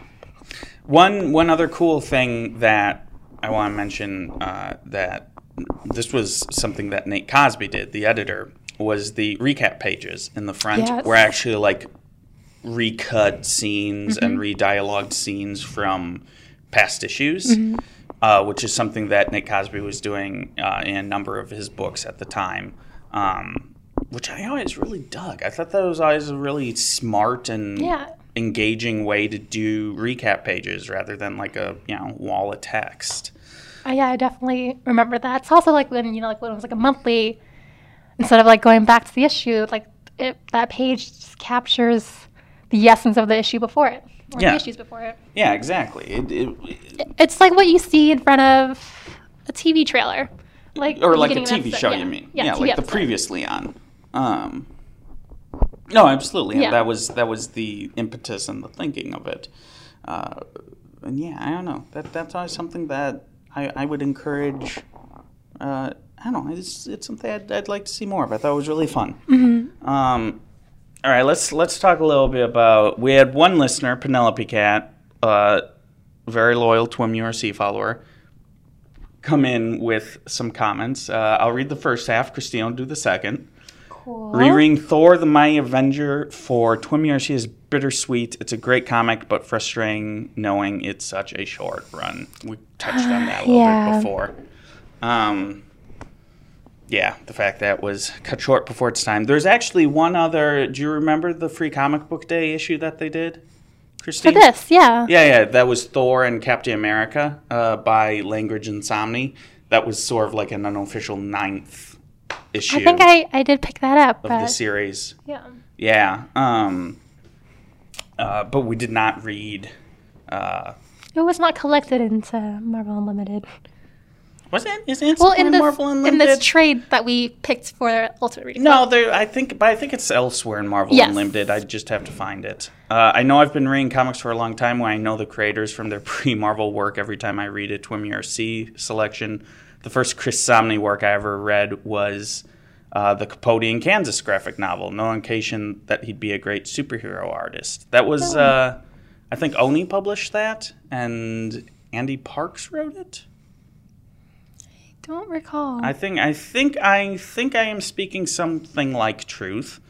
[SPEAKER 5] One one other cool thing that I want to mention uh, that this was something that Nate Cosby did, the editor, was the recap pages in the front
[SPEAKER 6] Yes.
[SPEAKER 5] were actually like recut scenes and
[SPEAKER 6] Mm-hmm.
[SPEAKER 5] re-dialogued scenes from past issues,
[SPEAKER 6] Mm-hmm.
[SPEAKER 5] uh, which is something that Nick Cosby was doing uh, in a number of his books at the time, um, which I always really dug. I thought that was always a really smart and
[SPEAKER 6] Yeah.
[SPEAKER 5] engaging way to do recap pages rather than like a you know wall of text.
[SPEAKER 6] Uh, yeah, I definitely remember that. It's also like when you know, like when it was like a monthly, instead of like going back to the issue, like it, that page just captures the essence of the issue before it, or
[SPEAKER 5] Yeah.
[SPEAKER 6] the issues before it.
[SPEAKER 5] Yeah, exactly. It, it,
[SPEAKER 6] It's like what you see in front of a TV trailer, like
[SPEAKER 5] or
[SPEAKER 6] the
[SPEAKER 5] like a
[SPEAKER 6] beginning of
[SPEAKER 5] TV
[SPEAKER 6] an episode.
[SPEAKER 5] show,
[SPEAKER 6] Yeah.
[SPEAKER 5] you mean?
[SPEAKER 6] Yeah,
[SPEAKER 5] Yeah,
[SPEAKER 6] TV
[SPEAKER 5] like the
[SPEAKER 6] episode.
[SPEAKER 5] previously on. Um, no, absolutely. and
[SPEAKER 6] Yeah.
[SPEAKER 5] That was that was the impetus and the thinking of it. Uh, and yeah, I don't know. That that's always something that I, I would encourage. Uh, I don't know. It's, it's something I'd, I'd like to see more of. I thought it was really fun. Um, all right, let's let's talk a little bit about. We had one listener, Penelope Cat, uh, very loyal Twim URC follower, come in with some comments. Uh, I'll read the first half. Christine will do the second.
[SPEAKER 6] Cool.
[SPEAKER 5] Rereading Thor: The Mighty Avenger for Twim URC is bittersweet. It's a great comic, but frustrating knowing it's such a short run. We touched on that a little
[SPEAKER 6] Yeah.
[SPEAKER 5] bit before. Um, yeah, the fact that was cut short before its time. There's actually one other. Do you remember the Free Comic Book Day issue that they did,
[SPEAKER 6] For
[SPEAKER 5] Christine?
[SPEAKER 6] this, yeah.
[SPEAKER 5] Yeah, yeah, that was Thor and Captain America uh, by Langridge and Somni. That was sort of like an unofficial ninth issue
[SPEAKER 6] I think I, I did pick that up,
[SPEAKER 5] of the
[SPEAKER 6] but
[SPEAKER 5] series.
[SPEAKER 6] yeah,
[SPEAKER 5] Yeah, um, uh, but we did not read. Uh,
[SPEAKER 6] it was not collected into Marvel Unlimited.
[SPEAKER 5] Was it? Is Anselm
[SPEAKER 6] Well, in
[SPEAKER 5] in
[SPEAKER 6] this
[SPEAKER 5] Marvel Unlimited?
[SPEAKER 6] in this trade that we picked for Ultimate Reading
[SPEAKER 5] No,
[SPEAKER 6] Club.
[SPEAKER 5] there. I think, but I think it's elsewhere in Marvel
[SPEAKER 6] Yes.
[SPEAKER 5] Unlimited. I just have to find it. Uh, I know I've been reading comics for a long time. Where I know the creators from their pre-Marvel work. Every time I read a Twimure C selection, the first Chris Somney work I ever read was uh, the Capote in Kansas graphic novel. No indication that he'd be a great superhero artist. That was, uh, I think, Oni published that, and Andy Parks wrote it.
[SPEAKER 6] don't recall.
[SPEAKER 5] I think I think I think I am speaking something like truth.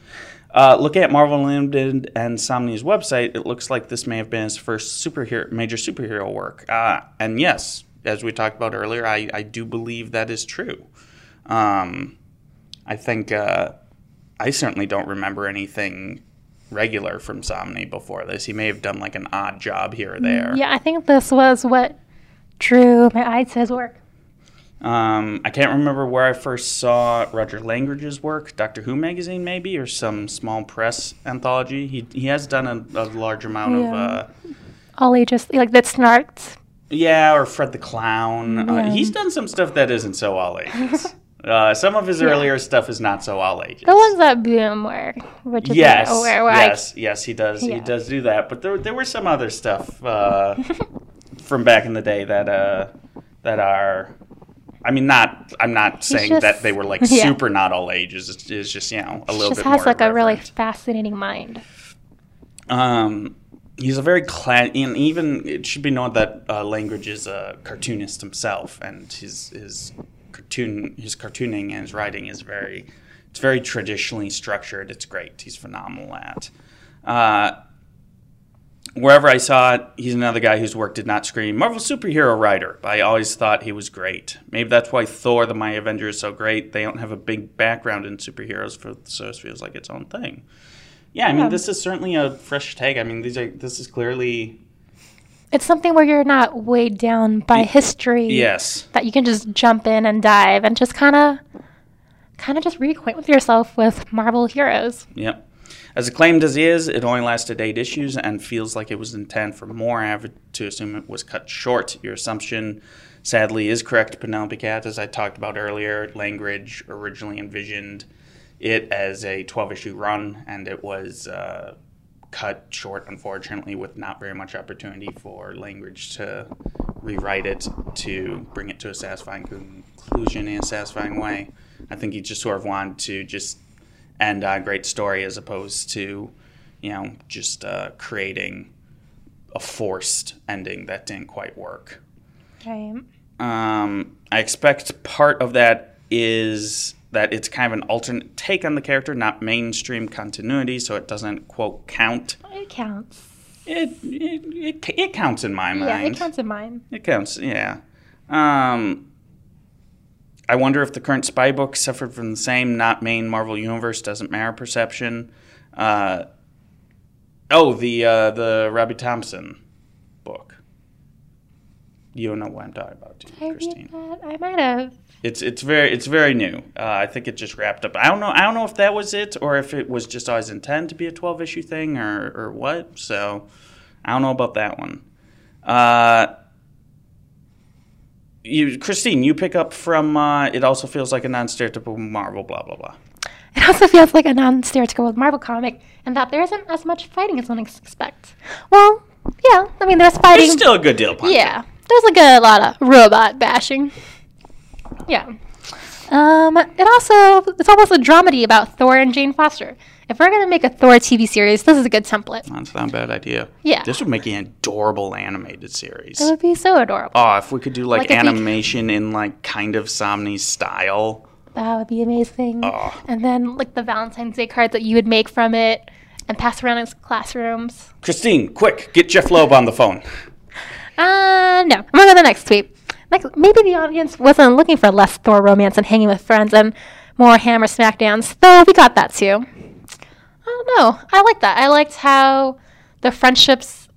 [SPEAKER 5] Uh, looking at Marvel Unlimited and Somni's website, it looks like this may have been his first superhero major superhero work. Uh, and yes, as we talked about earlier, I, I do believe that is true. Um, I think uh, I certainly don't remember anything regular from Somni before this. He may have done like an odd job here or there.
[SPEAKER 6] yeah, I think this was what drew my eye to his work.
[SPEAKER 5] Um, I can't remember where I first saw Roger Langridge's work, Doctor Who magazine maybe, or some small press anthology. He he has done a, a large amount
[SPEAKER 6] Yeah.
[SPEAKER 5] of uh,
[SPEAKER 6] All ages, like that snarked.
[SPEAKER 5] yeah, or Fred the Clown. Uh, he's done some stuff that isn't so all ages. uh, some of his earlier stuff is not so all ages.
[SPEAKER 6] The ones that boom were, which is
[SPEAKER 5] yes,
[SPEAKER 6] where, where
[SPEAKER 5] yes, yes, he does.
[SPEAKER 6] Yeah.
[SPEAKER 5] He does do that. But there there were some other stuff uh, from back in the day that uh, that are. I mean, not. I'm not saying
[SPEAKER 6] just-
[SPEAKER 5] that they were like
[SPEAKER 6] yeah.
[SPEAKER 5] super not all ages. It's, it's just you know a
[SPEAKER 6] I
[SPEAKER 5] little
[SPEAKER 6] just
[SPEAKER 5] bit
[SPEAKER 6] has
[SPEAKER 5] more
[SPEAKER 6] like a really
[SPEAKER 5] irreverent.
[SPEAKER 6] fascinating mind.
[SPEAKER 5] Um, he's a very class, and even it should be noted that uh, Langridge is a cartoonist himself, and his his cartoon his cartooning and his writing is very it's very traditionally structured. It's great. He's phenomenal at. Uh, wherever I saw it, he's another guy whose work did not scream Marvel superhero writer. But I always thought he was great. Maybe that's why Thor: The My Avenger is so great. They don't have a big background in superheroes, for, so it feels like its own thing. Yeah, I mean, this is certainly a fresh take. I mean, these are this is clearly
[SPEAKER 6] It's something where you're not weighed down by history.
[SPEAKER 5] yes,
[SPEAKER 6] That you can just jump in and dive and just kind of, kind of just reacquaint with yourself with Marvel heroes.
[SPEAKER 5] yep. As acclaimed as he is, it only lasted eight issues and feels like it was intent for more. I have to assume it was cut short. Your assumption, sadly, is correct, Penelope Cat. As I talked about earlier, Langridge originally envisioned it as a 12 issue run, and it was uh, cut short, unfortunately, with not very much opportunity for language to rewrite it to bring it to a satisfying conclusion in a satisfying way. I think he just sort of wanted to just end on a great story as opposed to, you know, just uh, creating a forced ending that didn't quite work.
[SPEAKER 6] Right.
[SPEAKER 5] Um, I expect part of that is that it's kind of an alternate take on the character, not mainstream continuity, so it doesn't quote count.
[SPEAKER 6] It counts.
[SPEAKER 5] It it, it, it counts in my mind.
[SPEAKER 6] Yeah, it counts in mine.
[SPEAKER 5] It counts, yeah. Um, I wonder if the current spy book suffered from the same not main Marvel universe doesn't matter perception. Uh, oh, the uh, the Robbie Thompson book. You don't know what I'm talking about, do
[SPEAKER 6] I
[SPEAKER 5] you,
[SPEAKER 6] read
[SPEAKER 5] Christine?
[SPEAKER 6] that. I might have.
[SPEAKER 5] It's it's very it's very new. Uh, I think it just wrapped up. I don't know I don't know if that was it or if it was just always intended to be a twelve issue thing or or what. So I don't know about that one. Uh, you Christine, you pick up from uh, it also feels like a non stereotypical Marvel blah blah blah.
[SPEAKER 6] It also feels like a non-stereotypical Marvel comic, and that there isn't as much fighting as one expects. Well, yeah. I mean, there's fighting.
[SPEAKER 5] There's still a good deal. Of punch.
[SPEAKER 6] Yeah, there's like a lot of robot bashing. Yeah. Um, it also it's almost a dramedy about Thor and Jane Foster. If we're gonna make a Thor TV series, this is a good template.
[SPEAKER 5] that's not a bad idea.
[SPEAKER 6] Yeah.
[SPEAKER 5] this would make an adorable animated series.
[SPEAKER 6] It would be so adorable.
[SPEAKER 5] Oh, if we could do like,
[SPEAKER 6] Like if we-
[SPEAKER 5] animation in like kind of Somni style.
[SPEAKER 6] That would be amazing. And then like the Valentine's Day cards that you would make from it and pass around in classrooms.
[SPEAKER 5] Christine, quick, get Jeff Loeb on the phone.
[SPEAKER 6] Uh, no. I'm gonna go to the next tweet. Like maybe the audience wasn't looking for less Thor romance and hanging with friends and more hammer smackdowns, though we got that too. I don't know. I like that. I liked how the friendships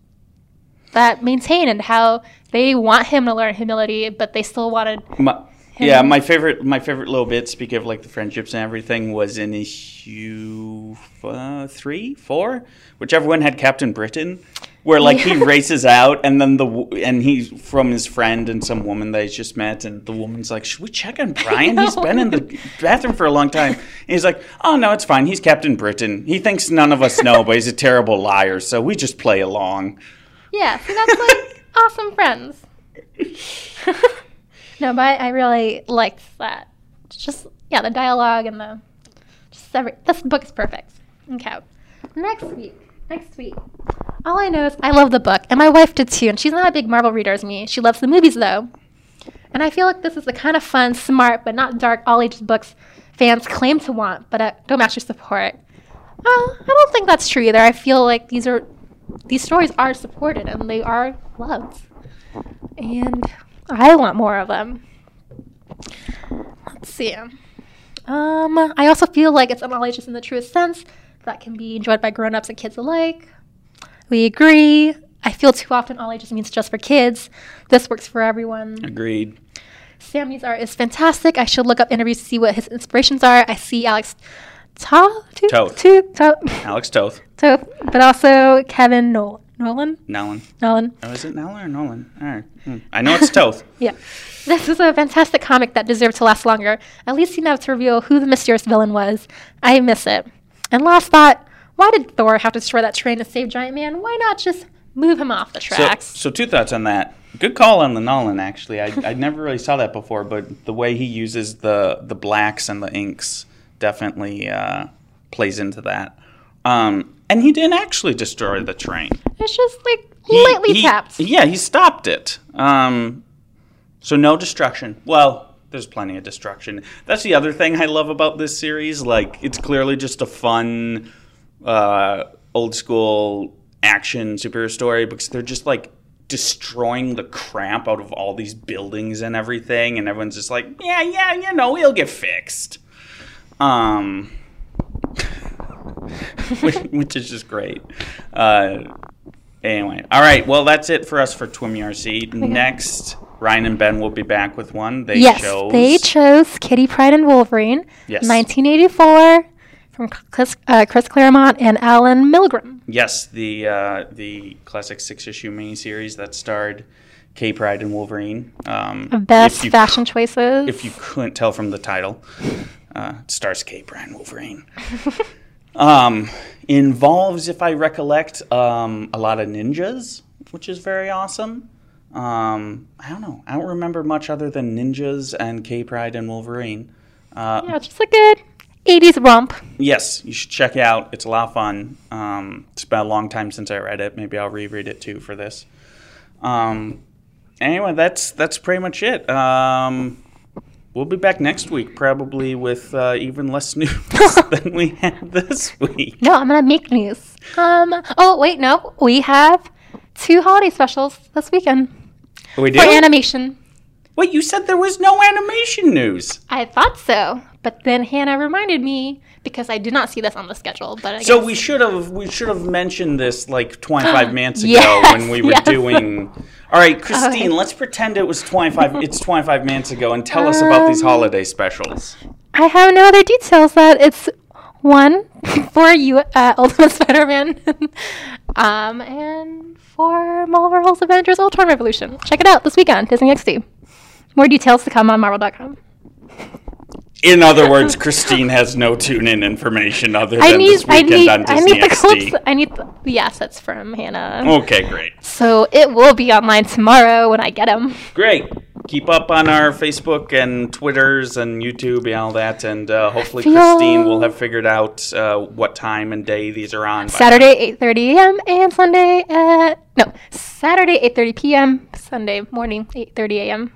[SPEAKER 6] that maintain and how they want him to learn humility, but they still wanted
[SPEAKER 5] My, yeah, my favorite, my favorite little bit. Speaking of like the friendships and everything, was in issue uh, three, four, which everyone had Captain Britain, where like he races out and then the w- and he's from his friend and some woman that he's just met and the woman's like should we check on brian he's been in the bathroom for a long time and he's like oh no it's fine he's captain britain he thinks none of us know but he's a terrible liar so we just play along
[SPEAKER 6] Yeah, see, that's like awesome friends. no, but I really liked that. Just yeah, the dialogue and the just every this book is perfect. Okay, next week, next week. All I know is I love the book, and my wife did too. And she's not a big Marvel reader as me. She loves the movies though, and I feel like this is the kind of fun, smart, but not dark all ages books fans claim to want, but uh, don't actually support. Uh, I don't think that's true either. I feel like these are these stories are supported and they are loved. And I want more of them. Let's see. Um, I also feel like it's an all ages in the truest sense that can be enjoyed by grown ups and kids alike. We agree. I feel too often all ages means just for kids. This works for everyone.
[SPEAKER 5] agreed
[SPEAKER 6] Sammy's art is fantastic. I should look up interviews to see what his inspirations are. I see Alex Toth,
[SPEAKER 5] Toth.
[SPEAKER 6] Toth, Toth,
[SPEAKER 5] alex toth
[SPEAKER 6] Toth, but also Kevin Nol- Nolan.
[SPEAKER 5] nolan
[SPEAKER 6] Nolan.
[SPEAKER 5] oh is it nolan or nolan all right Hmm. i know it's toth
[SPEAKER 6] Yeah. This is a fantastic comic that deserved to last longer. At least enough to reveal who the mysterious villain was. I miss it. And last thought, why did Thor have to destroy that train to save Giant Man? Why not just move him off the
[SPEAKER 5] So,
[SPEAKER 6] tracks?
[SPEAKER 5] so two thoughts on that. Good call on the Nolan. Actually, I, I never really saw that before, but the way he uses the the blacks and the inks definitely uh, plays into that. Um, and he didn't actually destroy the train.
[SPEAKER 6] it's just like
[SPEAKER 5] He-
[SPEAKER 6] lightly
[SPEAKER 5] he-
[SPEAKER 6] tapped.
[SPEAKER 5] Yeah, he stopped it. Um, so no destruction. Well, there's plenty of destruction. That's the other thing I love about this series. Like, it's clearly just a fun, uh, old school action superhero story because they're just like destroying the crap out of all these buildings and everything, and everyone's just like, yeah, yeah, you know, it'll get fixed. Um, which, which is just great. Uh, Anyway, all right. Well, that's it for us for Twim ERC. Next, Ryan and Ben will be back with one. They
[SPEAKER 6] yes,
[SPEAKER 5] chose.
[SPEAKER 6] they chose Kitty Pride and Wolverine,
[SPEAKER 5] Yes.
[SPEAKER 6] 1984, from Chris, uh, Chris Claremont and Alan Milgram.
[SPEAKER 5] yes, the uh, the classic six issue miniseries that starred K Pride and Wolverine. Um,
[SPEAKER 6] Best
[SPEAKER 5] if you,
[SPEAKER 6] fashion choices.
[SPEAKER 5] If you couldn't tell from the title, uh, it stars K Pride and Wolverine. um, involves, if I recollect, um, a lot of ninjas, which is very awesome. Um, I don't know. I don't remember much other than ninjas and K Pride and Wolverine.
[SPEAKER 6] yeah, it's just a good 80s romp.
[SPEAKER 5] Yes, you should check it out. It's a lot of fun. Um, it's been a long time since I read it. Maybe I'll reread it too for this. Um, anyway, that's that's pretty much it. Um, we'll be back next week probably with uh, even less news than we had this week.
[SPEAKER 6] No, I'm gonna make news. Um. Oh wait, no, we have two holiday specials this weekend
[SPEAKER 5] We do.
[SPEAKER 6] for animation.
[SPEAKER 5] Wait, you said there was no animation news.
[SPEAKER 6] I thought so, but then Hannah reminded me because I did not see this on the schedule. But I guess,
[SPEAKER 5] So we should have we should have mentioned this like 25 minutes ago
[SPEAKER 6] Yes,
[SPEAKER 5] when we were
[SPEAKER 6] yes.
[SPEAKER 5] doing. All right, Christine, let's pretend it was 25. It's 25 minutes ago, and tell us about
[SPEAKER 6] Um,
[SPEAKER 5] these holiday specials.
[SPEAKER 6] I have no other details. That it's one for you, uh, Ultimate Spider-Man, um, and for Marvel's Avengers: Ultron Revolution. Check it out this weekend, Disney XD. More details to come on Marvel.com.
[SPEAKER 5] In other words, Christine has no tune-in information other than
[SPEAKER 6] I need,
[SPEAKER 5] this
[SPEAKER 6] I
[SPEAKER 5] weekend
[SPEAKER 6] need,
[SPEAKER 5] on
[SPEAKER 6] I
[SPEAKER 5] Disney
[SPEAKER 6] need the
[SPEAKER 5] XD.
[SPEAKER 6] clips. I need the, the assets from Hannah.
[SPEAKER 5] Okay, great,
[SPEAKER 6] So it will be online tomorrow when I get them.
[SPEAKER 5] great. Keep up on our Facebook and Twitters and YouTube and all that, and uh, hopefully
[SPEAKER 6] feel-
[SPEAKER 5] Christine will have figured out uh, what time and day these are on. by
[SPEAKER 6] Saturday 8:30 a.m. and Sunday at no Saturday 8:30 p.m. Sunday morning 8:30 a.m.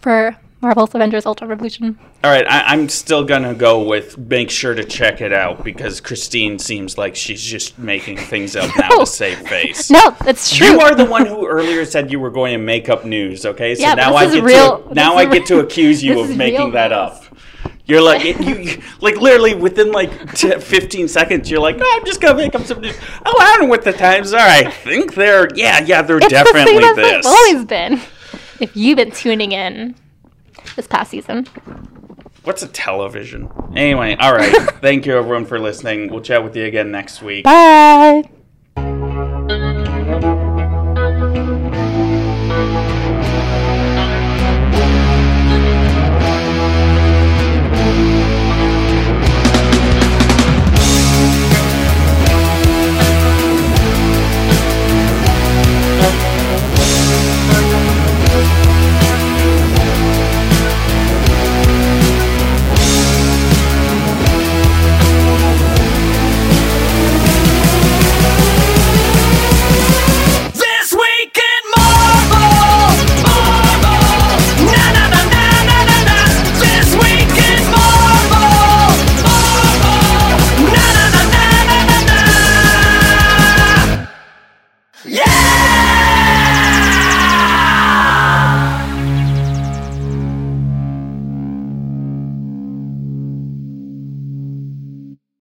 [SPEAKER 6] for Marvel's Avengers: Ultron Revolution.
[SPEAKER 5] All right, I, I'm still gonna go with make sure to check it out because Christine seems like she's just making things up now
[SPEAKER 6] No.
[SPEAKER 5] to save face.
[SPEAKER 6] No, it's true.
[SPEAKER 5] You are the one who earlier said you were going to make up news, okay? So
[SPEAKER 6] Yeah, but
[SPEAKER 5] now
[SPEAKER 6] this
[SPEAKER 5] I
[SPEAKER 6] is
[SPEAKER 5] get
[SPEAKER 6] real-
[SPEAKER 5] to now
[SPEAKER 6] this
[SPEAKER 5] I
[SPEAKER 6] is
[SPEAKER 5] get to
[SPEAKER 6] real-
[SPEAKER 5] accuse you
[SPEAKER 6] this
[SPEAKER 5] of
[SPEAKER 6] is
[SPEAKER 5] making
[SPEAKER 6] real
[SPEAKER 5] that
[SPEAKER 6] news.
[SPEAKER 5] up. You're like you, you- like literally within like t- 15 seconds you're like, "Oh, I'm just going to make up some news. Oh, I don't know what the times are. I think they're yeah, yeah, they're
[SPEAKER 6] it's
[SPEAKER 5] definitely
[SPEAKER 6] the same as
[SPEAKER 5] this."
[SPEAKER 6] I've always been. If you've been tuning in this past season,
[SPEAKER 5] What's a television? Anyway, all right. Thank you everyone for listening. We'll chat with you again next week.
[SPEAKER 6] bye.